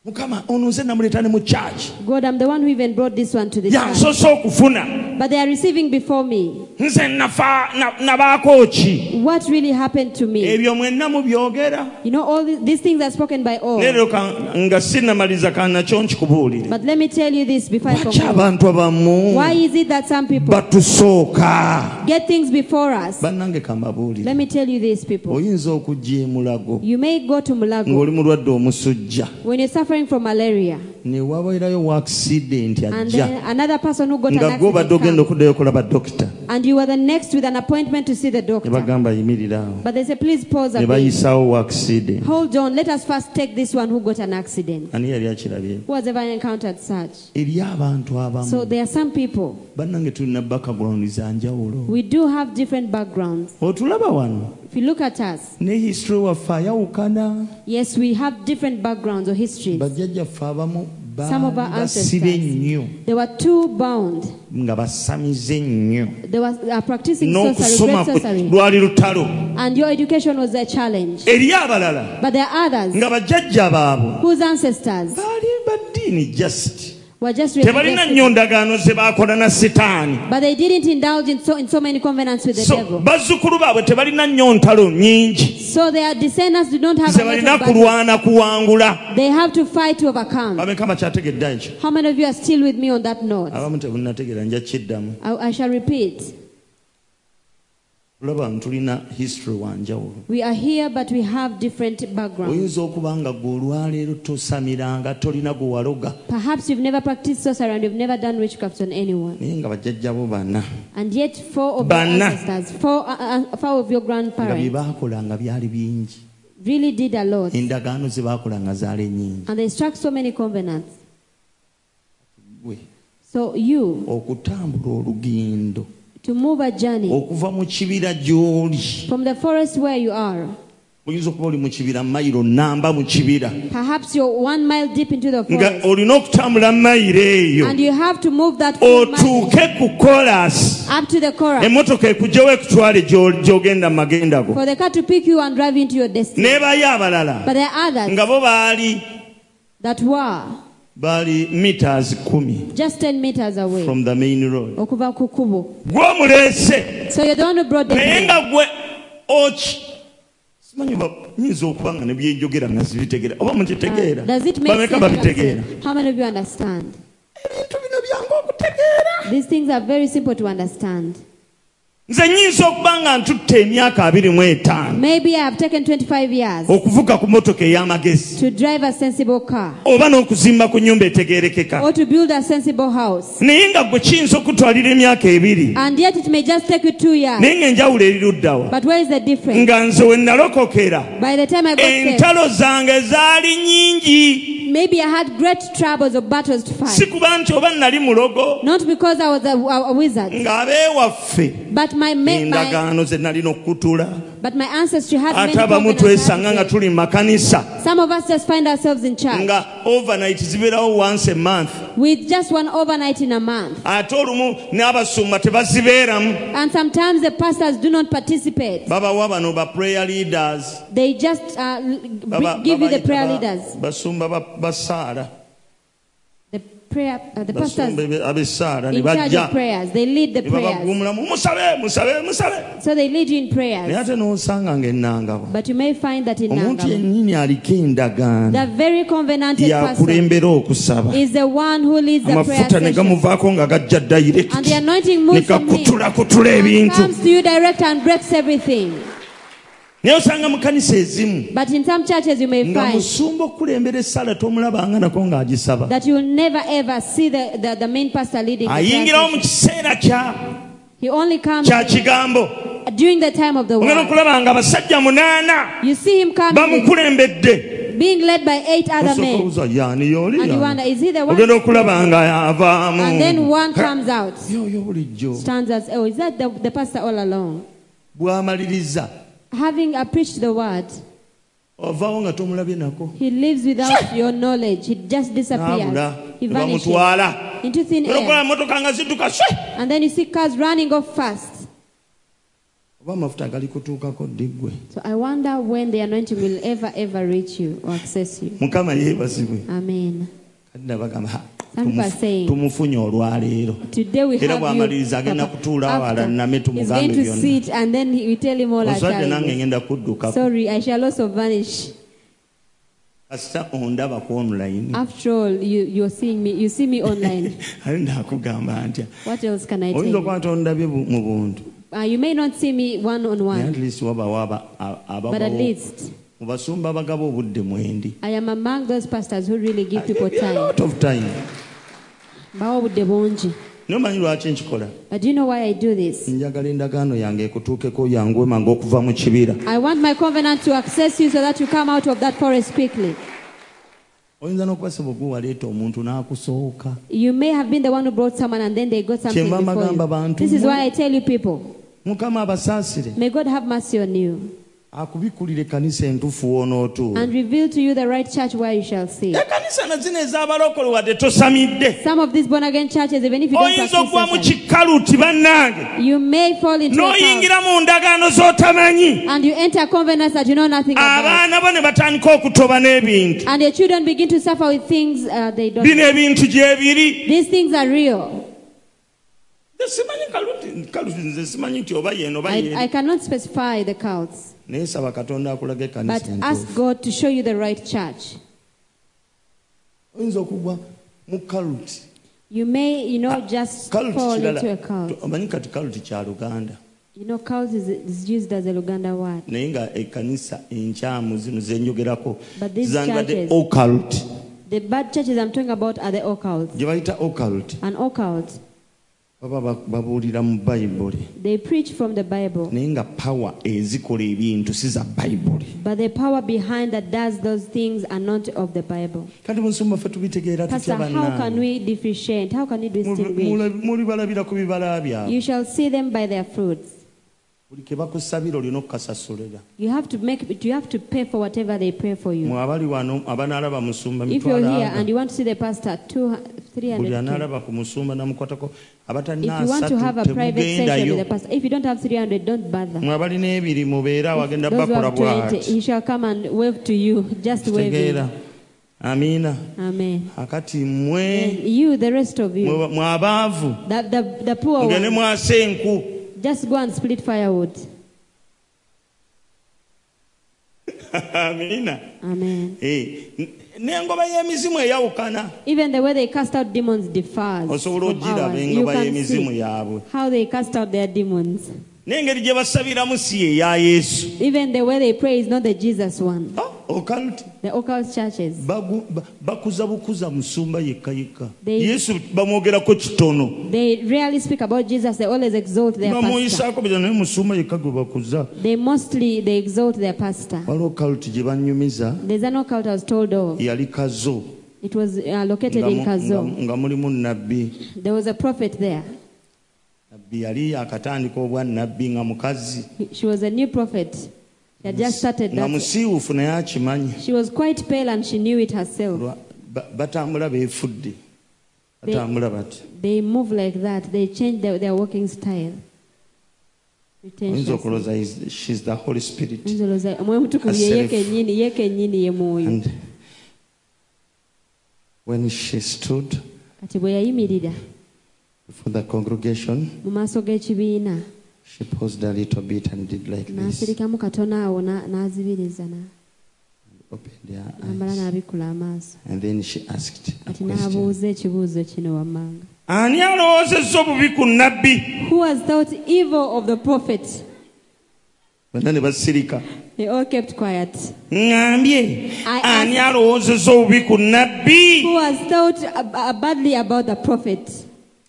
Speaker 1: mukama ono nze namuleeta ne mu church
Speaker 2: god i'm the one who even brought this one to the church
Speaker 1: yansose okufuna
Speaker 2: but they are receiving before me
Speaker 1: nze nafa- na- nabaako ki
Speaker 2: what really happened to me
Speaker 1: ebyo mwenna mubyogera
Speaker 2: you know all these, these things are spoken by all
Speaker 1: leero ka- nga sinamaliza kanakyo nkikubuulire
Speaker 2: but let me tell you this before i
Speaker 1: lwaki
Speaker 2: conclude
Speaker 1: abantu abamu
Speaker 2: why is it that some people
Speaker 1: batusooka
Speaker 2: get things before us
Speaker 1: bannange kambabuulire
Speaker 2: let me tell you this people
Speaker 1: oyinza okujja emulago
Speaker 2: you may go to mulago
Speaker 1: ng'oli mulwadde omusujja
Speaker 2: when you're suffering from malaria
Speaker 1: newabeerayo wa akisidenti
Speaker 2: and
Speaker 1: ajja
Speaker 2: then another person who got an
Speaker 1: nga gwe obadde
Speaker 2: accident
Speaker 1: ogenda
Speaker 2: comes,
Speaker 1: okuddayo okulaba dokita
Speaker 2: and you were the next with an appointment to see the
Speaker 1: ne
Speaker 2: doctor
Speaker 1: bagamba yimiriraawo
Speaker 2: but they say please pause a
Speaker 1: ne
Speaker 2: bit
Speaker 1: bayisaawo wa akisidenti
Speaker 2: Hold on, let us first take this one who got an accident.
Speaker 1: ani yali akirabye
Speaker 2: Who has ever encountered such?
Speaker 1: eri abantu
Speaker 2: So
Speaker 1: abamu
Speaker 2: there are some people,
Speaker 1: bannange tulina background za njawulo
Speaker 2: we do have different backgrounds.
Speaker 1: otulaba wano
Speaker 2: If you look at us,
Speaker 1: ne history waffe ayawukana
Speaker 2: yes, we have different backgrounds or histories.
Speaker 1: bajjajjaffe abamu
Speaker 2: Some of our
Speaker 1: basibe nnyo
Speaker 2: ancestors, they were too bound.
Speaker 1: nga basamize nnyo
Speaker 2: They were are practicing sorcery,
Speaker 1: n'okusoma
Speaker 2: great
Speaker 1: kwe
Speaker 2: sorcery.
Speaker 1: lwali lutalo
Speaker 2: And your education was a challenge.
Speaker 1: eri abalala
Speaker 2: But there are others
Speaker 1: nga bajjajja baabwe
Speaker 2: whose ancestors
Speaker 1: baali baddiini just
Speaker 2: were just
Speaker 1: tebalina
Speaker 2: religious,
Speaker 1: nnyo ndagaano ze baakola na sitaani
Speaker 2: but they didn't indulge in so, in so many covenants with the
Speaker 1: so
Speaker 2: devil.
Speaker 1: bazzukulu baabwe tebalina nnyo ntalo nnyingi
Speaker 2: So their descendants do not have
Speaker 1: ze
Speaker 2: a lot of
Speaker 1: balina
Speaker 2: background.
Speaker 1: kulwana kuwangula
Speaker 2: They have to fight to overcome.
Speaker 1: bameka bakyategedde ekyo
Speaker 2: How many of you are still with me on that note?
Speaker 1: abamu tebunategera nja kiddamu
Speaker 2: I, I shall repeat.
Speaker 1: tulaba ntulina history wanjawulo
Speaker 2: We are here, but we have different backgrounds.
Speaker 1: oyinza okuba nga gwe olwaleero tosamiranga tolina gwe waloga
Speaker 2: Perhaps you've never practiced sorcery and you've never done witchcraft on anyone.
Speaker 1: naye nga bajjajjabo bana
Speaker 2: And yet, four of your
Speaker 1: Bana.
Speaker 2: ancestors, four, uh, uh, four of your
Speaker 1: nga bye
Speaker 2: grandparents
Speaker 1: baakolanga byali bingi
Speaker 2: really did a lot.
Speaker 1: endagaano ze baakolanga zaali nyingi
Speaker 2: And they struck so many covenants.
Speaker 1: gwe
Speaker 2: So, you,
Speaker 1: okutambula olugendo
Speaker 2: to move a journey
Speaker 1: okuva mu kibira gy'oli
Speaker 2: from the forest where you are,
Speaker 1: oyinza okuba oli mu kibira mayiro namba mu kibira
Speaker 2: perhaps you're one mile deep into the
Speaker 1: nga
Speaker 2: forest,
Speaker 1: olina okutambula mayiro eyo
Speaker 2: and you have to move that
Speaker 1: Oh,
Speaker 2: four miles
Speaker 1: otuuke ku kolasi
Speaker 2: up to the Korah.
Speaker 1: emmotoka ekugyewo ekutwale gy'oli- gy'ogenda mu magenda go
Speaker 2: for the car to pick you and drive you into your destiny.
Speaker 1: nebayo abalala
Speaker 2: But there are others
Speaker 1: nga bo baali
Speaker 2: that were
Speaker 1: baali mitas kumi
Speaker 2: just 10 meters away.
Speaker 1: from the main road
Speaker 2: Okuva ku kkubo.
Speaker 1: gweomuleese
Speaker 2: So you're the one who brought them.
Speaker 1: naye
Speaker 2: here.
Speaker 1: nga gwe oki simanyi oba nyinza okuba nga ne byenjogera nga zibitegeera oba mukitegeera
Speaker 2: Uh, does it make
Speaker 1: bameka babitegeera
Speaker 2: sense? How many of you understand?
Speaker 1: ebintu bino byangu okutegeera
Speaker 2: These things are very simple to understand.
Speaker 1: nze nyinza okuba nga ntutta emyaka abiri mu etaano
Speaker 2: Maybe I have taken 25 years
Speaker 1: okuvuga ku motoka ey'amagezi
Speaker 2: to drive a sensible car
Speaker 1: oba n'okuzimba ku nnyumba etegeerekeka
Speaker 2: or to build a sensible house.
Speaker 1: naye nga gwe kiyinza okutwalira emyaka ebiri
Speaker 2: And yet it may just take you two years.
Speaker 1: naye ngaenjawulo eriruddawa
Speaker 2: But where is the difference?
Speaker 1: nga nze we nalokokera
Speaker 2: By the time I got saved,
Speaker 1: entalo zange zaali nyingi
Speaker 2: maybe I had great troubles or battles to
Speaker 1: si
Speaker 2: fight.
Speaker 1: kuba nti oba nali mulogo
Speaker 2: Not because I was a, a a wizard.
Speaker 1: ng'abeewaffe
Speaker 2: But my, ma- my,
Speaker 1: endagaano ze nalina okutula
Speaker 2: but my ancestry had many
Speaker 1: ate abamu
Speaker 2: covenants
Speaker 1: twesanga nga
Speaker 2: and
Speaker 1: tuli mu makanisa
Speaker 2: Some of us just find ourselves in church
Speaker 1: nga overnight zibeerawo once a month
Speaker 2: with just one overnight in a month.
Speaker 1: ate olumu n'abasumba tebazibeeramu
Speaker 2: And sometimes the pastors do not participate.
Speaker 1: babawa bano ba prayer leaders
Speaker 2: They just uh, l-
Speaker 1: Baba-
Speaker 2: give you the
Speaker 1: babayita
Speaker 2: prayer
Speaker 1: ba-
Speaker 2: leaders.
Speaker 1: basumba ba- basaala
Speaker 2: The prayer, uh, the pastors
Speaker 1: basumba ebe- abesaala ne
Speaker 2: in charge
Speaker 1: bajja
Speaker 2: of prayers, they lead the
Speaker 1: ne
Speaker 2: prayers.
Speaker 1: babagumulamu musabe musabe musabe
Speaker 2: So they lead you in
Speaker 1: naye
Speaker 2: prayers.
Speaker 1: ate n'osanga ng'ennangabo
Speaker 2: But you may find that in
Speaker 1: omuntu
Speaker 2: Nangabo,
Speaker 1: yennyini aliko endagaano
Speaker 2: the very covenanted person
Speaker 1: yakulembera okusaba
Speaker 2: is the one who leads the prayer
Speaker 1: amafuta ne
Speaker 2: session.
Speaker 1: gamuvaako nga gajja
Speaker 2: And the
Speaker 1: dairekiti
Speaker 2: anointing
Speaker 1: ne
Speaker 2: moves from him.
Speaker 1: gakutulakutula
Speaker 2: and
Speaker 1: ebintu
Speaker 2: Comes to you direct and breaks everything.
Speaker 1: naye osanga mu kanisa ezimu
Speaker 2: But in some churches you may
Speaker 1: nga
Speaker 2: find
Speaker 1: musumba okukulembera essaala tomulabanga nako ng'agisaba
Speaker 2: that you'll never ever see the, the, the main pastor leading. the prayer
Speaker 1: ayingirawo
Speaker 2: session.
Speaker 1: mu kiseera kya
Speaker 2: He only comes
Speaker 1: kya kigambo
Speaker 2: during the time of the
Speaker 1: ogenda
Speaker 2: war.
Speaker 1: okulaba nga abasajja munaana
Speaker 2: You see him coming,
Speaker 1: bamukulembedde
Speaker 2: being led by eight other
Speaker 1: osooka
Speaker 2: men.
Speaker 1: obuuza yaani
Speaker 2: And you wonder,
Speaker 1: yooli
Speaker 2: eh, is he the one?
Speaker 1: ogenda okulaba nga avaamu
Speaker 2: And then one comes out,
Speaker 1: yoyo bulijjo
Speaker 2: stands as, oh, is that the, the pastor all along?
Speaker 1: bw'amaliriza
Speaker 2: Having uh, preached the word,
Speaker 1: ovaawo nga tomulabye nako
Speaker 2: he lives without your knowledge. He just disappears.
Speaker 1: n'abula
Speaker 2: He
Speaker 1: ne
Speaker 2: vanishes
Speaker 1: bamutwala
Speaker 2: into thin
Speaker 1: era okulaba
Speaker 2: air.
Speaker 1: motoka nga zidduka swe
Speaker 2: And then you see cars running off fast.
Speaker 1: oba amafuta gali kutuukako ddiggwe
Speaker 2: So I wonder when the anointing will ever, ever reach you or access you.
Speaker 1: mukama yeebazibwe
Speaker 2: Amen.
Speaker 1: kadda bagamba "Ha,
Speaker 2: Some people are
Speaker 1: tumufu-
Speaker 2: saying-
Speaker 1: tumufunye olwaleero
Speaker 2: Today we
Speaker 1: Era
Speaker 2: have you,
Speaker 1: bw'amaliriza agenda
Speaker 2: Papa.
Speaker 1: kutuula awala name
Speaker 2: After, he's
Speaker 1: tumugambe
Speaker 2: going to
Speaker 1: byonna.
Speaker 2: sit and then he, we tell him all our
Speaker 1: oswadde nange
Speaker 2: challenges.
Speaker 1: ngenda kuddukako
Speaker 2: Sorry, I shall also vanish.
Speaker 1: kasita ondaba ku online
Speaker 2: After all, you, you're seeing me, you see me
Speaker 1: [LAUGHS]
Speaker 2: online.
Speaker 1: aye nakugamba ntya
Speaker 2: what else can I tell
Speaker 1: oyinza
Speaker 2: you?
Speaker 1: okuba tondabye bu- mu buntu
Speaker 2: Uh, you may not see me one on
Speaker 1: naye
Speaker 2: one,
Speaker 1: at least wabawo aba- a-
Speaker 2: but at
Speaker 1: ababawo
Speaker 2: least
Speaker 1: mu basumba abagaba obudde mwendi
Speaker 2: I am among those pastors who really give people
Speaker 1: Give you a
Speaker 2: time.
Speaker 1: lot of time.
Speaker 2: Bawabudde bungi.
Speaker 1: nomanyi lwaki nkikola
Speaker 2: But do you know why I do this?
Speaker 1: njagala endagaano yange ekutuukeko yangu emangu okuva mu kibira
Speaker 2: I want my covenant to access you so that you come out of that forest quickly.
Speaker 1: oyinza n'okubasaba oguwaleeta omuntu n'akusooka
Speaker 2: You may have been the one who brought someone and then they got something
Speaker 1: Kye mba
Speaker 2: before
Speaker 1: bagamba
Speaker 2: you.
Speaker 1: bantu
Speaker 2: This is
Speaker 1: mmwe.
Speaker 2: why I tell you people,
Speaker 1: mukama abasaasire
Speaker 2: may God have mercy on you
Speaker 1: akubikulira ekkanisa entuufu woonotuula
Speaker 2: and reveal to you the right church where you shall see.
Speaker 1: ekkanisa nazino ez'abalokole wadde tosamidde
Speaker 2: Some of these born again churches, even if you don't
Speaker 1: oyinza okuba mu
Speaker 2: practice session,
Speaker 1: kikaluti bannange
Speaker 2: you may fall into a cult
Speaker 1: n'oyingira mu ndagaano z'otamanyi
Speaker 2: and you enter covenants that you know nothing about.
Speaker 1: abaana bo ne batandika okutoba n'ebintu
Speaker 2: And your children begin to suffer with things uh, they don't.
Speaker 1: bino ebintu gye biri
Speaker 2: These things are real.
Speaker 1: Nze simanyi kaluti- kaluti nze simanyi nti oba yeno oba
Speaker 2: I, I
Speaker 1: yeno
Speaker 2: cannot specify the cults,
Speaker 1: naye saba katonda akulaga ekkanisa
Speaker 2: but ask
Speaker 1: entuufu.
Speaker 2: God to show you the right church.
Speaker 1: oyinza okugwa mu kaluti
Speaker 2: You may, you know, just
Speaker 1: kaluti
Speaker 2: fall
Speaker 1: kirala
Speaker 2: into a cult.
Speaker 1: omanyi kati kaluti kya luganda
Speaker 2: You know, cult is, is used as a Luganda word.
Speaker 1: naye nga ekkanisa enkyamu zino zenjogerako
Speaker 2: But these
Speaker 1: zandibadde
Speaker 2: churches-
Speaker 1: occult
Speaker 2: The bad churches I'm talking about are the occults.
Speaker 1: gye bayita occult
Speaker 2: An occult,
Speaker 1: baba ba- babuulira mu bayibuli
Speaker 2: they preach from the Bible,
Speaker 1: naye nga power ezikola ebintu si za bayibuli
Speaker 2: but the power behind that does those things are not of the Bible.
Speaker 1: kati musumba ffe tubitegeera
Speaker 2: Pastor,
Speaker 1: tutya
Speaker 2: how can
Speaker 1: bannange
Speaker 2: we differentiate? How can we distinguish?
Speaker 1: Mula- mulibalabira ku bibala byabwe
Speaker 2: You shall see them by their fruits.
Speaker 1: buli ke bakusabira olina okukasasulira
Speaker 2: You have to make you have to pay for whatever they pray for you.
Speaker 1: mwe abali wano abanaalaba musumba
Speaker 2: If you're
Speaker 1: mitwalo
Speaker 2: here
Speaker 1: aga.
Speaker 2: and you want to see the pastor, two three
Speaker 1: buli
Speaker 2: hundred.
Speaker 1: anaalaba ku musumba namukwatako
Speaker 2: If you want to have a private session with the pastor, if you don't have three hundred, don't bother.
Speaker 1: mwe abalina ebiri mubeere awo agenda
Speaker 2: Those who
Speaker 1: bakola
Speaker 2: have twenty,
Speaker 1: bwati
Speaker 2: he shall come and wave to you. Just wave.
Speaker 1: kitegeera
Speaker 2: him.
Speaker 1: amiina
Speaker 2: Amen.
Speaker 1: akati mmwe
Speaker 2: And you, the rest of you, Oh.
Speaker 1: mwe- mwe abaavu
Speaker 2: the, the, the poor
Speaker 1: mugende
Speaker 2: ones,
Speaker 1: mwasa enku [LAUGHS]
Speaker 2: just go and split firewood.
Speaker 1: amiina
Speaker 2: Amen.
Speaker 1: Eh, n- n'engoba y'emizimu eyawukana
Speaker 2: Even the way they cast out demons differs.
Speaker 1: osobola
Speaker 2: from
Speaker 1: ogiraba
Speaker 2: ours. You
Speaker 1: engoba
Speaker 2: can
Speaker 1: y'emizimu
Speaker 2: see
Speaker 1: yaabwe
Speaker 2: how they cast out their demons.
Speaker 1: n'engeri gye basabiramu si yeya yesu
Speaker 2: Even the way they pray is not the Jesus one.
Speaker 1: Ah, okaluti
Speaker 2: The occult churches,
Speaker 1: Bagu- ba- bakuza bukuza musumba yekka yekka
Speaker 2: They-
Speaker 1: yesu bamwogerako kitono
Speaker 2: they rarely speak about Jesus. They always exalt their pastor.
Speaker 1: bamwoyisaako bira naye musumba yekka gwe bakuza
Speaker 2: They mostly they exalt their pastor.
Speaker 1: waliwo kaluti gye banyumiza
Speaker 2: There's an occult I was told of.
Speaker 1: yali kazo
Speaker 2: It was uh, located
Speaker 1: nga
Speaker 2: in
Speaker 1: mu-
Speaker 2: Kazo.
Speaker 1: nga- nga mulimu nabbi
Speaker 2: There was a prophet there.
Speaker 1: nabbi yali akatandika obwa nabbi nga mukazi
Speaker 2: He- She was a new prophet. She had just started
Speaker 1: nga
Speaker 2: that.
Speaker 1: musiiwufu naye akimanyi
Speaker 2: She was quite pale and she knew it herself.
Speaker 1: Olwa- ba- batambula beefudde batambula bati
Speaker 2: They move like that. They change their, their walking style.
Speaker 1: oyinza okulooza is- shes the holy spirit
Speaker 2: Oyinza olowooza- Mwoyo Mutukuvu ye ye
Speaker 1: Herself.
Speaker 2: kennyini ye kennyini ye mwoyo.
Speaker 1: and when she stood
Speaker 2: kati bwe yayimirira
Speaker 1: before the congregation,
Speaker 2: mu maaso g'ekibiina
Speaker 1: she paused a little bit and did like this.
Speaker 2: n'asirikamu katono awo na- n'azibiriza na-
Speaker 1: Opened her
Speaker 2: n'amala
Speaker 1: eyes.
Speaker 2: n'abikula amaaso
Speaker 1: And then she asked a
Speaker 2: kati
Speaker 1: question.
Speaker 2: n'abuuza ekibuuzo kino wammanga
Speaker 1: Ani alowoozezza obubi ku nnabbi?
Speaker 2: who has thought evil of the prophet
Speaker 1: Bonna ne basirika.
Speaker 2: they all kept quiet
Speaker 1: ŋŋambye ani alowoozezza obubi ku nnabbi [LAUGHS]
Speaker 2: who has thought ab- ab- badly about the prophet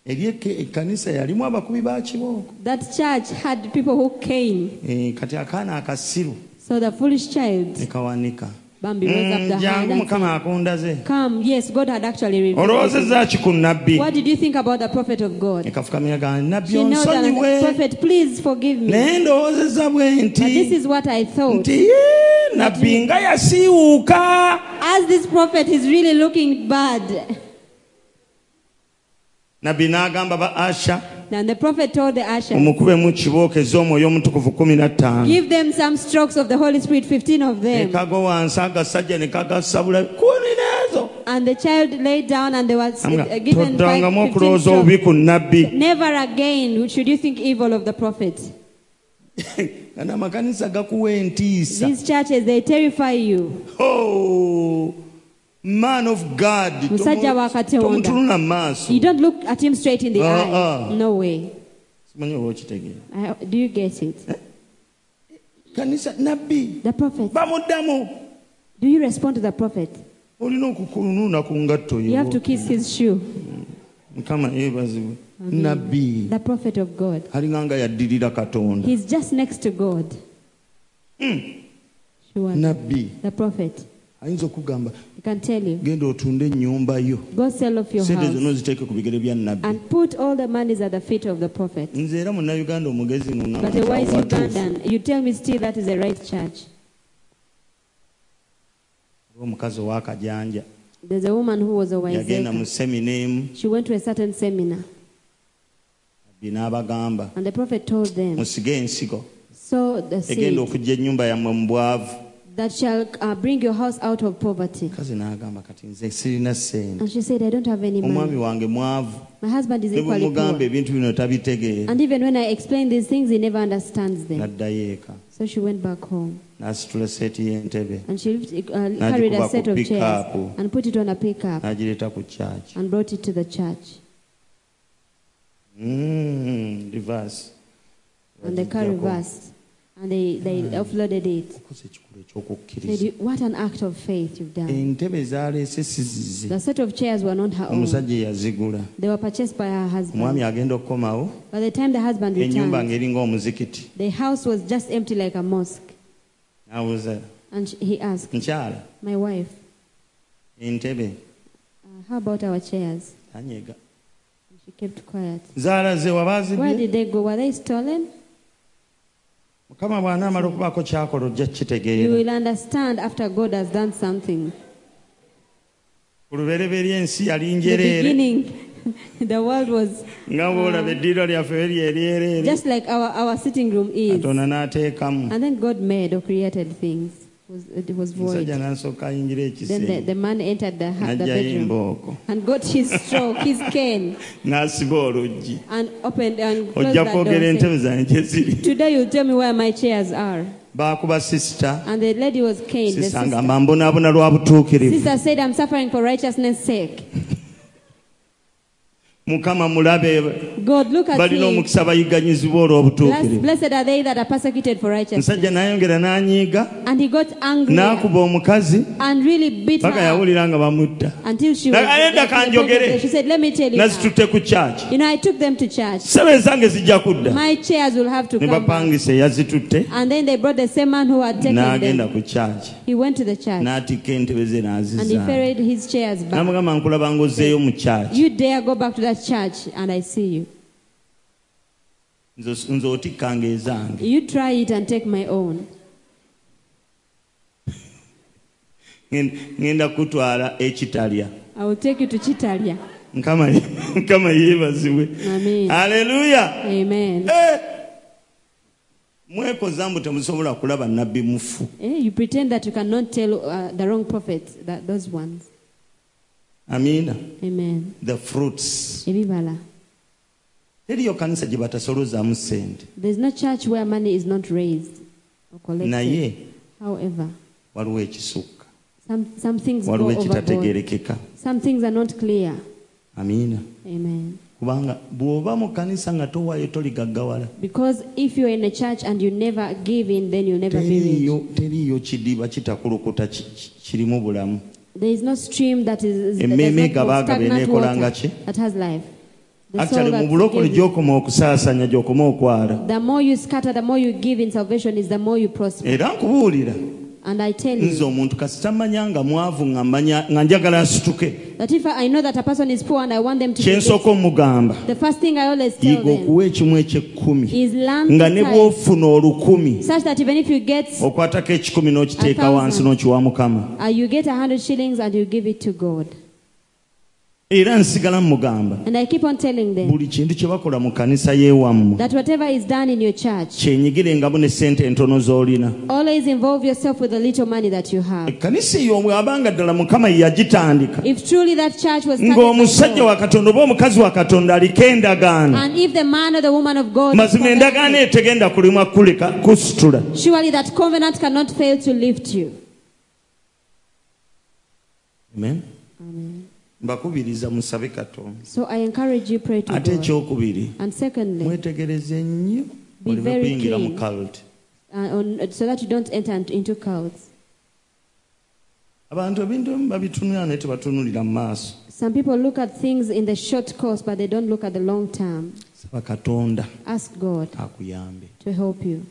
Speaker 1: eri eke- ekkanisa yalimu abakubi ba kibooko
Speaker 2: that church had people who came
Speaker 1: Eh, kati akaana akasiru
Speaker 2: so the foolish child
Speaker 1: ekawanika
Speaker 2: bambi rose up
Speaker 1: Mm,
Speaker 2: the hand
Speaker 1: jangu
Speaker 2: and
Speaker 1: mukama akundaze
Speaker 2: said, come yes god had actually revealed
Speaker 1: olowoozezza ki ku nnabbi
Speaker 2: what did you think about the prophet of god
Speaker 1: ekafukamiraga nabbi
Speaker 2: she knelt and
Speaker 1: onsonyiwe
Speaker 2: prophet please forgive me
Speaker 1: naye ndowoozezza bwe nti
Speaker 2: but this is what i thought
Speaker 1: nti "Yee, nabbi nga yasiiwuuka
Speaker 2: as this prophet is really looking bad
Speaker 1: nabbi n'agamba ba asha
Speaker 2: and the prophet told the usher
Speaker 1: omukube mu kibooko ez'omwoyo omutukuvu 15
Speaker 2: give them some strokes of the holy spirit 15 of them
Speaker 1: ekago wansi agasajja ne kagassa bulabi kuulira ezo
Speaker 2: and the child laid down and they were s-
Speaker 1: Amga,
Speaker 2: uh, given five-
Speaker 1: toddangamu
Speaker 2: 15
Speaker 1: okulowooza
Speaker 2: strokes
Speaker 1: obubi ku nnabbi [LAUGHS]
Speaker 2: Never again should you think evil of the prophet.
Speaker 1: gano amakanisa gakuwa entiisa
Speaker 2: These churches, they terrify you.
Speaker 1: Oh, man of god
Speaker 2: Musajja wa Katonda.
Speaker 1: tomutunula mu maaso
Speaker 2: You don't look at him straight in the eye.
Speaker 1: Uh-uh.
Speaker 2: No way.
Speaker 1: simanyi oba okitegeera
Speaker 2: I, do you get it?
Speaker 1: kanisa nabbi
Speaker 2: The prophet.
Speaker 1: bamuddamu
Speaker 2: Do you respond to the prophet?
Speaker 1: olina okukunuuna ku ngatto
Speaker 2: You have to
Speaker 1: yo
Speaker 2: kiss his shoe.
Speaker 1: mukama yeebazibwe nabbi
Speaker 2: The prophet of God.
Speaker 1: alinga nga yaddirira katonda
Speaker 2: He's just next to God. Sure.
Speaker 1: nabbi
Speaker 2: The prophet.
Speaker 1: ayinza okugamba
Speaker 2: He can tell you.
Speaker 1: genda otunde ennyumba yo
Speaker 2: Go sell off your
Speaker 1: sente
Speaker 2: house
Speaker 1: zonna oziteeke ku bigere bya nabbi
Speaker 2: and put all the monies at the feet of the prophet.
Speaker 1: nze era munnayuganda omugezi
Speaker 2: But the wise
Speaker 1: muwatuufu
Speaker 2: Ugandan, you tell me still that is the right church.
Speaker 1: omukazi owakajanja
Speaker 2: There's a woman who was a wise
Speaker 1: yagenda mu semina emu
Speaker 2: She went to a certain seminar,
Speaker 1: nabbi n'abagamba
Speaker 2: and the prophet told them,
Speaker 1: musige ensigo
Speaker 2: "Sow the seed
Speaker 1: egenda okujja ennyumba yammwe mu bwavu
Speaker 2: that shall uh, bring your house out of poverty."
Speaker 1: mukazi n'agamba kati nze sirina sente
Speaker 2: And she said, "I don't have any
Speaker 1: omwami
Speaker 2: money.
Speaker 1: wange mwavu
Speaker 2: My husband is
Speaker 1: ne bwe
Speaker 2: equally
Speaker 1: mugamba
Speaker 2: poor,
Speaker 1: ebintu bino tabitegeera
Speaker 2: and even when I explain these things, he never understands them."
Speaker 1: n'addayo eka
Speaker 2: So she went back home,
Speaker 1: n'asitula seeti y'entebe
Speaker 2: and she lift- uh, carried a set of
Speaker 1: pick
Speaker 2: chairs
Speaker 1: up. oh.
Speaker 2: and put it on a pickup
Speaker 1: n'agireeta ku kyaki
Speaker 2: and brought it to the church.
Speaker 1: Mm, reverse.
Speaker 2: And they carried reversed, and they they
Speaker 1: Hmm.
Speaker 2: offloaded it.
Speaker 1: okoze ekikulu
Speaker 2: Said,
Speaker 1: eky'okukkiriza
Speaker 2: "You- "What an act of faith you've done!"
Speaker 1: entebe zaaleese sizize
Speaker 2: The set of chairs were not her own.
Speaker 1: omusajja eyazigula
Speaker 2: They were purchased by her
Speaker 1: omwami
Speaker 2: husband.
Speaker 1: agenda okukomawo
Speaker 2: By the time the husband
Speaker 1: ennyumba
Speaker 2: returned,
Speaker 1: ng'eringa omuzikiti
Speaker 2: the house was just empty like a mosque.
Speaker 1: n'abuuza
Speaker 2: And sh- he asked,
Speaker 1: nkyala
Speaker 2: My wife,
Speaker 1: entebe
Speaker 2: uh, how about our chairs?
Speaker 1: tanyega
Speaker 2: And she kept quiet.
Speaker 1: zaalaze
Speaker 2: Where
Speaker 1: wabaazibye
Speaker 2: did they go? Were they stolen?
Speaker 1: mukama bw'anaamala okubaako kyakola ojja
Speaker 2: You
Speaker 1: kukitegeera
Speaker 2: will understand after God has done something.
Speaker 1: ku lubereberye ensi yali
Speaker 2: The
Speaker 1: njereere
Speaker 2: beginning, [LAUGHS] the world was
Speaker 1: nga bw'olaba eddiiro lyaffe beri eryereere
Speaker 2: Ah. just like our, our sitting room is.
Speaker 1: katonda n'ateekamu
Speaker 2: And then God made or created things. It was, it was
Speaker 1: omusajja
Speaker 2: void.
Speaker 1: n'asooka ayingira
Speaker 2: Then the,
Speaker 1: ekisenge
Speaker 2: the man entered the, ha- the
Speaker 1: n'aggyayo
Speaker 2: bedroom
Speaker 1: embooko
Speaker 2: and got his stroke, his cane,
Speaker 1: n'asiba oluggi
Speaker 2: and opened and closed
Speaker 1: ojja
Speaker 2: that door.
Speaker 1: kwogera
Speaker 2: saying,
Speaker 1: entebe zange gye ziri
Speaker 2: Today you tell me where my chairs are.
Speaker 1: baakuba sisita
Speaker 2: And the lady was Cain. The
Speaker 1: sisita
Speaker 2: sister.
Speaker 1: ngamba mbonaabona lwa butuukirivu
Speaker 2: sister said, I'm suffering for righteousness' sake.
Speaker 1: mukama mulabe
Speaker 2: God, look at
Speaker 1: balina
Speaker 2: him.
Speaker 1: omukisa bayiganyizibwa
Speaker 2: Blessed,
Speaker 1: olw'obutuukirivu
Speaker 2: blessed are they that are persecuted for righteousness.
Speaker 1: omusajja n'ayongera n'anyiiga
Speaker 2: And he got angry
Speaker 1: n'akuba omukazi
Speaker 2: and really beat
Speaker 1: paka
Speaker 2: her up
Speaker 1: yawulira nga bamutta
Speaker 2: until she was.
Speaker 1: Naye edda ka njogere.
Speaker 2: She said, Let me tell you. now.
Speaker 1: nazitutte ku kyaki
Speaker 2: You know, I took them to church.
Speaker 1: sebe zange zijja kudda
Speaker 2: My chairs will have to
Speaker 1: ne
Speaker 2: come. back."
Speaker 1: bapangisa eyazitutte
Speaker 2: And then they brought the same man who had taken
Speaker 1: n'agenda
Speaker 2: them.
Speaker 1: ku kyaki
Speaker 2: He went to the church
Speaker 1: n'atikka entebe ze
Speaker 2: and he
Speaker 1: n'azizaala
Speaker 2: ferried his chairs back.
Speaker 1: namugamba nkulaba ng'ozzeeyo mu kyaki
Speaker 2: You dare go back to that church and I see you.
Speaker 1: nze nze otikkanga ezange
Speaker 2: You try it and take my own.
Speaker 1: Ngenda- ngenda kutwala ekitalya
Speaker 2: I will take you to Chitalia.
Speaker 1: mukama ye- [LAUGHS] mukama yeebazibwe
Speaker 2: Amen.
Speaker 1: aleluya
Speaker 2: Amen.
Speaker 1: Eh! mwekoza mbu temusobola kulaba nabbi mufu
Speaker 2: Eh, you pretend that you cannot tell uh, the wrong prophets, that, those ones.
Speaker 1: amina
Speaker 2: amen
Speaker 1: the fruits
Speaker 2: ebibala
Speaker 1: teriyo kanisa gye batasolozaamu ssente
Speaker 2: there's no church where money is not raised or collected
Speaker 1: naye
Speaker 2: however
Speaker 1: waliwo ekisukka
Speaker 2: some, some things go
Speaker 1: waliwo
Speaker 2: overboard.
Speaker 1: ekitategerekeka
Speaker 2: some things are not clear
Speaker 1: amiina
Speaker 2: amen
Speaker 1: kubanga bw'oba mu kanisa nga towaayo toligaggawala
Speaker 2: because if you're in a church and you never give in then you'll never be rich
Speaker 1: teriiyo teriiyo kidiba kitakulukuta ki- ki- kirimu bulamu
Speaker 2: there is no stream that is that
Speaker 1: Emmeeme
Speaker 2: does not hold
Speaker 1: egabagaba
Speaker 2: stagnant
Speaker 1: eneekolanga
Speaker 2: water
Speaker 1: ki?
Speaker 2: that has life The soul
Speaker 1: actually mu
Speaker 2: that
Speaker 1: bulokole
Speaker 2: gives-
Speaker 1: gy'okoma okusaasanya gy'okoma okwala
Speaker 2: The more you scatter, the more you give in salvation is the more you prosper.
Speaker 1: era nkubuulira
Speaker 2: And I tell
Speaker 1: nze
Speaker 2: you
Speaker 1: omuntu kasitamanya nga mwavu nga mmanya- nga njagala asituke
Speaker 2: that if I know that a person is poor and I want them to be
Speaker 1: kyensooka omugamba
Speaker 2: rich, the first thing I always tell
Speaker 1: yiga
Speaker 2: them
Speaker 1: okuwa ekimu ekyekkumi
Speaker 2: is learn
Speaker 1: nga
Speaker 2: to
Speaker 1: ne Oh.
Speaker 2: tithe,
Speaker 1: bw'ofuna olukumi
Speaker 2: such that even if you get
Speaker 1: okwatako ekikumi n'okiteeka
Speaker 2: A thousand.
Speaker 1: wansi n'okiwa mukama
Speaker 2: uh, you get a hundred shillings and you give it to God.
Speaker 1: era nsigala mugamba
Speaker 2: And I keep on telling them
Speaker 1: buli kintu kye bakola mu kanisa y'ewammwe
Speaker 2: that whatever is done in your church,
Speaker 1: kyenyigirengamu ne sente entono z'olina
Speaker 2: always involve yourself with the little money that you have.
Speaker 1: ekkanisa eyo bwe abanga ddala mukama ye yagitandika
Speaker 2: If truly that church was started by
Speaker 1: ng'omusajja
Speaker 2: God,
Speaker 1: wa katonda oba omukazi wa katonda aliko endagaano
Speaker 2: and if the man or the woman of God, is
Speaker 1: mazima endagaano
Speaker 2: covenant,
Speaker 1: etegenda kulimwa kuleka kusitula
Speaker 2: surely that covenant cannot fail to lift you.
Speaker 1: Amen. mbakubiriza musabe katonda
Speaker 2: So I encourage you pray to
Speaker 1: ate
Speaker 2: God.
Speaker 1: ekyokubiri
Speaker 2: And secondly,
Speaker 1: mwetegereze nnyo
Speaker 2: Be
Speaker 1: muleme
Speaker 2: very
Speaker 1: kuyingira mu
Speaker 2: clean.
Speaker 1: cult
Speaker 2: uh, on, so that you don't enter into cults.
Speaker 1: abantu ebintu ebimu babitunulira naye tebatunuulira mu maaso
Speaker 2: Some people look at things in the short course, but they don't look at the long term.
Speaker 1: saba katonda
Speaker 2: Ask God
Speaker 1: akuyambe
Speaker 2: to help you.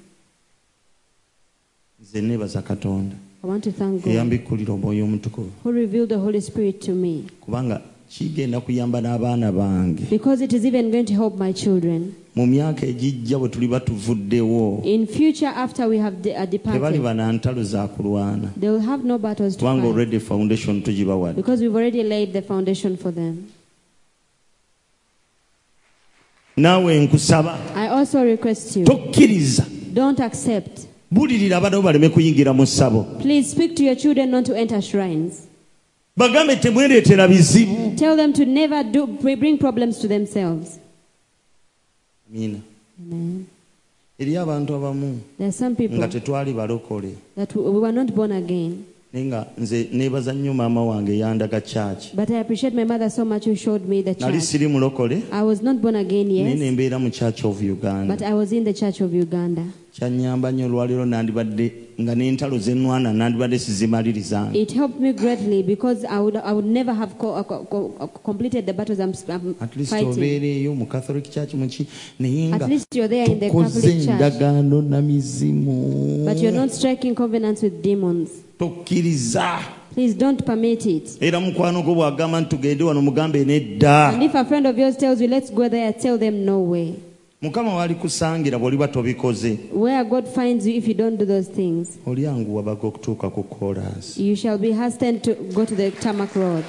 Speaker 1: nze neebaza katonda
Speaker 2: I want to thank God
Speaker 1: eyambikkulira omwoyo omutukuvu
Speaker 2: who revealed the Holy Spirit to me
Speaker 1: kubanga kigenda kuyamba n'abaana bange
Speaker 2: because it is even going to help my children.
Speaker 1: mu myaka egijja bwe tuliba tuvuddewo
Speaker 2: In future, after we have de- uh,
Speaker 1: tebali
Speaker 2: departed,
Speaker 1: bana ntalo za kulwana
Speaker 2: they will have no battles to
Speaker 1: kubanga
Speaker 2: fight
Speaker 1: already foundation tugibawadde
Speaker 2: because we've already laid the foundation for them.
Speaker 1: naawe nkusaba
Speaker 2: I also request you
Speaker 1: tokkiriza
Speaker 2: don't accept.
Speaker 1: bulirira abalabo baleme kuyingira mu ssabo
Speaker 2: Please speak to your children not to enter shrines.
Speaker 1: bagambe temwereetera bizibu
Speaker 2: Tell them to never do, bring problems to themselves.
Speaker 1: amina
Speaker 2: Amen.
Speaker 1: eri abantu abamu
Speaker 2: There are some people
Speaker 1: nga tetwali balokole
Speaker 2: that we were not born again,
Speaker 1: naye nga nze neebaza nnyo maama wange yandaga kyaki
Speaker 2: but I appreciate my mother so much who showed me the
Speaker 1: nali
Speaker 2: church.
Speaker 1: siri mulokole
Speaker 2: I was not born again,
Speaker 1: naye ne
Speaker 2: yes,
Speaker 1: mbeera mu church of uganda
Speaker 2: but I was in the Church of Uganda.
Speaker 1: kyannyamba nnyo olwaliro nandibadde nga n'entalo zenwana nandibadde sizimaliriza
Speaker 2: It helped me greatly because I would, I would never have co- co- co- completed the battles I'm, s- I'm
Speaker 1: at least
Speaker 2: fighting.
Speaker 1: obeera eyo mu catholic church muki naye nga
Speaker 2: At least you're there in the
Speaker 1: tukoze
Speaker 2: Catholic Church,
Speaker 1: endagaano na mizimu
Speaker 2: but you're not striking covenants with demons.
Speaker 1: tokkiriza
Speaker 2: Please don't permit it.
Speaker 1: era mukwano gwo bw'agamba nti tugende wano mugambe
Speaker 2: And
Speaker 1: nedda
Speaker 2: if a friend of yours tells you, let's go there, tell them no way.
Speaker 1: mukama waali kusangira bw'oliba tobikoze
Speaker 2: Where God finds you if you don't do those things,
Speaker 1: olyanguwa baga okutuuka ku kolas
Speaker 2: you shall be hastened to go to the tarmac road.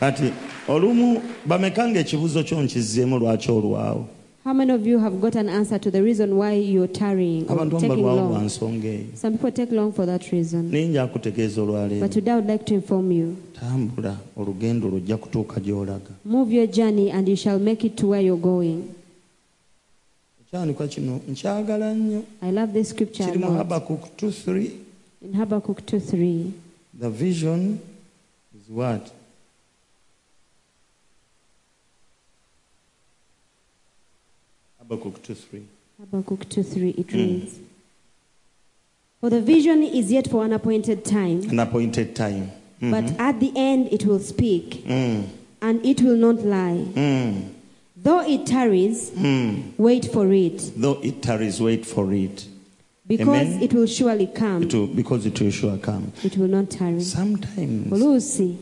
Speaker 1: kati olumu bameka nga ekibuuzo kyo nkizzeemu lwaki olwawo
Speaker 2: How many of you have got an answer to the reason why you're tarrying or
Speaker 1: abantu amu
Speaker 2: taking
Speaker 1: balwawo lwa
Speaker 2: long?
Speaker 1: nsonga eyo
Speaker 2: Some people take long for that reason.
Speaker 1: naye njakutegeeza olwaleero
Speaker 2: But today I would like to inform you
Speaker 1: tambula olugendo lujja kutuuka gy'olaga
Speaker 2: move your journey and you shall make it to where you're going.
Speaker 1: ekyanika kino nkyagala nnyo
Speaker 2: I love this scripture. a
Speaker 1: kiri mu
Speaker 2: lot.
Speaker 1: habakuk 23
Speaker 2: In Habakkuk 2 3.
Speaker 1: the vision is what habakuk 23
Speaker 2: Habakkuk 2 3,
Speaker 1: Hmm.
Speaker 2: it reads For the vision is yet for an appointed time,
Speaker 1: an appointed time Mm,
Speaker 2: but at the end it will speak,
Speaker 1: mm,
Speaker 2: and it will not lie.
Speaker 1: mm,
Speaker 2: Though it tarries,
Speaker 1: mm.
Speaker 2: wait for it,
Speaker 1: though it tarries wait for it
Speaker 2: because
Speaker 1: Amen.
Speaker 2: it will surely come.
Speaker 1: it will, because it will sure come
Speaker 2: It will not tarry.
Speaker 1: sometimes
Speaker 2: oluusi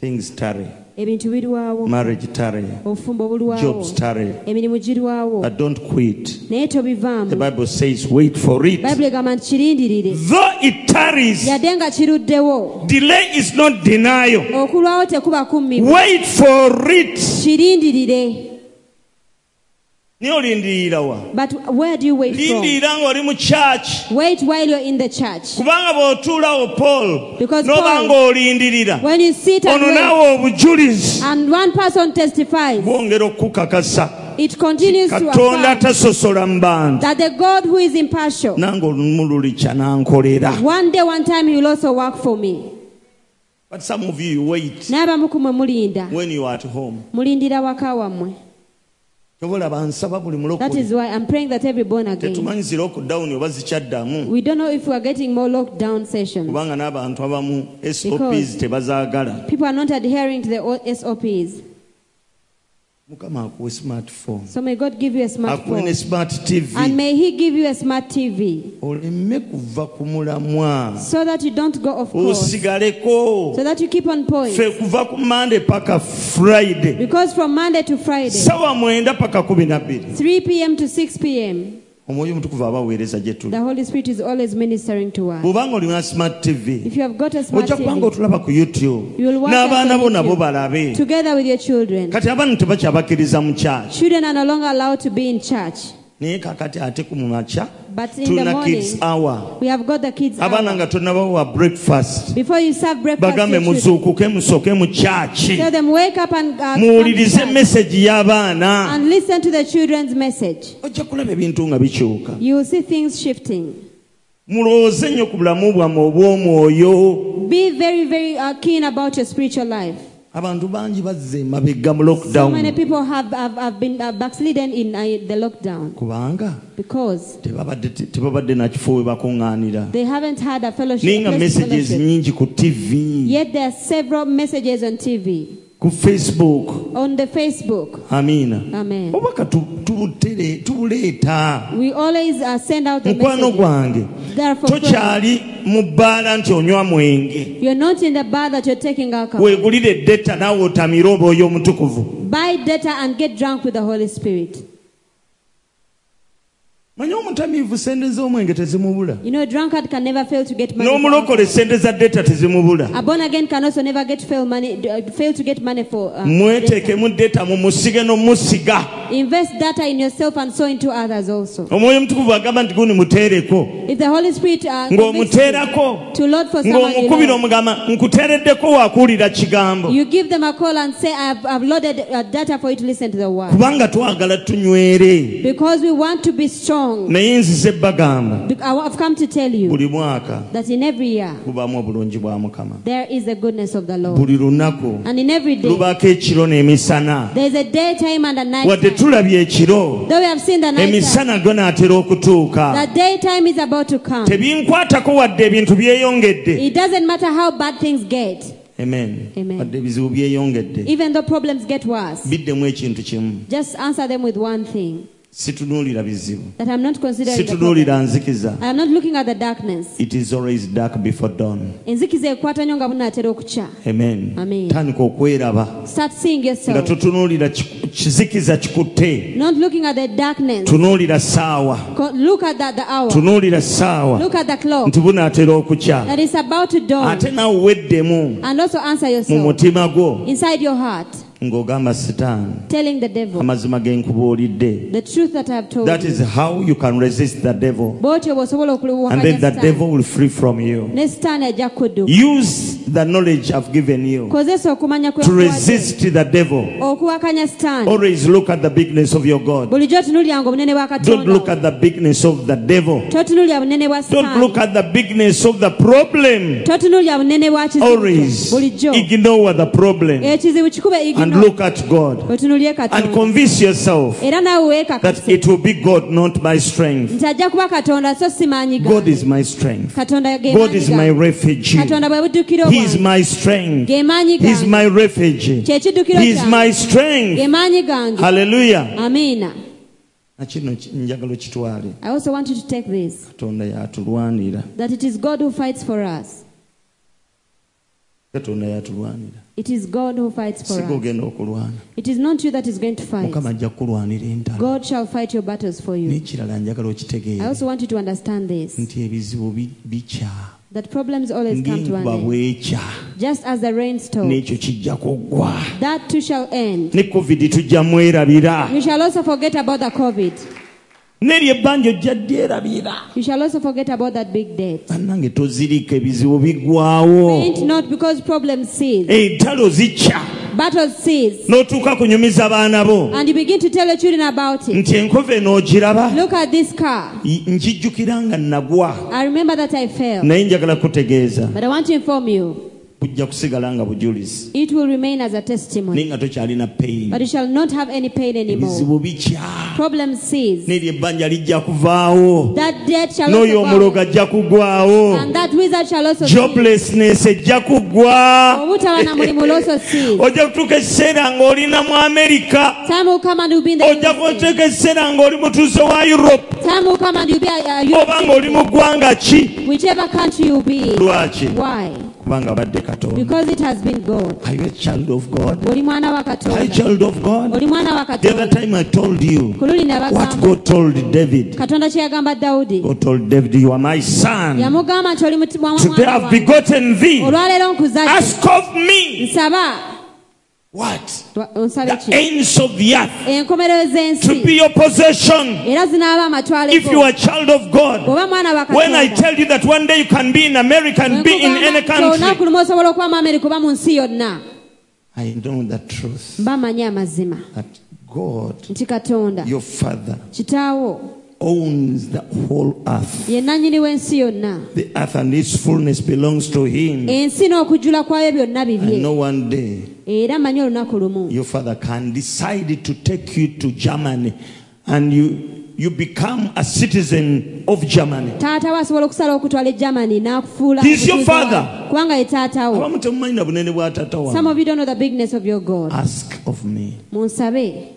Speaker 1: things tarry
Speaker 2: ebintu birwawo
Speaker 1: marriage tarry
Speaker 2: obufumbo bulwawo
Speaker 1: jobs tarry
Speaker 2: emirimu girwawo
Speaker 1: but don't quit
Speaker 2: naye
Speaker 1: The
Speaker 2: tobivaamu
Speaker 1: Bible says, wait for it.
Speaker 2: bayibuli egamba nti kirindirire
Speaker 1: Though it tarries,
Speaker 2: yadde nga kiruddewo
Speaker 1: delay is not denial.
Speaker 2: okulwawo tekuba kummibwa
Speaker 1: Wait for it.
Speaker 2: kirindirire
Speaker 1: naye olindiirira wa
Speaker 2: But where do you wait from?
Speaker 1: lindiira ng'oli mu church
Speaker 2: Wait while you're in the church.
Speaker 1: kubanga bw'otuulawo paul
Speaker 2: Because
Speaker 1: n'oba
Speaker 2: Paul-
Speaker 1: ng'olindirira
Speaker 2: When you sit and
Speaker 1: ono
Speaker 2: wait,
Speaker 1: naawe obujulizi
Speaker 2: and one person testifies,
Speaker 1: bwongera okukukakasa
Speaker 2: it continues to
Speaker 1: katonda
Speaker 2: affirm
Speaker 1: tasosola mu bantu
Speaker 2: that the God who is impartial,
Speaker 1: nange olumu lulikya nankolera
Speaker 2: one day, one time, He will also work for me.
Speaker 1: but some of you you wait
Speaker 2: Naye abamu ku mwe mulinda
Speaker 1: when you are at home
Speaker 2: mulindira waka wammwe
Speaker 1: tobola bansaba buli
Speaker 2: that is
Speaker 1: mulokole
Speaker 2: why i'm praying that every born again
Speaker 1: tetumanyi zira okudawuni oba zikyaddamu
Speaker 2: we don't know if we are getting more lockdown sessions
Speaker 1: kubanga n'abantu abamu sops
Speaker 2: Because-
Speaker 1: tebazaagala
Speaker 2: people are not adhering to the O- sops
Speaker 1: mukama akuwe smartphone
Speaker 2: so may god give you a
Speaker 1: akuwe ne
Speaker 2: smartphone
Speaker 1: smart tv
Speaker 2: and may he give you a smart tv
Speaker 1: oleme kuva ku mulamwa
Speaker 2: so that you don't go off course
Speaker 1: osigaleko
Speaker 2: so that you keep on
Speaker 1: ffe
Speaker 2: point
Speaker 1: kuva ku mande paka friday
Speaker 2: because from monday to friday
Speaker 1: sawa mwenda paka kumi nabbiri
Speaker 2: 3 p.m. to 6 p.m.
Speaker 1: omwoyo omutukuvu abaweereza gye tuli
Speaker 2: the holy spirit is always ministering to us
Speaker 1: bw'obanga olina smart tv
Speaker 2: if you have got a smart
Speaker 1: ojja kubanga
Speaker 2: tv
Speaker 1: otulaba ku youtube
Speaker 2: you will watch us
Speaker 1: n'abaana
Speaker 2: on
Speaker 1: bo nabo
Speaker 2: YouTube
Speaker 1: balabe
Speaker 2: together with your children
Speaker 1: kati abaana tebakyabakkiriza mu kyaki
Speaker 2: Children are no longer allowed to be in church.
Speaker 1: naye kakati ate ku mumakya
Speaker 2: But in the
Speaker 1: tulina kids
Speaker 2: morning,
Speaker 1: hour
Speaker 2: we have got the kids
Speaker 1: abaana
Speaker 2: out.
Speaker 1: nga tonabawa breakfast
Speaker 2: Before you serve breakfast,
Speaker 1: bagambe
Speaker 2: your children,
Speaker 1: muzuukuke musoke mu kyaki
Speaker 2: tell them wake up and, uh, come to
Speaker 1: muwulirize
Speaker 2: church
Speaker 1: meseji y'abaana
Speaker 2: and listen to the children's message.
Speaker 1: ojja kulaba ebintu nga bikyuka
Speaker 2: You will see things shifting.
Speaker 1: mulowooze nnyo ku bulamu bwammwe obw'omwoyo
Speaker 2: Be very, very uh, keen about your spiritual life.
Speaker 1: abantu bangi bazza emabega mu
Speaker 2: So many
Speaker 1: lockdown
Speaker 2: people have, have, have been uh, backslidden in uh, the lockdown
Speaker 1: kubanga
Speaker 2: because
Speaker 1: tebabadde tebabadde nakifo we bakuŋŋaanira
Speaker 2: they haven't had a fellowship.
Speaker 1: naye nga
Speaker 2: place of
Speaker 1: messages
Speaker 2: fellowship.
Speaker 1: nyingi ku tv
Speaker 2: Yet there are several messages on TV,
Speaker 1: ku facebook
Speaker 2: on the Facebook.
Speaker 1: amiina
Speaker 2: Amen.
Speaker 1: obubaka tu- tubutere- tubuleeta
Speaker 2: We always uh, send out the
Speaker 1: mukwano
Speaker 2: message.
Speaker 1: gwange
Speaker 2: Therefore, friends,
Speaker 1: tokyali mu bbaala nti onywa mwenge
Speaker 2: you're not in the bar that you're taking
Speaker 1: Ah.
Speaker 2: alcohol.
Speaker 1: weegulire eddeta naawe otamire obwoyo omutukuvu
Speaker 2: Buy data and get drunk with the Holy Spirit.
Speaker 1: manye omutamiivu sente z'omwenge tezimubula
Speaker 2: You know, a drunkard can never fail to get money. for
Speaker 1: n'omulokole
Speaker 2: alcohol.
Speaker 1: sente za deta tezimubula
Speaker 2: A born again can also never get fail money, uh, fail to get money for.
Speaker 1: Ah.
Speaker 2: Uh, data.
Speaker 1: mweteekemu deta mumusige n'omusiga
Speaker 2: Invest data in yourself and so into others also.
Speaker 1: omwoyo omutukuvu agamba nti guni muteereko
Speaker 2: If the Holy Spirit uh, convicts you
Speaker 1: ng'omuteerako
Speaker 2: to Lord for someone, you,
Speaker 1: ng'omukubira
Speaker 2: love,
Speaker 1: omugamba nkuteereddeko waakuwulira kigambo
Speaker 2: you give them a call and say, I've, I've loaded uh, data for you to listen to the word.
Speaker 1: kubanga twagala tunywere
Speaker 2: Because we want to be strong.
Speaker 1: naye nzize bagamba
Speaker 2: Be- I- I've come to tell you
Speaker 1: buli mwaka
Speaker 2: that in every year
Speaker 1: bubamu obulungi bwa mukama
Speaker 2: there is the goodness of the Lord.
Speaker 1: buli lunaku
Speaker 2: And in every day,
Speaker 1: lubaako ekiro n'emisana
Speaker 2: There is a daytime and a night
Speaker 1: wadde
Speaker 2: time.
Speaker 1: tulabye ekiro
Speaker 2: Though we have seen the night time,
Speaker 1: emisana gonaatera
Speaker 2: the
Speaker 1: okutuuka
Speaker 2: daytime is about to come.
Speaker 1: tebinkwatako wadde ebintu byeyongedde
Speaker 2: It doesn't matter how bad things get,
Speaker 1: amen
Speaker 2: Amen.
Speaker 1: wadde ebizibu byeyongedde
Speaker 2: even though problems get worse.
Speaker 1: biddemu ekintu kimu
Speaker 2: Just answer them with one thing
Speaker 1: situnuulira bizibu
Speaker 2: that I'm not considering. the problem.
Speaker 1: situnuulira nzikiza
Speaker 2: I'm not looking at the darkness.
Speaker 1: it is always dark before dawn
Speaker 2: Enzikiza ekwata nnyo nga bunaatera okukya.
Speaker 1: amen
Speaker 2: Amen.
Speaker 1: tandika okweraba
Speaker 2: Start seeing
Speaker 1: nga
Speaker 2: yourself.
Speaker 1: totunuulira kiku- kizikiza kikutte
Speaker 2: Not looking at the darkness.
Speaker 1: tunuulira saawa
Speaker 2: Co- Look at that the hour.
Speaker 1: tunuulira saawa
Speaker 2: Look at the clock
Speaker 1: nti bunaatera okukya
Speaker 2: that is about to dawn.
Speaker 1: ate naawe weddemu
Speaker 2: And also answer
Speaker 1: mu
Speaker 2: yourself
Speaker 1: mutima gwo
Speaker 2: inside your heart,
Speaker 1: ng'ogamba sitaani
Speaker 2: telling the devil
Speaker 1: amazima ge nkubuulidde
Speaker 2: the truth that I have told
Speaker 1: that
Speaker 2: you.
Speaker 1: is how you can resist the devil
Speaker 2: bw'otyo bw'osobola
Speaker 1: and then the devil
Speaker 2: okuliwakanya
Speaker 1: will flee from you
Speaker 2: ne sitaani ajja kukudduka
Speaker 1: use the knowledge i've given you
Speaker 2: kozesa okumanya kwe
Speaker 1: to
Speaker 2: nkuwadde
Speaker 1: resist the devil
Speaker 2: okuwakanya sitaani
Speaker 1: always look at the bigness of your god
Speaker 2: bulijjo otunulyanga obunene bwa
Speaker 1: don't look
Speaker 2: katonda
Speaker 1: at the bigness of the devil
Speaker 2: totunulya bunene bwa
Speaker 1: don't look
Speaker 2: sitaani
Speaker 1: at the bigness of the problem
Speaker 2: totunulya bunene bwa kizibu
Speaker 1: always
Speaker 2: bulijjo
Speaker 1: ignore the problem
Speaker 2: ekizibu Eh, kikube
Speaker 1: and
Speaker 2: igino
Speaker 1: look at god
Speaker 2: otunulye
Speaker 1: and
Speaker 2: katonda
Speaker 1: convince yourself
Speaker 2: era naawe
Speaker 1: that
Speaker 2: weekakase
Speaker 1: it will be god not my strength
Speaker 2: nti ajja kuba katonda so si maanyi
Speaker 1: god is
Speaker 2: gange
Speaker 1: my strength
Speaker 2: katonda ge
Speaker 1: god is my
Speaker 2: maanyi gange.
Speaker 1: refuge
Speaker 2: katonda bwe buddukiro
Speaker 1: He is
Speaker 2: bwange
Speaker 1: my strength.
Speaker 2: ge maanyi
Speaker 1: He is
Speaker 2: gange
Speaker 1: my refuge.
Speaker 2: kye kiddukiro
Speaker 1: He is my
Speaker 2: kyange ge
Speaker 1: strength.
Speaker 2: maanyi gange
Speaker 1: Hallelujah.
Speaker 2: amiina
Speaker 1: Na kino ki- njagala okitwale.
Speaker 2: i also want you to take this
Speaker 1: Katonda yatulwanira.
Speaker 2: that it is God who fights for us.
Speaker 1: Katonda yatulwanira.
Speaker 2: It is God who fights for
Speaker 1: Siga
Speaker 2: us.
Speaker 1: ogenda okulwana.
Speaker 2: It is not you that is going to fight.
Speaker 1: Mukama ajja kulwanira entalo.
Speaker 2: God shall fight your battles for you.
Speaker 1: N'ekirala njagala
Speaker 2: I
Speaker 1: okitegeere
Speaker 2: also want you to understand this
Speaker 1: nti ebizibu bi- bikya.
Speaker 2: that problems always come to an
Speaker 1: ng'enkuba
Speaker 2: end.
Speaker 1: bwekya
Speaker 2: Just as the rain stops,
Speaker 1: n'ekyo kijja kuggwa
Speaker 2: that too shall end.
Speaker 1: ne covid tujja mwerabira
Speaker 2: You shall also forget about the COVID.
Speaker 1: neryo ebbanja ojja dyerabira
Speaker 2: You shall also forget about that big debt.
Speaker 1: bannange tozirika ebizibu biggwawo
Speaker 2: Faint not because problems cease,
Speaker 1: entalo zikya
Speaker 2: battles cease,
Speaker 1: n'otuuka kunyumiza baana bo
Speaker 2: and you begin to tell your children about it.
Speaker 1: nti enkova en'ogiraba
Speaker 2: Look at this car.
Speaker 1: Y- njijjukira nga nagwa
Speaker 2: I remember that I failed,
Speaker 1: naye njagala kutegeeza
Speaker 2: but I want to inform you
Speaker 1: bujja kusigala nga bujulizi
Speaker 2: it will remain as a testimony.
Speaker 1: naye nga tokyalina
Speaker 2: But
Speaker 1: pain
Speaker 2: you shall not have any pain anymore.
Speaker 1: ebizibu bikya
Speaker 2: Problems cease.
Speaker 1: neryo ebbanja lijja kuvaawo
Speaker 2: That debt shall
Speaker 1: n'oyo
Speaker 2: also go
Speaker 1: omuloga ajja kugwawo
Speaker 2: and that wizard shall also cease.
Speaker 1: joblessness ejja kugwa
Speaker 2: Obutaba na mulimu will also cease.
Speaker 1: ojja kutuuka ekiseera ng'olina mu amerika
Speaker 2: Time will come and you'll be in the
Speaker 1: ojja
Speaker 2: USA.
Speaker 1: kutuuka ekiseera ng'oli mutuuze wa europe
Speaker 2: Time will come and you'll be a, a
Speaker 1: oba
Speaker 2: European.
Speaker 1: ng'oli mu ggwanga ki
Speaker 2: Whichever country you be.
Speaker 1: lwaki
Speaker 2: Why?
Speaker 1: kubanga abadde katonda
Speaker 2: Because it has been God.
Speaker 1: are you a child of god
Speaker 2: Oli mwana wa
Speaker 1: are you a
Speaker 2: Katonda.
Speaker 1: child of god
Speaker 2: Oli mwana wa
Speaker 1: the other
Speaker 2: Katonda.
Speaker 1: time i told you
Speaker 2: Ku luli
Speaker 1: what
Speaker 2: nabagamba.
Speaker 1: god told david
Speaker 2: Katonda kye yagamba Dawudi.
Speaker 1: god told david you are my son
Speaker 2: Yamugamba nti oli muti- mwa-
Speaker 1: today
Speaker 2: mwana
Speaker 1: i've
Speaker 2: wange.
Speaker 1: begotten thee
Speaker 2: Olwaleero nkuza
Speaker 1: ask of me
Speaker 2: nsaba.
Speaker 1: what
Speaker 2: Wa- Onsabe
Speaker 1: the
Speaker 2: ki?
Speaker 1: ends of the earth
Speaker 2: Enkomerero
Speaker 1: to
Speaker 2: z'ensi.
Speaker 1: be your possession
Speaker 2: Era zinaaba amatwale
Speaker 1: if you
Speaker 2: go.
Speaker 1: are a child of God.
Speaker 2: Oba mwana wa
Speaker 1: When I
Speaker 2: Katonda.
Speaker 1: tell you that one day you can be in America and be in any
Speaker 2: olunaku
Speaker 1: country,
Speaker 2: lumu osobola okuba mu amerika oba mu nsi yonna
Speaker 1: I know the truth
Speaker 2: mba manyi amazima
Speaker 1: that God,
Speaker 2: nti katonda
Speaker 1: your Father,
Speaker 2: kitaawo
Speaker 1: owns the whole earth.
Speaker 2: ye nannyini w'ensi yonna
Speaker 1: The earth and its fullness belongs to Him.
Speaker 2: ensi n'okujjula kwayo byonna
Speaker 1: I
Speaker 2: bibye
Speaker 1: know one day
Speaker 2: era manyi olunaku lumu
Speaker 1: your Father can decide to take you to Germany and you, you become a citizen of Germany.
Speaker 2: taata we asobola okusala okutwala e germany n'akufuula
Speaker 1: He is your
Speaker 2: omutuuze wa-
Speaker 1: father.
Speaker 2: kubanga ye taatawo
Speaker 1: Abamu temumanyi na bunene bwa taata wange.
Speaker 2: Oh. some of you don't know the bigness of your god
Speaker 1: Ask of me.
Speaker 2: munsabe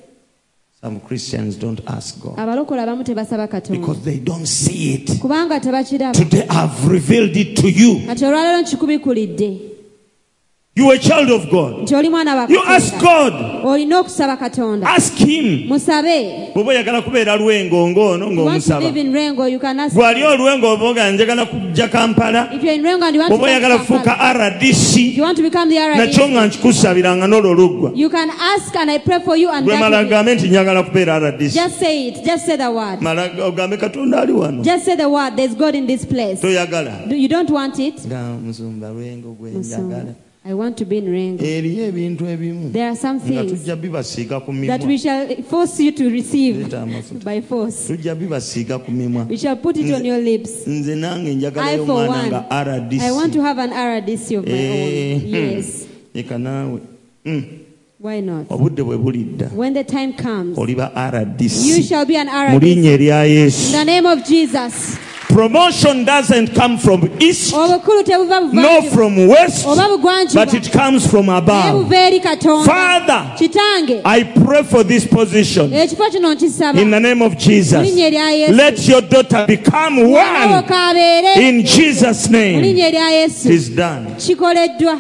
Speaker 1: Some Christians don't ask God.
Speaker 2: abalokola abamu tebasaba katonda
Speaker 1: because they don't see it.
Speaker 2: kubanga tebakiraba
Speaker 1: Today I've revealed it to you.
Speaker 2: kati olwaleero nkikubikulidde
Speaker 1: You are a child of God.
Speaker 2: nti oli mwana wa
Speaker 1: You ask
Speaker 2: katonda
Speaker 1: God.
Speaker 2: olina okusaba katonda
Speaker 1: Ask Him.
Speaker 2: musabe
Speaker 1: bwoba oyagala kubeera lwengo ng'ono
Speaker 2: You want to
Speaker 1: ng'omusaba
Speaker 2: live in Rengo, you can ask.
Speaker 1: gwali olwengo oboga njagala kujja kampala
Speaker 2: If you're in Rengo and you want to
Speaker 1: oba oyagala
Speaker 2: become
Speaker 1: kufuuka
Speaker 2: Kampala, if
Speaker 1: rdc
Speaker 2: you want to become the
Speaker 1: nakyo
Speaker 2: RIA,
Speaker 1: nga nkikusabiranga n'olwoluggwa
Speaker 2: you can ask and I pray for you and
Speaker 1: gwe mala
Speaker 2: that will be-
Speaker 1: gambe nti njagala kubeera rdc
Speaker 2: Just say it. Just say the word.
Speaker 1: mala ogambe katonda ali wano
Speaker 2: Just say the word. There's God in this place.
Speaker 1: toyagala
Speaker 2: Do- You don't want it?
Speaker 1: nga musumba lwengo gwe njagala
Speaker 2: Musonga. I want to be in Rengo.
Speaker 1: eriyo ebintu ebimu
Speaker 2: There are some
Speaker 1: nga
Speaker 2: things
Speaker 1: tujja bibasiiga ku
Speaker 2: that
Speaker 1: mimwa
Speaker 2: we shall force you to receive
Speaker 1: Leeta amafuta.
Speaker 2: by force.
Speaker 1: tujja bibasiiga ku mimwa
Speaker 2: We shall put it on your lips.
Speaker 1: nze nange
Speaker 2: I,
Speaker 1: njagalayo
Speaker 2: for
Speaker 1: omwana
Speaker 2: one,
Speaker 1: nga rdc
Speaker 2: I want to have an RDC of my
Speaker 1: Eh,
Speaker 2: own.
Speaker 1: hmm.
Speaker 2: Yes.
Speaker 1: leka naawe Mm.
Speaker 2: Why not?
Speaker 1: obudde bwe bulidda
Speaker 2: When the time comes,
Speaker 1: oliba rdc
Speaker 2: you shall be an
Speaker 1: mu
Speaker 2: RDC.
Speaker 1: linnya erya
Speaker 2: In
Speaker 1: yesu
Speaker 2: the name of Jesus.
Speaker 1: promotion doesn't come from east
Speaker 2: Obukulu tebuva
Speaker 1: no
Speaker 2: buvanjuba
Speaker 1: from west
Speaker 2: oba bugwanjuba
Speaker 1: but it comes from
Speaker 2: naye
Speaker 1: above
Speaker 2: buva eri Katonda.
Speaker 1: father
Speaker 2: Kitange
Speaker 1: i pray for this position
Speaker 2: ekifo kino nkisaba
Speaker 1: in the name of jesus
Speaker 2: Mu linnya erya Yesu.
Speaker 1: let your daughter become
Speaker 2: Awo
Speaker 1: one
Speaker 2: kaabeere
Speaker 1: in jesus
Speaker 2: mu
Speaker 1: name
Speaker 2: linnya erya
Speaker 1: it
Speaker 2: Yesu
Speaker 1: is done
Speaker 2: kikoleddwa.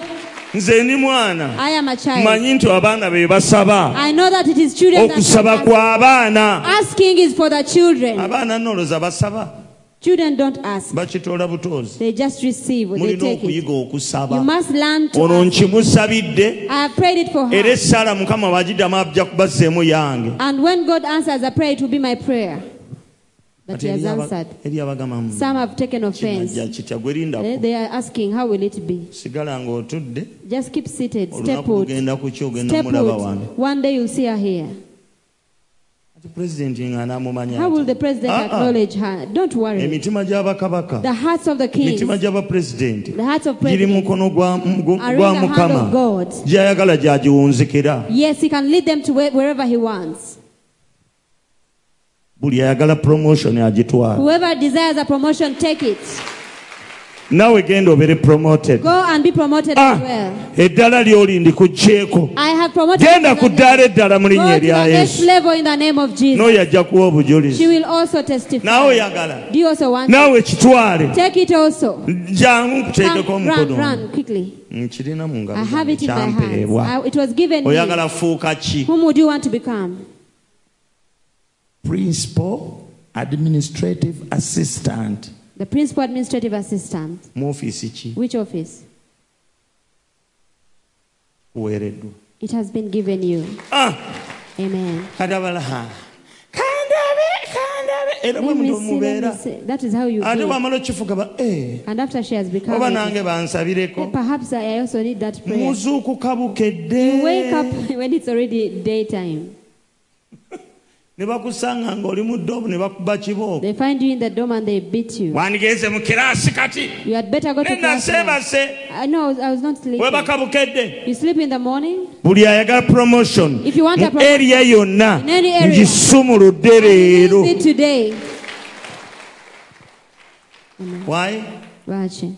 Speaker 1: nze ndi mwana
Speaker 2: I am a child.
Speaker 1: manyi nti abaana be basaba
Speaker 2: I know that it is children that
Speaker 1: okusaba
Speaker 2: ask.
Speaker 1: kw'abaana
Speaker 2: Asking is for the children.
Speaker 1: abaana noloza basaba
Speaker 2: Children don't ask.
Speaker 1: bakitoola butoozi
Speaker 2: They just receive. They
Speaker 1: mulina
Speaker 2: take it.
Speaker 1: okuyiga
Speaker 2: You
Speaker 1: okusaba
Speaker 2: must learn to
Speaker 1: ono
Speaker 2: ask.
Speaker 1: nkimusabidde
Speaker 2: I have prayed it for
Speaker 1: era
Speaker 2: her.
Speaker 1: essaala mukama bwagiddamu ajja kubazzeemu yange
Speaker 2: And when God answers a prayer, it will be my prayer. But
Speaker 1: Kati
Speaker 2: he has
Speaker 1: eri aba-
Speaker 2: answered.
Speaker 1: eri abagamba "Mm,
Speaker 2: Some have taken
Speaker 1: kino
Speaker 2: offense.
Speaker 1: ajja kitya gwe
Speaker 2: Eh,
Speaker 1: lindako
Speaker 2: They are asking, how will it be?
Speaker 1: sigala ng'otudde
Speaker 2: Just keep seated. Step
Speaker 1: olunaku
Speaker 2: out.
Speaker 1: lugenda kuki ogenda
Speaker 2: Step
Speaker 1: mulaba
Speaker 2: out.
Speaker 1: wano
Speaker 2: One day you'll see her here.
Speaker 1: ati pulezidenti nga anamumanya
Speaker 2: How will
Speaker 1: atya?
Speaker 2: the president
Speaker 1: Ah, ah.
Speaker 2: acknowledge her? Don't worry.
Speaker 1: emitima gy'abakabaka
Speaker 2: The hearts of the kings,
Speaker 1: emitima
Speaker 2: the
Speaker 1: gy'abapulezidenti
Speaker 2: hearts of
Speaker 1: giri mu
Speaker 2: presidents,
Speaker 1: mukono gwa
Speaker 2: are in
Speaker 1: gwa
Speaker 2: the hand
Speaker 1: mukama
Speaker 2: of God.
Speaker 1: gy'ayagala gy'agiwunzikira
Speaker 2: Yes, he can lead them to where- wherever he wants.
Speaker 1: buli ayagala promotion agitwala
Speaker 2: Whoever desires a promotion, take it.
Speaker 1: naawe genda obeere promoted
Speaker 2: Go and be promoted
Speaker 1: Ah,
Speaker 2: as well.
Speaker 1: eddala lyoli ndikugyeko
Speaker 2: I have promoted
Speaker 1: genda
Speaker 2: you to
Speaker 1: ku
Speaker 2: the
Speaker 1: ddaala eddala mu linnya
Speaker 2: Go to the
Speaker 1: erya
Speaker 2: next
Speaker 1: yesu
Speaker 2: level in the name of Jesus.
Speaker 1: n'oyo ajja kuwa
Speaker 2: She
Speaker 1: obujulizi
Speaker 2: will also
Speaker 1: naawe
Speaker 2: testify.
Speaker 1: oyagala
Speaker 2: Do you also want it?
Speaker 1: naawe kitwale
Speaker 2: Take it also.
Speaker 1: jangu kuteekeko
Speaker 2: Come, run,
Speaker 1: omukono
Speaker 2: run quickly.
Speaker 1: nkirina mu
Speaker 2: I have it in my
Speaker 1: eh,
Speaker 2: hands.
Speaker 1: ngakyampeebwa
Speaker 2: I, it was given me.
Speaker 1: oyagala fuuka ki
Speaker 2: Whom would you want to become?
Speaker 1: principal administrative assistant
Speaker 2: The principal administrative assistant.
Speaker 1: mu ofiisi ki
Speaker 2: Which office?
Speaker 1: kuweereddwa
Speaker 2: It has been given you.
Speaker 1: Ah, Eh,
Speaker 2: Amen.
Speaker 1: kadabala kandabe kandabe era bwe
Speaker 2: Let me
Speaker 1: muto
Speaker 2: see, let
Speaker 1: mubeera
Speaker 2: me see. That is how you
Speaker 1: ate
Speaker 2: give.
Speaker 1: bwamala okifuga ba "Eh,
Speaker 2: And after she has become.
Speaker 1: Ah, oba
Speaker 2: it,
Speaker 1: nange
Speaker 2: eh,
Speaker 1: bansabireko
Speaker 2: Perhaps I also need that prayer.
Speaker 1: muzuukuka bukedde
Speaker 2: You wake up [LAUGHS] when it's already daytime.
Speaker 1: ne bakusanga ng'oli mu ddobu ne bakuba kibooko
Speaker 2: They find you in the dorm and they beat you.
Speaker 1: wandigenze mu kiraasi kati
Speaker 2: You had better go to
Speaker 1: ne
Speaker 2: class. now.
Speaker 1: naseebase
Speaker 2: I know I was- I was not sleeping.
Speaker 1: webaka bukedde
Speaker 2: You sleep in the morning.
Speaker 1: buli ayagala promotion
Speaker 2: If you want a
Speaker 1: mu
Speaker 2: promotion-
Speaker 1: eriya yonna
Speaker 2: In any area.
Speaker 1: ngisumuludde leero
Speaker 2: Is it today?
Speaker 1: why
Speaker 2: Bache.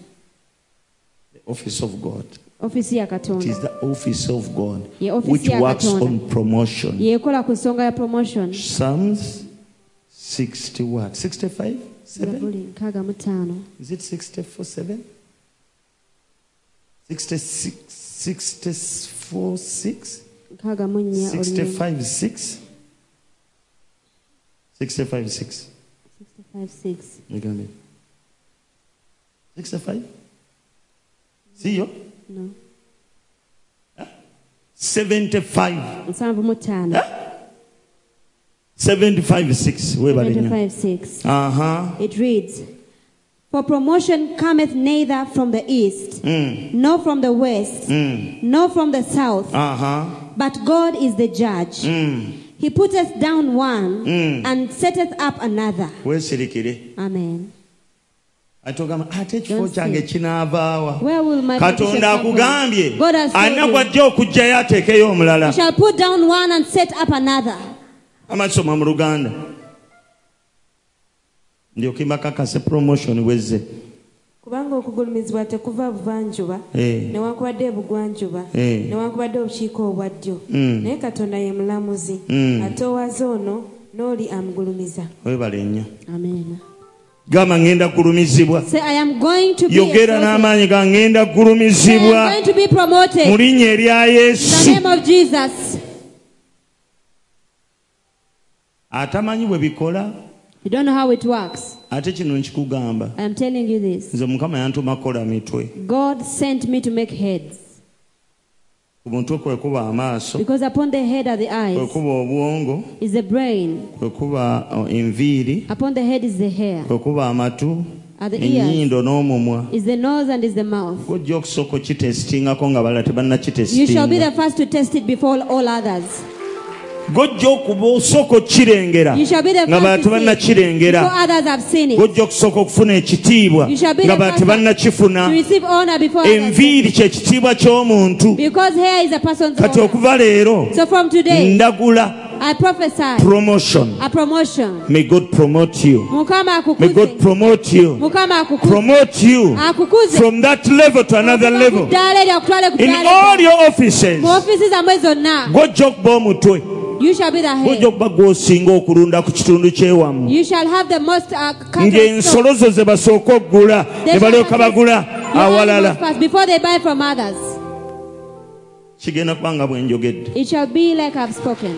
Speaker 1: the office of god
Speaker 2: Ofisi ya
Speaker 1: it is
Speaker 2: Katonda.
Speaker 1: the office of god
Speaker 2: Ye ofisi
Speaker 1: which
Speaker 2: ya
Speaker 1: works
Speaker 2: Katonda.
Speaker 1: on promotion
Speaker 2: Yekola kusonga ya promotion.
Speaker 1: Psalms 60 what? 65? 7?
Speaker 2: Zaburi nkaga mutano.
Speaker 1: Is it 64, 7? 66, 64, 6?
Speaker 2: Nkaga munya olunye.
Speaker 1: 65, 6? 65, 6.
Speaker 2: 65.
Speaker 1: Nigambe. 65? Siyo?
Speaker 2: No.
Speaker 1: 75.
Speaker 2: Nsanvu mutano.
Speaker 1: 75, 6. Webale nya.
Speaker 2: 25.
Speaker 1: Aha.
Speaker 2: It reads, For promotion cometh neither from the east,
Speaker 1: Mm.
Speaker 2: nor from the west,
Speaker 1: Mm.
Speaker 2: nor from the south,
Speaker 1: Aha.
Speaker 2: but God is the judge.
Speaker 1: Mm.
Speaker 2: He putteth down one
Speaker 1: Mm.
Speaker 2: and setteth up another.
Speaker 1: Weesirikire.
Speaker 2: Amen.
Speaker 1: atogamba ate ekifo
Speaker 2: Don't
Speaker 1: kyange
Speaker 2: say.
Speaker 1: kinaavaawa
Speaker 2: Where will my petition
Speaker 1: katonda
Speaker 2: come from?
Speaker 1: akugambye
Speaker 2: God has told
Speaker 1: alina
Speaker 2: you,
Speaker 1: gwajja okugjayo ateekeyo omulala
Speaker 2: "You shall put down one and set up another.
Speaker 1: amasoma mu luganda ndyoke mbakakase promotion weze
Speaker 4: kubanga okugulumizibwa tekuva buvanjuba
Speaker 1: Eh.
Speaker 4: newankubadde ebugwanjuba
Speaker 1: Eh.
Speaker 4: newankubadde obukiiko obwa ddyo
Speaker 1: Mm.
Speaker 4: naye katonda ye mulamuzi
Speaker 1: Mm.
Speaker 4: atoowaza ono n'oli amugulumiza
Speaker 1: webale nnyo
Speaker 2: Amen.
Speaker 1: gamba ngenda kulumizibwa
Speaker 2: Say, I am going to be
Speaker 1: yogera
Speaker 2: exalted.
Speaker 1: n'amaanyi ga ngenda
Speaker 2: Say, I am
Speaker 1: kulumizibwa
Speaker 2: going to be promoted.
Speaker 1: mu linnya erya
Speaker 2: In the
Speaker 1: yesu
Speaker 2: name of Jesus.
Speaker 1: atamanyi bwe bikola
Speaker 2: You don't know how it works.
Speaker 1: ate kino nkikugamba
Speaker 2: I am telling you this.
Speaker 1: nze mukama yantumakola mitwe
Speaker 2: God sent me to make heads.
Speaker 1: ku mutwe kwekuba amaaso
Speaker 2: Because upon the head are the eyes,
Speaker 1: kwekuba obwongo
Speaker 2: is the brain.
Speaker 1: kwekuba oh, enviiri
Speaker 2: Upon the head is the hair,
Speaker 1: kwekuba amatu
Speaker 2: are the ears,
Speaker 1: ennyindo n'omumwa
Speaker 2: is the nose, and is the mouth.
Speaker 1: gojja okusooka okitesitingako nga balala
Speaker 2: You shall be
Speaker 1: tebanakitesitinga
Speaker 2: the first to test it before all others.
Speaker 1: gojja okuba osooka okukirengera
Speaker 2: You shall be the
Speaker 1: nga balala
Speaker 2: first to see it before
Speaker 1: tebanakirengera
Speaker 2: others have seen it.
Speaker 1: gojja okusooka okufuna ekitiibwa
Speaker 2: You shall be
Speaker 1: nga
Speaker 2: the
Speaker 1: balala
Speaker 2: first
Speaker 1: tebanakifuna
Speaker 2: To receive honor before others.
Speaker 1: enviiri kyekitiibwa ky'omuntu
Speaker 2: Because hair is a person's
Speaker 1: kati
Speaker 2: honor.
Speaker 1: okuva leero
Speaker 2: So from today,
Speaker 1: ndagula
Speaker 2: I prophesy
Speaker 1: promotion
Speaker 2: a promotion.
Speaker 1: may god promote you
Speaker 2: Mukama
Speaker 1: may god
Speaker 2: akukuze.
Speaker 1: promote you
Speaker 2: Mukama akukuze.
Speaker 1: promote you
Speaker 2: Akukuze.
Speaker 1: from that level to another
Speaker 2: Okuva ku
Speaker 1: level
Speaker 2: ddaala eryo okutwala ku
Speaker 1: in
Speaker 2: ddaala
Speaker 1: all
Speaker 2: eryo.
Speaker 1: your offices
Speaker 2: mu ofiisi zammwe zonna
Speaker 1: gojja okuba omutwe
Speaker 2: you shall be the
Speaker 1: gojja
Speaker 2: head
Speaker 1: okuba gwosinga okulunda ku kitundu kyewamu
Speaker 2: you shall have the most uh, cattle
Speaker 1: ng'ensolo zo ze basooka okugula
Speaker 2: They
Speaker 1: ne
Speaker 2: shall
Speaker 1: balyoka
Speaker 2: have-
Speaker 1: bagula
Speaker 2: Your
Speaker 1: awalala
Speaker 2: animals first before they buy from others
Speaker 1: kigenda kubanga bwe njogedde
Speaker 2: it shall be like I've spoken